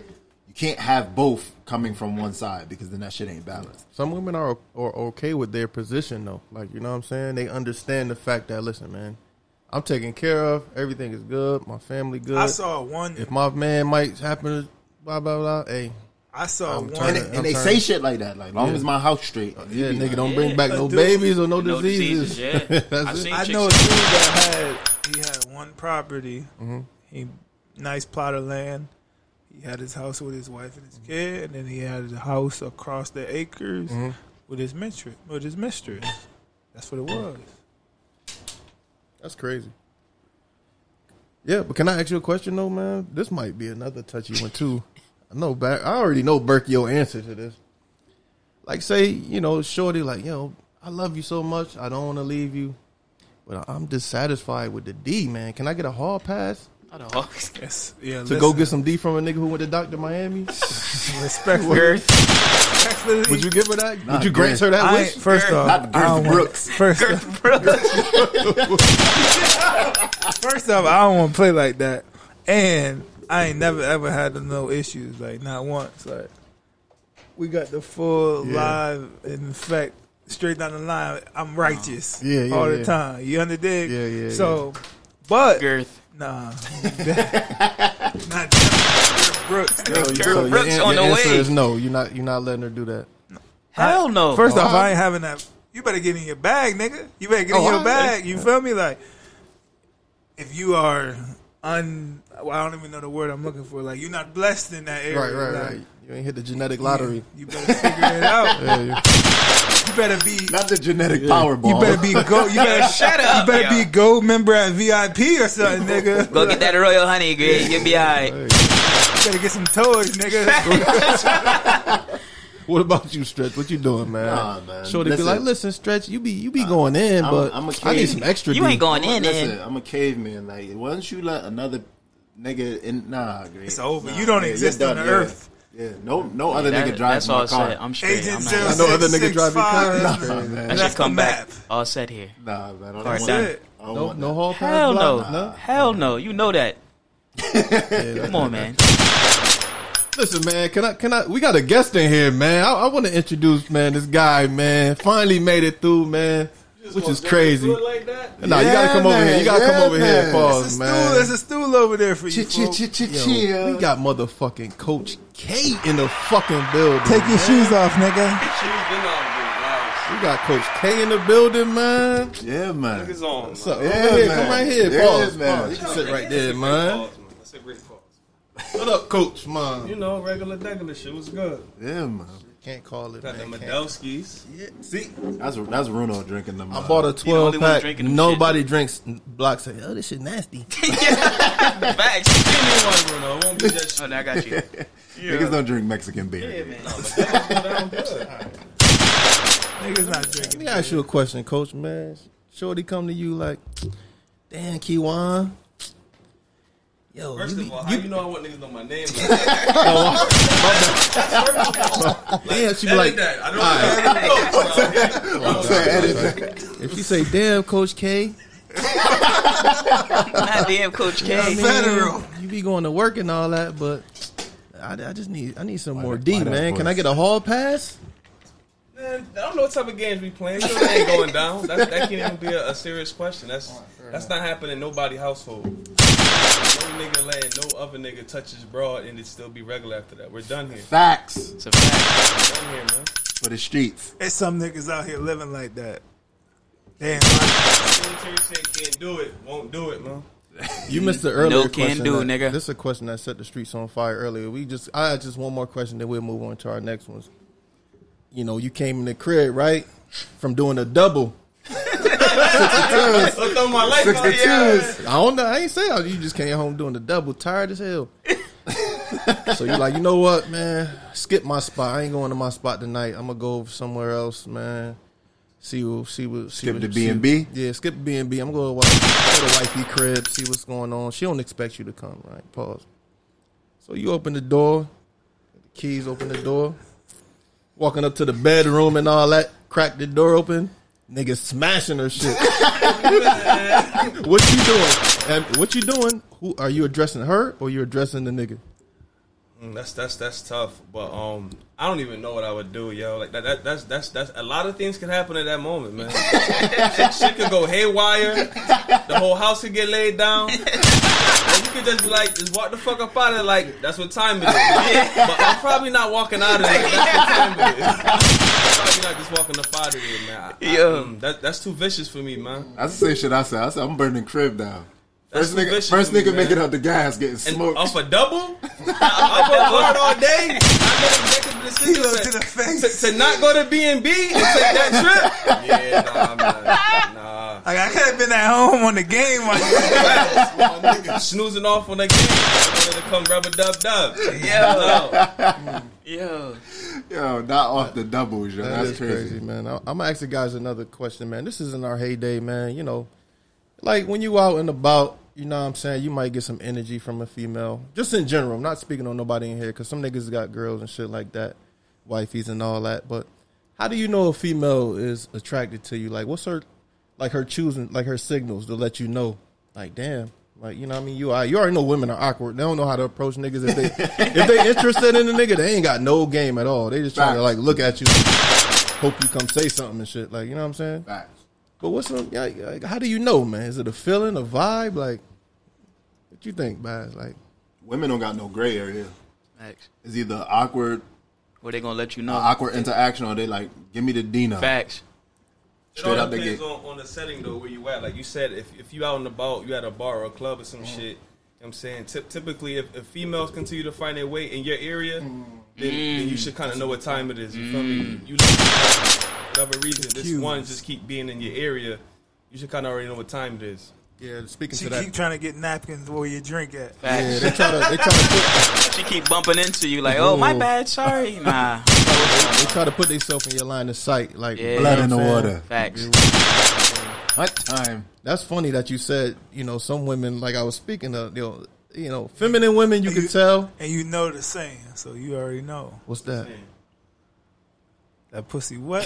Speaker 5: you can't have both coming from one side because then that shit ain't balanced.
Speaker 4: Some women are are okay with their position though. Like you know what I'm saying? They understand the fact that listen, man, I'm taken care of. Everything is good. My family good.
Speaker 7: I saw one.
Speaker 4: if my man might happen to blah blah blah, hey,
Speaker 7: I saw
Speaker 4: I'm
Speaker 7: one.
Speaker 4: trying
Speaker 5: And,
Speaker 4: to-
Speaker 5: and they say shit like that. Like long as my house straight.
Speaker 4: yeah,
Speaker 5: you be
Speaker 4: nigga,
Speaker 5: like,
Speaker 4: don't bring
Speaker 6: yeah,
Speaker 4: back
Speaker 7: a
Speaker 4: no
Speaker 7: dude-
Speaker 4: babies or no,
Speaker 6: No diseases,
Speaker 4: diseases.
Speaker 6: yeah.
Speaker 4: That's
Speaker 6: I've
Speaker 4: it.
Speaker 6: seen
Speaker 7: I
Speaker 6: chicks-
Speaker 7: know a dude that he had one property.
Speaker 4: Mm-hmm.
Speaker 7: He nice plot of land. He had his house with his wife and his kid, and then he had his house across the acres
Speaker 4: Mm-hmm.
Speaker 7: with his mistress. With his mistress, that's what it was.
Speaker 4: That's crazy. Yeah, but can I ask you a question though, man? This might be another touchy one too. I know back. I already know Burke your answer to this. Like, say you know, Shorty, like yo, I love you so much, I don't want to leave you, but I- I'm dissatisfied with the D, man. Can I get a hall pass
Speaker 6: I don't know.
Speaker 7: Yes, yeah.
Speaker 4: to go get some D from a nigga who went to Doctor Miami?
Speaker 7: respectfully. respectfully
Speaker 4: Would you give her that?
Speaker 5: Nah,
Speaker 4: Would you grant her that
Speaker 7: I ain't-
Speaker 4: wish?
Speaker 7: first off,
Speaker 5: Not Girth
Speaker 7: I don't want-
Speaker 5: Brooks.
Speaker 7: First, first off, I don't want to play like that, and I ain't never ever had no issues, like not once. Like we got the full live in effect, straight down the line. I'm righteous,
Speaker 4: Yeah, yeah,
Speaker 7: all
Speaker 4: yeah.
Speaker 7: the time. You underdig?
Speaker 4: Yeah, yeah,
Speaker 7: So, but
Speaker 6: Girth.
Speaker 7: nah, not Girth Brooks.
Speaker 4: Yo,
Speaker 6: Girl
Speaker 4: so your
Speaker 6: Brooks
Speaker 4: an-
Speaker 6: on
Speaker 4: your
Speaker 6: the
Speaker 4: answer
Speaker 6: way.
Speaker 4: is no. You're not. You're not letting her do that.
Speaker 6: Hell no.
Speaker 7: First off,
Speaker 4: Oh, I-
Speaker 7: I ain't having that. You better get in your bag, nigga. You better get in
Speaker 4: Oh,
Speaker 7: your
Speaker 4: I-
Speaker 7: bag. You feel me? Like, if you are un, well, I don't even know the word I'm looking for. Like, you're not blessed in that area.
Speaker 4: Right, right,
Speaker 7: like,
Speaker 4: right. You ain't hit the genetic lottery.
Speaker 7: You better figure it out. You better be.
Speaker 5: Not the genetic power ball.
Speaker 7: You better be go. You better shut
Speaker 6: up,
Speaker 7: You better
Speaker 6: yo.
Speaker 7: be gold member at VIP or something, nigga.
Speaker 6: Go get that royal honey, Greg. You'll be alright.
Speaker 7: You better get some toys, nigga.
Speaker 4: What about you, Stretch? What you doing, man?
Speaker 5: Nah, man.
Speaker 4: Shorty
Speaker 5: Listen.
Speaker 4: be like, listen, Stretch, you be you be going in,
Speaker 5: I'm-
Speaker 4: but i
Speaker 5: I'm a
Speaker 4: need
Speaker 5: kid.
Speaker 4: some extra.
Speaker 6: You ain't
Speaker 4: D."
Speaker 6: going in
Speaker 5: Listen,
Speaker 6: there.
Speaker 5: I'm a caveman. Like once you let another nigga in, nah, Greg,
Speaker 7: It's over.
Speaker 5: Nah,
Speaker 7: You don't
Speaker 5: yeah,
Speaker 7: exist
Speaker 5: you're
Speaker 7: on
Speaker 5: done,
Speaker 7: the
Speaker 5: yeah.
Speaker 7: earth.
Speaker 5: Yeah, no, no other
Speaker 6: That-
Speaker 5: nigga drives
Speaker 6: that's all
Speaker 5: my car.
Speaker 6: set. I'm straight.
Speaker 7: Agent
Speaker 6: I'm
Speaker 7: zero
Speaker 4: I know other
Speaker 7: six,
Speaker 4: nigga
Speaker 7: six,
Speaker 4: driving
Speaker 7: five.
Speaker 4: cars.
Speaker 7: Nah,
Speaker 4: Nah, man.
Speaker 6: I
Speaker 7: that's
Speaker 6: should come
Speaker 7: the
Speaker 6: back.
Speaker 7: map.
Speaker 6: All set here.
Speaker 5: Nah, man, I don't
Speaker 6: Alright,
Speaker 5: want
Speaker 6: done.
Speaker 5: that. I don't
Speaker 4: No,
Speaker 5: want
Speaker 4: no
Speaker 5: that.
Speaker 4: hall pass.
Speaker 6: Hell
Speaker 4: block?
Speaker 6: no. Hell no. You know that. Come on, man.
Speaker 4: Listen, man, can I can I? We got a guest in here, man. I, I want to introduce, man, this guy, man. Finally made it through, man, which is crazy. No,
Speaker 9: Like that?
Speaker 4: you gotta come over here. You gotta
Speaker 5: Yeah,
Speaker 4: come over here,
Speaker 5: man.
Speaker 7: There's a
Speaker 4: pause,
Speaker 7: stool.
Speaker 4: man.
Speaker 7: There's a stool over there for you. folks.
Speaker 4: Yo, we got motherfucking Coach K in the fucking building.
Speaker 7: Take your shoes off, nigga.
Speaker 9: She's been on me. Like,
Speaker 4: We got Coach K in the building, man.
Speaker 5: Yeah, man.
Speaker 9: it's on. What's
Speaker 4: What's up?
Speaker 5: Yeah,
Speaker 4: Come right here,
Speaker 5: man.
Speaker 4: come right here,
Speaker 5: Yeah,
Speaker 4: pause,
Speaker 5: man.
Speaker 4: pause. You can sit right there, man.
Speaker 9: That's a great pause.
Speaker 4: What up, Coach, man?
Speaker 9: You know, regular degular shit was good.
Speaker 5: Yeah, man.
Speaker 4: Can't call it,
Speaker 9: Got the
Speaker 4: man. Can't-
Speaker 9: Medelskis.
Speaker 4: Yeah, See,
Speaker 5: That's that's Runo drinking them.
Speaker 4: I bought a
Speaker 6: the only
Speaker 4: twelve
Speaker 6: one
Speaker 4: pack.
Speaker 6: drinking them
Speaker 4: Nobody drinks. Block say, "Oh, this shit nasty."
Speaker 6: The facts.
Speaker 9: Give me one, Bruno. It won't be that
Speaker 6: Oh,
Speaker 9: shit.
Speaker 6: no, I got you.
Speaker 5: Niggas don't drink Mexican beer.
Speaker 6: Yeah, man.
Speaker 9: Sound good.
Speaker 7: Niggas not
Speaker 4: Let
Speaker 7: drinking.
Speaker 4: me ask you a question, Coach. Man, Shorty come to you like, "Damn, Kiwan." Yo,
Speaker 9: First
Speaker 4: you be-
Speaker 9: of all,
Speaker 4: you
Speaker 9: how
Speaker 4: be-
Speaker 9: you know I want niggas know my name? Like,
Speaker 4: damn, she be like,
Speaker 9: that. I don't know.
Speaker 5: I'm saying, edit that.
Speaker 4: if she say, "Damn, Coach K,"
Speaker 6: Not damn Coach K.
Speaker 4: I mean,
Speaker 7: Federal.
Speaker 4: you be going to work and all that, but I, I just need I need some more
Speaker 5: that-
Speaker 4: D,
Speaker 5: why that
Speaker 4: man. Can I
Speaker 5: voice?
Speaker 4: get a hall pass?
Speaker 9: Man, I don't know what type of games we playing. You know that ain't going down. That, that can't even be a, a serious question. That's that's not happening in nobody household. No nigga letting no other nigga touch his broad and it still be regular after that. We're done here.
Speaker 5: Facts
Speaker 6: It's a fact.
Speaker 9: Done here, man.
Speaker 5: for the streets.
Speaker 7: There's some niggas out here living like that. Damn, like,
Speaker 9: Military shit can't do it. Won't do it, man.
Speaker 4: You missed the earlier
Speaker 6: can
Speaker 4: question.
Speaker 6: do,
Speaker 4: that-
Speaker 6: nigga.
Speaker 4: This is a question that set the streets on fire earlier. We just I had just one more question, then we'll move on to our next ones. You know, you came in the crib, right? From doing a double.
Speaker 9: Look on my life. oh,
Speaker 5: Six
Speaker 9: out
Speaker 5: to
Speaker 9: here.
Speaker 5: twos.
Speaker 4: I don't know. I ain't say you just came home doing the double, tired as hell. so you're like, you know what, man? Skip my spot. I ain't going to my spot tonight. I'm gonna go somewhere else, man. See what, see what, see
Speaker 5: Skip
Speaker 4: what,
Speaker 5: the
Speaker 4: see-
Speaker 5: B&B?
Speaker 4: Yeah, skip B and B. I'm going to wife, go to wifey crib, see what's going on. She don't expect you to come, right? Pause. So you open the door, the keys open the door, walking up to the bedroom and all that. Crack the door open, niggas smashing her shit. What you doing? And what you doing? Who are you addressing her or you addressing the nigga?
Speaker 9: Mm, That's that's that's tough, but um, I don't even know what I would do, yo. Like that, that that's that's that's a lot of things can happen at that moment, man. shit, shit could go haywire. The whole house could get laid down. And you could just be like, just walk the fuck up out of there. Like that's what time it is. But I'm probably not walking out of there. That's what time it is. I'm probably not just walking up out of there, man. I- I-
Speaker 6: Yo.
Speaker 9: mm, that that's too vicious for me, man.
Speaker 5: That's the same shit I said. I said I'm burning crib down.
Speaker 9: That's
Speaker 5: First
Speaker 9: too
Speaker 5: nigga,
Speaker 9: vicious
Speaker 5: first
Speaker 9: for me,
Speaker 5: nigga making
Speaker 9: man.
Speaker 5: out the gas getting
Speaker 9: And
Speaker 5: smoked.
Speaker 4: um,
Speaker 9: off a double? I'm up hard all day. I made a
Speaker 7: He
Speaker 9: decision
Speaker 7: looked
Speaker 9: to-
Speaker 7: to the
Speaker 9: to,
Speaker 7: face.
Speaker 9: to not go to B and B and take that trip. Yeah, nah, I'm not, nah.
Speaker 7: Like I could have been at home on the game. Like,
Speaker 9: Snoozing off on the game. I wanted to come rub a dub dub.
Speaker 6: Yo. Yo.
Speaker 5: yo, not off the doubles, yo.
Speaker 4: That
Speaker 5: That's
Speaker 4: is crazy.
Speaker 5: crazy.
Speaker 4: man. I, I'm gonna ask the guys another question, man. This is in our heyday, man. You know, like when you out and about, you know what I'm saying. You might get some energy from a female, just in general. I'm not speaking on nobody in here because some niggas got girls and shit like that, wifeys and all that. But how do you know a female is attracted to you? Like, what's her, like her choosing, like her signals to let you know? Like, damn. Like you know, what I mean, you I, you already know women are awkward. They don't know how to approach niggas if they if they interested in the nigga. They ain't got no game at all. They just trying to
Speaker 5: Facts.
Speaker 4: like look at you hope you come say something and shit. Like, you know what I'm saying?
Speaker 5: Facts.
Speaker 4: But what's up? Like, like, how do you know, man? Is it a feeling, a vibe? Like, what you think, Baz? Like,
Speaker 5: Women don't got no gray area.
Speaker 6: Facts.
Speaker 5: It's either awkward, uh,
Speaker 6: Well, they gonna let you know.
Speaker 5: awkward interaction, or they like, give me the Dino.
Speaker 6: Facts.
Speaker 9: It
Speaker 5: Straight
Speaker 9: all
Speaker 5: out the
Speaker 9: depends
Speaker 5: gate.
Speaker 9: on, on the setting though where you at. Like you said, if if you out and about, you at a bar or a club or
Speaker 5: Mm.
Speaker 9: some shit. You know what I'm saying Typ typically if, if females continue to find their way in your area,
Speaker 5: Mm.
Speaker 9: then, then
Speaker 6: Mm.
Speaker 9: you should kind of know what time it is. You feel me? You for whatever reason, this one just keep being in your area. You should kind of already know what time it is.
Speaker 4: yeah, speaking
Speaker 7: she
Speaker 4: to that.
Speaker 7: keep trying to get napkins where you drink at.
Speaker 4: yeah,
Speaker 6: Facts.
Speaker 4: they try to they try to put,
Speaker 6: She keep bumping into you like, oh my
Speaker 4: Ooh.
Speaker 6: bad, sorry. Nah.
Speaker 4: they try to put themselves in your line of sight. Like,
Speaker 6: Yeah.
Speaker 5: Blood
Speaker 4: you
Speaker 5: in
Speaker 4: know
Speaker 5: the
Speaker 4: what I'm saying?
Speaker 5: water.
Speaker 6: Facts.
Speaker 5: What time?
Speaker 4: That's funny that you said. You know, some women, like I was speaking of, you know, you know feminine women, you can tell.
Speaker 7: And you know the saying, so you already know.
Speaker 4: What's that?
Speaker 7: That pussy what?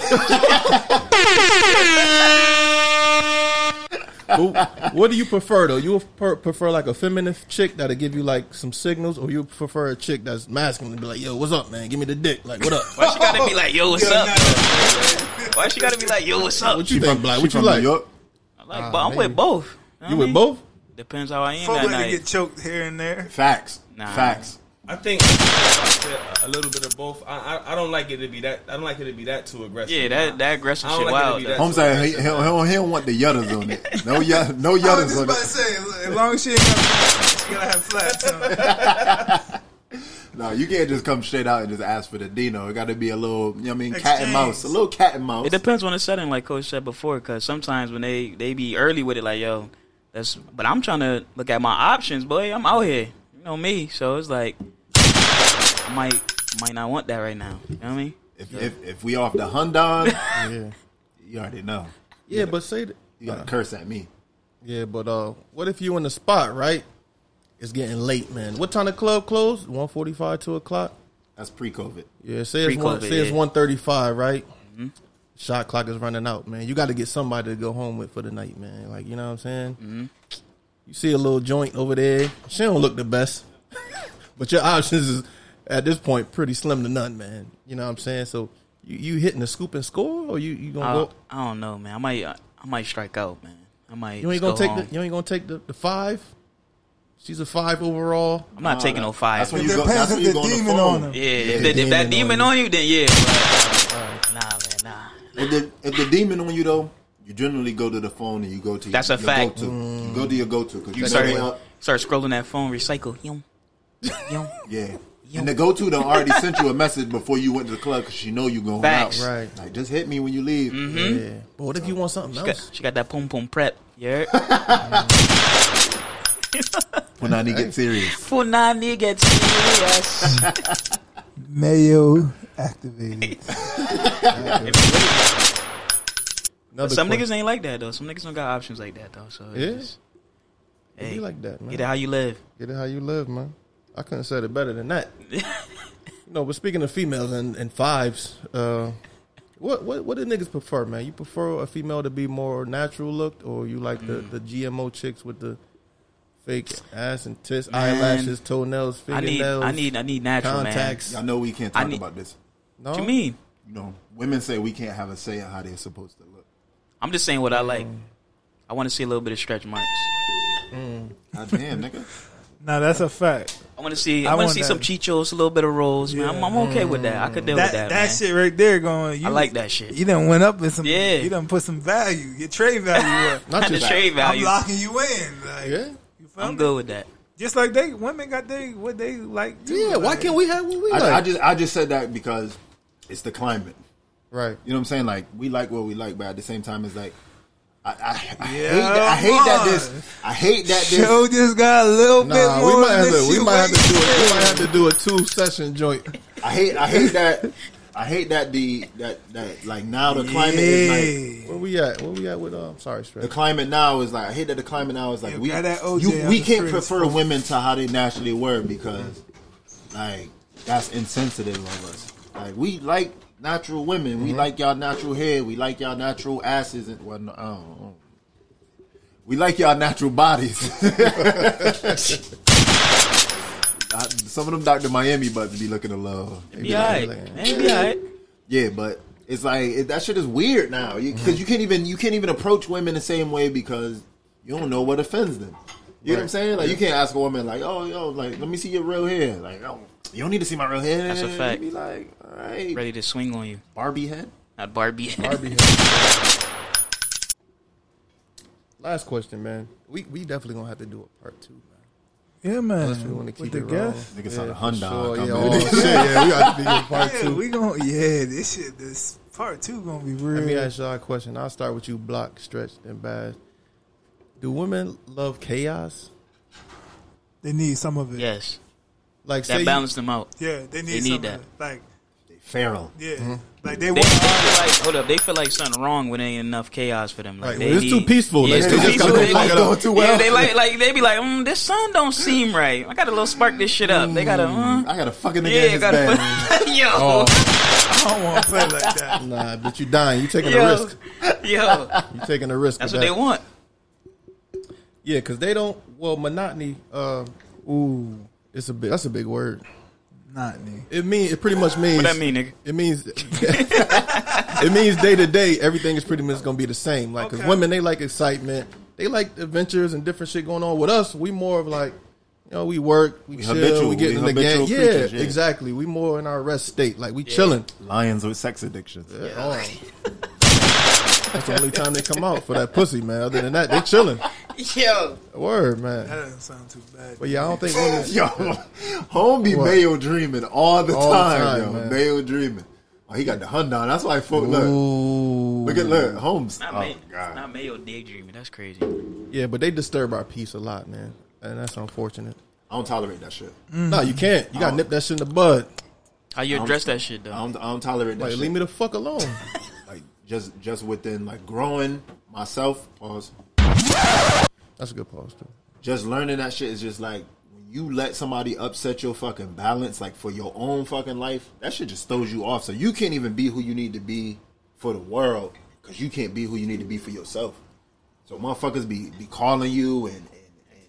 Speaker 4: But what do you prefer though? You per- prefer like a feminine chick that'll give you like some signals, or you prefer a chick that's masculine and be like, "Yo, what's up, man? Give me the dick." Like, what up?
Speaker 6: Why she gotta be like, yo, what's up? Why she gotta be like, yo, what's up?
Speaker 4: What you think, Black? What you like?
Speaker 5: New York.
Speaker 6: I like, but I'm
Speaker 4: maybe.
Speaker 6: with both. know
Speaker 4: You
Speaker 6: what I
Speaker 4: with
Speaker 6: mean?
Speaker 4: both?
Speaker 6: Depends how I am
Speaker 7: Folk
Speaker 6: that
Speaker 7: let it
Speaker 6: night.
Speaker 7: get choked here and there.
Speaker 5: Facts.
Speaker 6: Nah.
Speaker 5: Facts.
Speaker 9: I think I think I said a little bit of both. I, I I don't like it to be that. I don't like it to be that too aggressive.
Speaker 6: Yeah, that that aggressive
Speaker 9: I don't
Speaker 6: shit
Speaker 9: like it to
Speaker 6: wild.
Speaker 9: be
Speaker 6: though.
Speaker 9: that-
Speaker 5: Holmes said he, he, he, don't- he don't want the yudders on it. No, y- no
Speaker 7: I was
Speaker 5: yudders
Speaker 7: just
Speaker 5: on
Speaker 7: about to
Speaker 5: it.
Speaker 7: say, look, as long as she ain't got flat, she gotta have flats. on.
Speaker 5: No, you can't just come straight out and just ask for the Dino. It got to be a little, you know what I mean, cat and
Speaker 7: Exchange.
Speaker 5: mouse. A little cat and mouse.
Speaker 6: It depends on the setting, like Coach said before, because sometimes when they they be early with it, like yo, that's. But I'm trying to look at my options, boy. I'm out here, you know me. So it's like I might might not want that right now. You know what I mean?
Speaker 5: If, if, if we off the Hundon,
Speaker 4: Yeah,
Speaker 5: you already know.
Speaker 4: yeah, but say that.
Speaker 5: You
Speaker 7: Uh.
Speaker 5: got to curse at me.
Speaker 4: Yeah, but uh, what if you in the spot right? It's getting late, man. What time the club close? One forty-five, two o'clock.
Speaker 5: That's pre-COVID.
Speaker 4: Yeah, say it's one,
Speaker 6: Pre-COVID,
Speaker 4: say it's
Speaker 6: yeah. Mm-hmm.
Speaker 4: one thirty-five, right? Shot clock is running out, man. You got to get somebody to go home with for the night, man. Like you know what I'm saying?
Speaker 6: Mm-hmm.
Speaker 4: You see a little joint over there. She don't look the best, but your options is at this point pretty slim to none, man. You know what I'm saying? So you, you hitting the scoop and score, or you you gonna
Speaker 6: I,
Speaker 4: go?
Speaker 6: Uh, I don't know, man. I might uh, I might strike out, man. I might.
Speaker 4: You ain't
Speaker 6: just
Speaker 4: gonna
Speaker 6: go
Speaker 4: take
Speaker 6: home.
Speaker 4: the you ain't gonna take the, the five. She's a five overall.
Speaker 6: I'm not taking no five.
Speaker 5: That's when
Speaker 7: It
Speaker 5: you go.
Speaker 7: depends
Speaker 5: That's when
Speaker 7: if the
Speaker 5: you go on the
Speaker 7: demon on
Speaker 5: phone.
Speaker 7: him.
Speaker 6: yeah, if, the, if that demon on you, then yeah. But, nah, man, nah.
Speaker 5: If the, if the demon on you though, you generally go to the phone and you go to
Speaker 6: That's a
Speaker 5: your
Speaker 6: fact.
Speaker 5: Go-to. You go to your go-to because you, know
Speaker 6: Start,
Speaker 5: they up.
Speaker 6: start scrolling that phone, recycle. Yum, yum.
Speaker 5: Yeah.
Speaker 6: Yo.
Speaker 5: And the go-to done already sent you a message before you went to the club because she know you going
Speaker 6: Facts.
Speaker 5: out.
Speaker 4: Right.
Speaker 5: Like, just hit me when you leave.
Speaker 7: Mm-hmm.
Speaker 4: Yeah. But what if you want something
Speaker 6: Hmm? She got,
Speaker 4: else?
Speaker 6: she got that pom pom prep. Yeah.
Speaker 5: When I need to get serious.
Speaker 6: For nine niggas. Yes.
Speaker 7: Mayo activated.
Speaker 4: Another
Speaker 6: Some
Speaker 4: question.
Speaker 6: niggas ain't like that though. Some niggas don't got options like that though. So it's
Speaker 4: Yeah.
Speaker 6: just-
Speaker 4: It
Speaker 6: Hey,
Speaker 4: be like that, man.
Speaker 6: Get it how you live.
Speaker 4: Get it how you live, man. I couldn't have said it better than that. you know, but speaking of females and, and fives, uh, what what what do niggas prefer, man? You
Speaker 6: Hmm.
Speaker 4: prefer a female to be more natural looked, or you like the, the GMO chicks with the Fake ass and tits,
Speaker 6: Man.
Speaker 4: eyelashes, toenails,
Speaker 6: I need,
Speaker 4: fingernails.
Speaker 6: I need, I need natural
Speaker 4: contacts.
Speaker 5: Y'all know we can't talk
Speaker 6: I need-
Speaker 5: about this.
Speaker 6: man.
Speaker 4: No?
Speaker 6: What you mean?
Speaker 5: You know, women say we can't have a say in how they're supposed to look.
Speaker 6: I'm just saying what I like.
Speaker 4: Mm.
Speaker 6: I want to see a little bit of stretch marks.
Speaker 5: God damn, nigga.
Speaker 7: Now that's a fact.
Speaker 6: I want to see,
Speaker 7: I
Speaker 6: I want
Speaker 7: want
Speaker 6: to see
Speaker 7: that.
Speaker 6: some chichos, a little bit of rolls, man. I'm, I'm okay with that. I could deal
Speaker 7: That
Speaker 6: with that.
Speaker 7: that,
Speaker 6: man.
Speaker 7: shit right there going. You,
Speaker 6: I like that shit.
Speaker 7: You done went up in some.
Speaker 6: Yeah.
Speaker 7: You done put some value. Your trade value up.
Speaker 4: Not
Speaker 6: And the
Speaker 4: just
Speaker 6: trade
Speaker 7: I'm
Speaker 6: value. I'm,
Speaker 7: locking you in. Like,
Speaker 4: Yeah.
Speaker 7: You feel me?
Speaker 6: good with that.
Speaker 7: Just like they women got they what they like. too,
Speaker 4: Yeah, why
Speaker 7: like-
Speaker 4: can't we have what we
Speaker 5: I,
Speaker 4: like?
Speaker 5: I just I just said that because it's the climate.
Speaker 4: right.
Speaker 5: You know what I'm saying? Like we like what we like, but at the same time, it's like I, I, I hate
Speaker 7: Yeah,
Speaker 5: that, I hate that
Speaker 7: man.
Speaker 5: this I hate that this.
Speaker 7: Show just got a little
Speaker 4: Nah,
Speaker 7: bit more.
Speaker 4: we might have
Speaker 7: than
Speaker 4: to. We
Speaker 7: she
Speaker 4: might have to
Speaker 7: weighs.
Speaker 4: do it. We might have to do a two session joint.
Speaker 5: I hate I hate that I hate that the that that like now the climate is like.
Speaker 7: Yeah.
Speaker 4: Where we at? Where we at with? Um, sorry,
Speaker 5: The
Speaker 4: Stretch.
Speaker 5: climate now is like I hate that the climate now is like
Speaker 7: Yo,
Speaker 5: we
Speaker 7: got that OJ
Speaker 5: you,
Speaker 7: out
Speaker 5: we
Speaker 7: the
Speaker 5: can't
Speaker 7: streets.
Speaker 5: prefer women to how they naturally were because like that's insensitive of us. Like we like natural women, we
Speaker 7: Mm-hmm.
Speaker 5: like y'all natural hair, we like y'all natural asses, and well, no, I don't, I don't. we like y'all natural bodies. I- Some of them Dr. Miami but to be looking to love.
Speaker 6: Be alright, man. Be alright.
Speaker 5: Yeah, but it's like it, that shit is weird now because you can't even you can't even approach women the same way because you don't know what offends them. You know what I'm saying? Like you can't ask a woman like, "Oh, yo, like let me see your real hair." Like, oh, you don't need to see my real hair.
Speaker 6: That's a fact.
Speaker 5: You be like, all right,
Speaker 6: Ready to swing on you,
Speaker 5: Barbie head.
Speaker 6: not Barbie.
Speaker 4: Barbie. Last question, man. We we definitely gonna have to do a part two, man.
Speaker 7: Yeah, man.
Speaker 4: Unless we want to keep
Speaker 7: With the
Speaker 4: it rolling.
Speaker 7: guests?
Speaker 5: Nigga sound
Speaker 4: Yeah,
Speaker 5: a
Speaker 4: for
Speaker 5: Hyundai
Speaker 4: sure.
Speaker 5: company.
Speaker 4: Yeah, oh, shit, yeah, we got to do a part
Speaker 7: Yeah,
Speaker 4: two.
Speaker 7: we gon' yeah, this shit this part two gonna be real.
Speaker 4: Let me ask y'all a question. I'll start with you, Block, Stretch, and Baz. Do women love chaos?
Speaker 7: they need some of it.
Speaker 6: Yes,
Speaker 4: Like say
Speaker 6: that
Speaker 4: you-
Speaker 6: balanced them out.
Speaker 7: Yeah, they need,
Speaker 6: They need
Speaker 7: some
Speaker 6: that.
Speaker 7: Of it. Like
Speaker 5: Feral.
Speaker 7: yeah.
Speaker 4: Mm-hmm.
Speaker 7: Like they
Speaker 6: They, they
Speaker 7: want
Speaker 6: feel like hold up. They feel like something wrong when ain't enough chaos for them. Like
Speaker 4: Right,
Speaker 6: they
Speaker 4: well, it's too
Speaker 6: need-
Speaker 4: peaceful.
Speaker 6: Yeah,
Speaker 4: Like,
Speaker 6: it's
Speaker 4: they
Speaker 6: too
Speaker 4: just gotta
Speaker 6: peaceful.
Speaker 4: go
Speaker 6: They
Speaker 4: fuck
Speaker 6: like,
Speaker 4: it up.
Speaker 5: Going too well.
Speaker 6: Yeah, they like like they be like, mm, this sun don't seem right. I gotta little spark this shit up. They gotta, mm,
Speaker 5: I got a fucking nigga in
Speaker 6: yeah,
Speaker 5: his
Speaker 6: gotta.
Speaker 5: bed.
Speaker 6: Put, yo,
Speaker 4: Oh,
Speaker 7: I don't wanna play like that.
Speaker 4: Nah, but you dying. You taking a
Speaker 6: yo,
Speaker 4: risk.
Speaker 6: yo.
Speaker 4: You taking a risk.
Speaker 6: That's
Speaker 4: with
Speaker 6: what they
Speaker 4: that.
Speaker 6: want.
Speaker 4: Yeah, because they don't. Well, monotony. Uh,
Speaker 7: Ooh,
Speaker 4: it's a big. That's a big word.
Speaker 7: not me.
Speaker 4: It mean. It pretty much means.
Speaker 6: What that mean, nigga?
Speaker 4: It means. it means day to day, everything is pretty much gonna be the same. Like, cause
Speaker 7: Okay.
Speaker 4: women they like excitement. They like adventures and different shit going on. With us, we more of like, you know, we work, we, chill,
Speaker 5: habitual-
Speaker 4: we get
Speaker 5: we
Speaker 4: in the game.
Speaker 5: habitual creatures,
Speaker 4: yeah,
Speaker 5: yeah.
Speaker 4: exactly. We more in our rest state. Like we chilling.
Speaker 5: Lions with sex addictions.
Speaker 4: Oh. That's the only time they come out for that pussy, man. Other than that, they chilling.
Speaker 6: Yo,
Speaker 4: Word, man.
Speaker 7: That doesn't sound too bad.
Speaker 4: But yeah, I don't think women.
Speaker 5: Yo, home be
Speaker 4: What?
Speaker 5: Mayo dreaming all the
Speaker 4: All the
Speaker 5: time,
Speaker 4: time,
Speaker 5: yo.
Speaker 4: man.
Speaker 5: Mayo dreaming. Oh, he got the Hyundai. That's why folk look.
Speaker 4: Ooh.
Speaker 5: Look at look, Holmes.
Speaker 6: not,
Speaker 5: oh
Speaker 6: May-
Speaker 5: god.
Speaker 6: not Mayo daydreaming. That's crazy. Yo,
Speaker 4: Yeah, but they disturb our peace a lot, man, and that's unfortunate.
Speaker 5: I don't tolerate that shit.
Speaker 4: No, you can't. You got to nip that shit in the bud.
Speaker 6: How you address that shit
Speaker 5: I
Speaker 6: though?
Speaker 5: don't, I don't tolerate that
Speaker 4: Like,
Speaker 5: shit.
Speaker 4: leave me the fuck alone.
Speaker 5: Like just just within like growing myself pause.
Speaker 4: That's a good pause too.
Speaker 5: Just learning that shit is just like when you let somebody upset your fucking balance, like for your own fucking life, that shit just throws you off. So you can't even be who you need to be for the world because you can't be who you need to be for yourself. So motherfuckers be be calling you and and, and,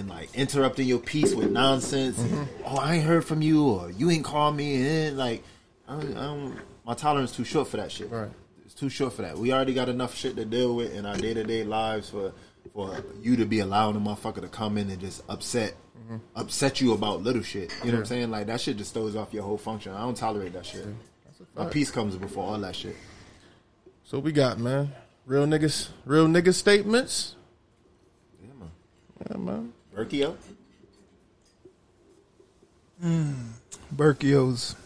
Speaker 5: and like interrupting your peace with nonsense. And, oh, I ain't heard from you, or you ain't called me, and like I don't, I don't, my tolerance too short for that shit.
Speaker 4: Right.
Speaker 5: It's too short for that. We already got enough shit to deal with in our day to day lives for for you to be allowing a motherfucker to come in and just upset upset you about little shit. You know what I'm saying? Like that shit just throws off your whole function. I don't tolerate that shit. My peace comes before all that shit.
Speaker 4: So we got man, real niggas, real niggas statements.
Speaker 5: Yeah, man.
Speaker 4: Yeah, man.
Speaker 5: Berkio?
Speaker 7: Berkio's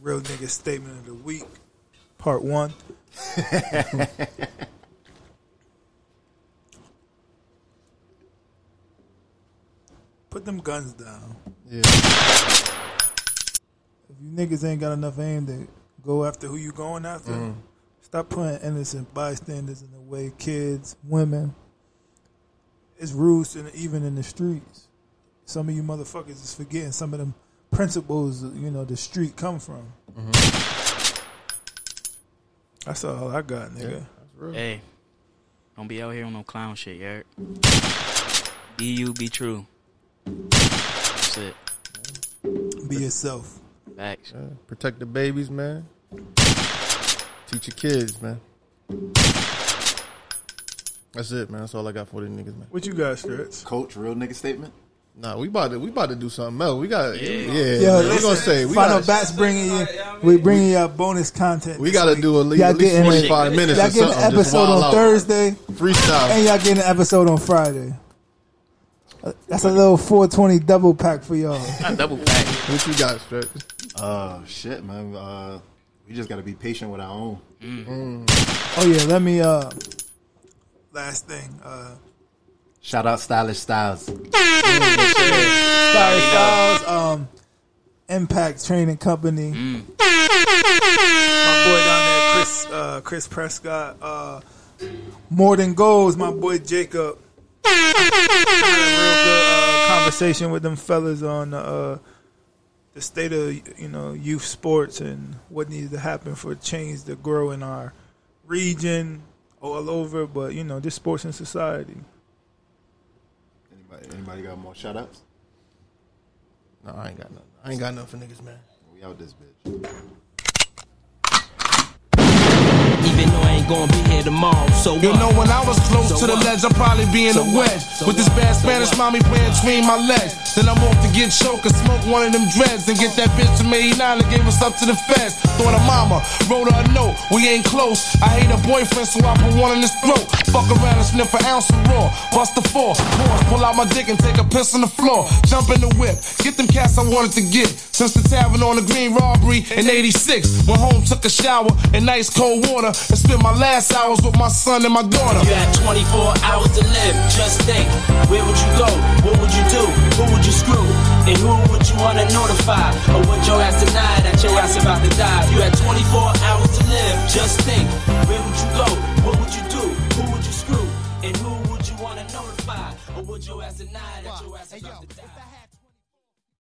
Speaker 7: real nigga statement of the week, part one. Put them guns down.
Speaker 4: Yeah.
Speaker 7: If you niggas ain't got enough aim to go after who you going after,
Speaker 4: Mm.
Speaker 7: stop putting innocent bystanders in the way. Kids, women. It's rules in, even in the streets. Some of you motherfuckers is forgetting some of them principles. You know the street come from.
Speaker 4: Mm-hmm.
Speaker 7: That's all I got, nigga.
Speaker 6: Hey, don't be out here on no clown shit, Eric. Be you, be true. That's it.
Speaker 7: Be yourself.
Speaker 6: Facts.
Speaker 4: Protect the babies, man. Teach your kids, man. That's it, man. That's all I got for the niggas, man.
Speaker 7: What you got, Stretch?
Speaker 5: Coach, real nigga statement.
Speaker 4: Nah, we about to we about to do something else. We got yeah.
Speaker 7: Yo,
Speaker 4: man, we
Speaker 7: listen,
Speaker 4: gonna say we
Speaker 7: Final
Speaker 4: got
Speaker 7: Bats bringing you. We bringing you bonus content.
Speaker 4: we
Speaker 7: this
Speaker 4: got to
Speaker 7: week.
Speaker 4: do at least,
Speaker 7: Y'all
Speaker 4: at least
Speaker 7: getting-
Speaker 4: twenty five minutes
Speaker 7: Y'all
Speaker 4: or
Speaker 7: getting
Speaker 4: something.
Speaker 7: an
Speaker 4: Just
Speaker 7: episode
Speaker 4: wild
Speaker 7: on
Speaker 4: out.
Speaker 7: Thursday, and
Speaker 4: freestyle.
Speaker 7: y'all getting an episode on Friday. Uh, That's a little 420 double pack for y'all.
Speaker 6: Not double pack.
Speaker 4: What you got, Stretch?
Speaker 5: Uh, shit, man. Uh, we just gotta be patient with our own.
Speaker 7: Oh yeah, let me. uh Last thing, uh
Speaker 5: Shout out Stylish Styles.
Speaker 7: Sorry, Styles, um, Impact Training Company. My boy down there, Chris, uh, Chris Prescott. Uh, More than goals, my boy Jacob. Had a real good uh, conversation with them fellas on uh, the state of you know youth sports and what needs to happen for change to grow in our region, all over. But you know, just sports and society.
Speaker 5: Anybody, anybody got more shout outs?
Speaker 4: No, I ain't got nothing. I ain't got nothing for niggas, man.
Speaker 5: We out this bitch.
Speaker 10: Even though I ain't gonna be here tomorrow, so
Speaker 2: You
Speaker 10: what?
Speaker 2: know when I was close
Speaker 10: So
Speaker 2: to the
Speaker 10: what?
Speaker 2: ledge, I'd probably be in
Speaker 10: So
Speaker 2: the
Speaker 10: what?
Speaker 2: wedge
Speaker 10: So
Speaker 2: with this
Speaker 10: what?
Speaker 2: bad
Speaker 10: So
Speaker 2: Spanish
Speaker 10: what?
Speaker 2: mommy playing between my legs. Then I'm off to get choked and smoke one of them dreads and get that bitch to me nine and gave us up to the feds. Thought her mama wrote her a note. We ain't close. I hate her boyfriend, so I put one in his throat. Fuck around and sniff an ounce of raw. Bust the four, pause, pull out my dick and take a piss on the floor. Jump in the whip, get them cats I wanted to get. Since the tavern on the green robbery in '86, went home, took a shower in ice cold water, and spent my last hours with my son and my daughter.
Speaker 10: You got 24 hours to live, just think. Where would you go? What would you do? Who would you screw? And who would you wanna notify? Or would your ass deny that your ass about to die? You had 24 hours to live, just think. Where would you go? What would you do? Who would you screw? And who would you wanna notify? Or would your ass deny that your ass about to die?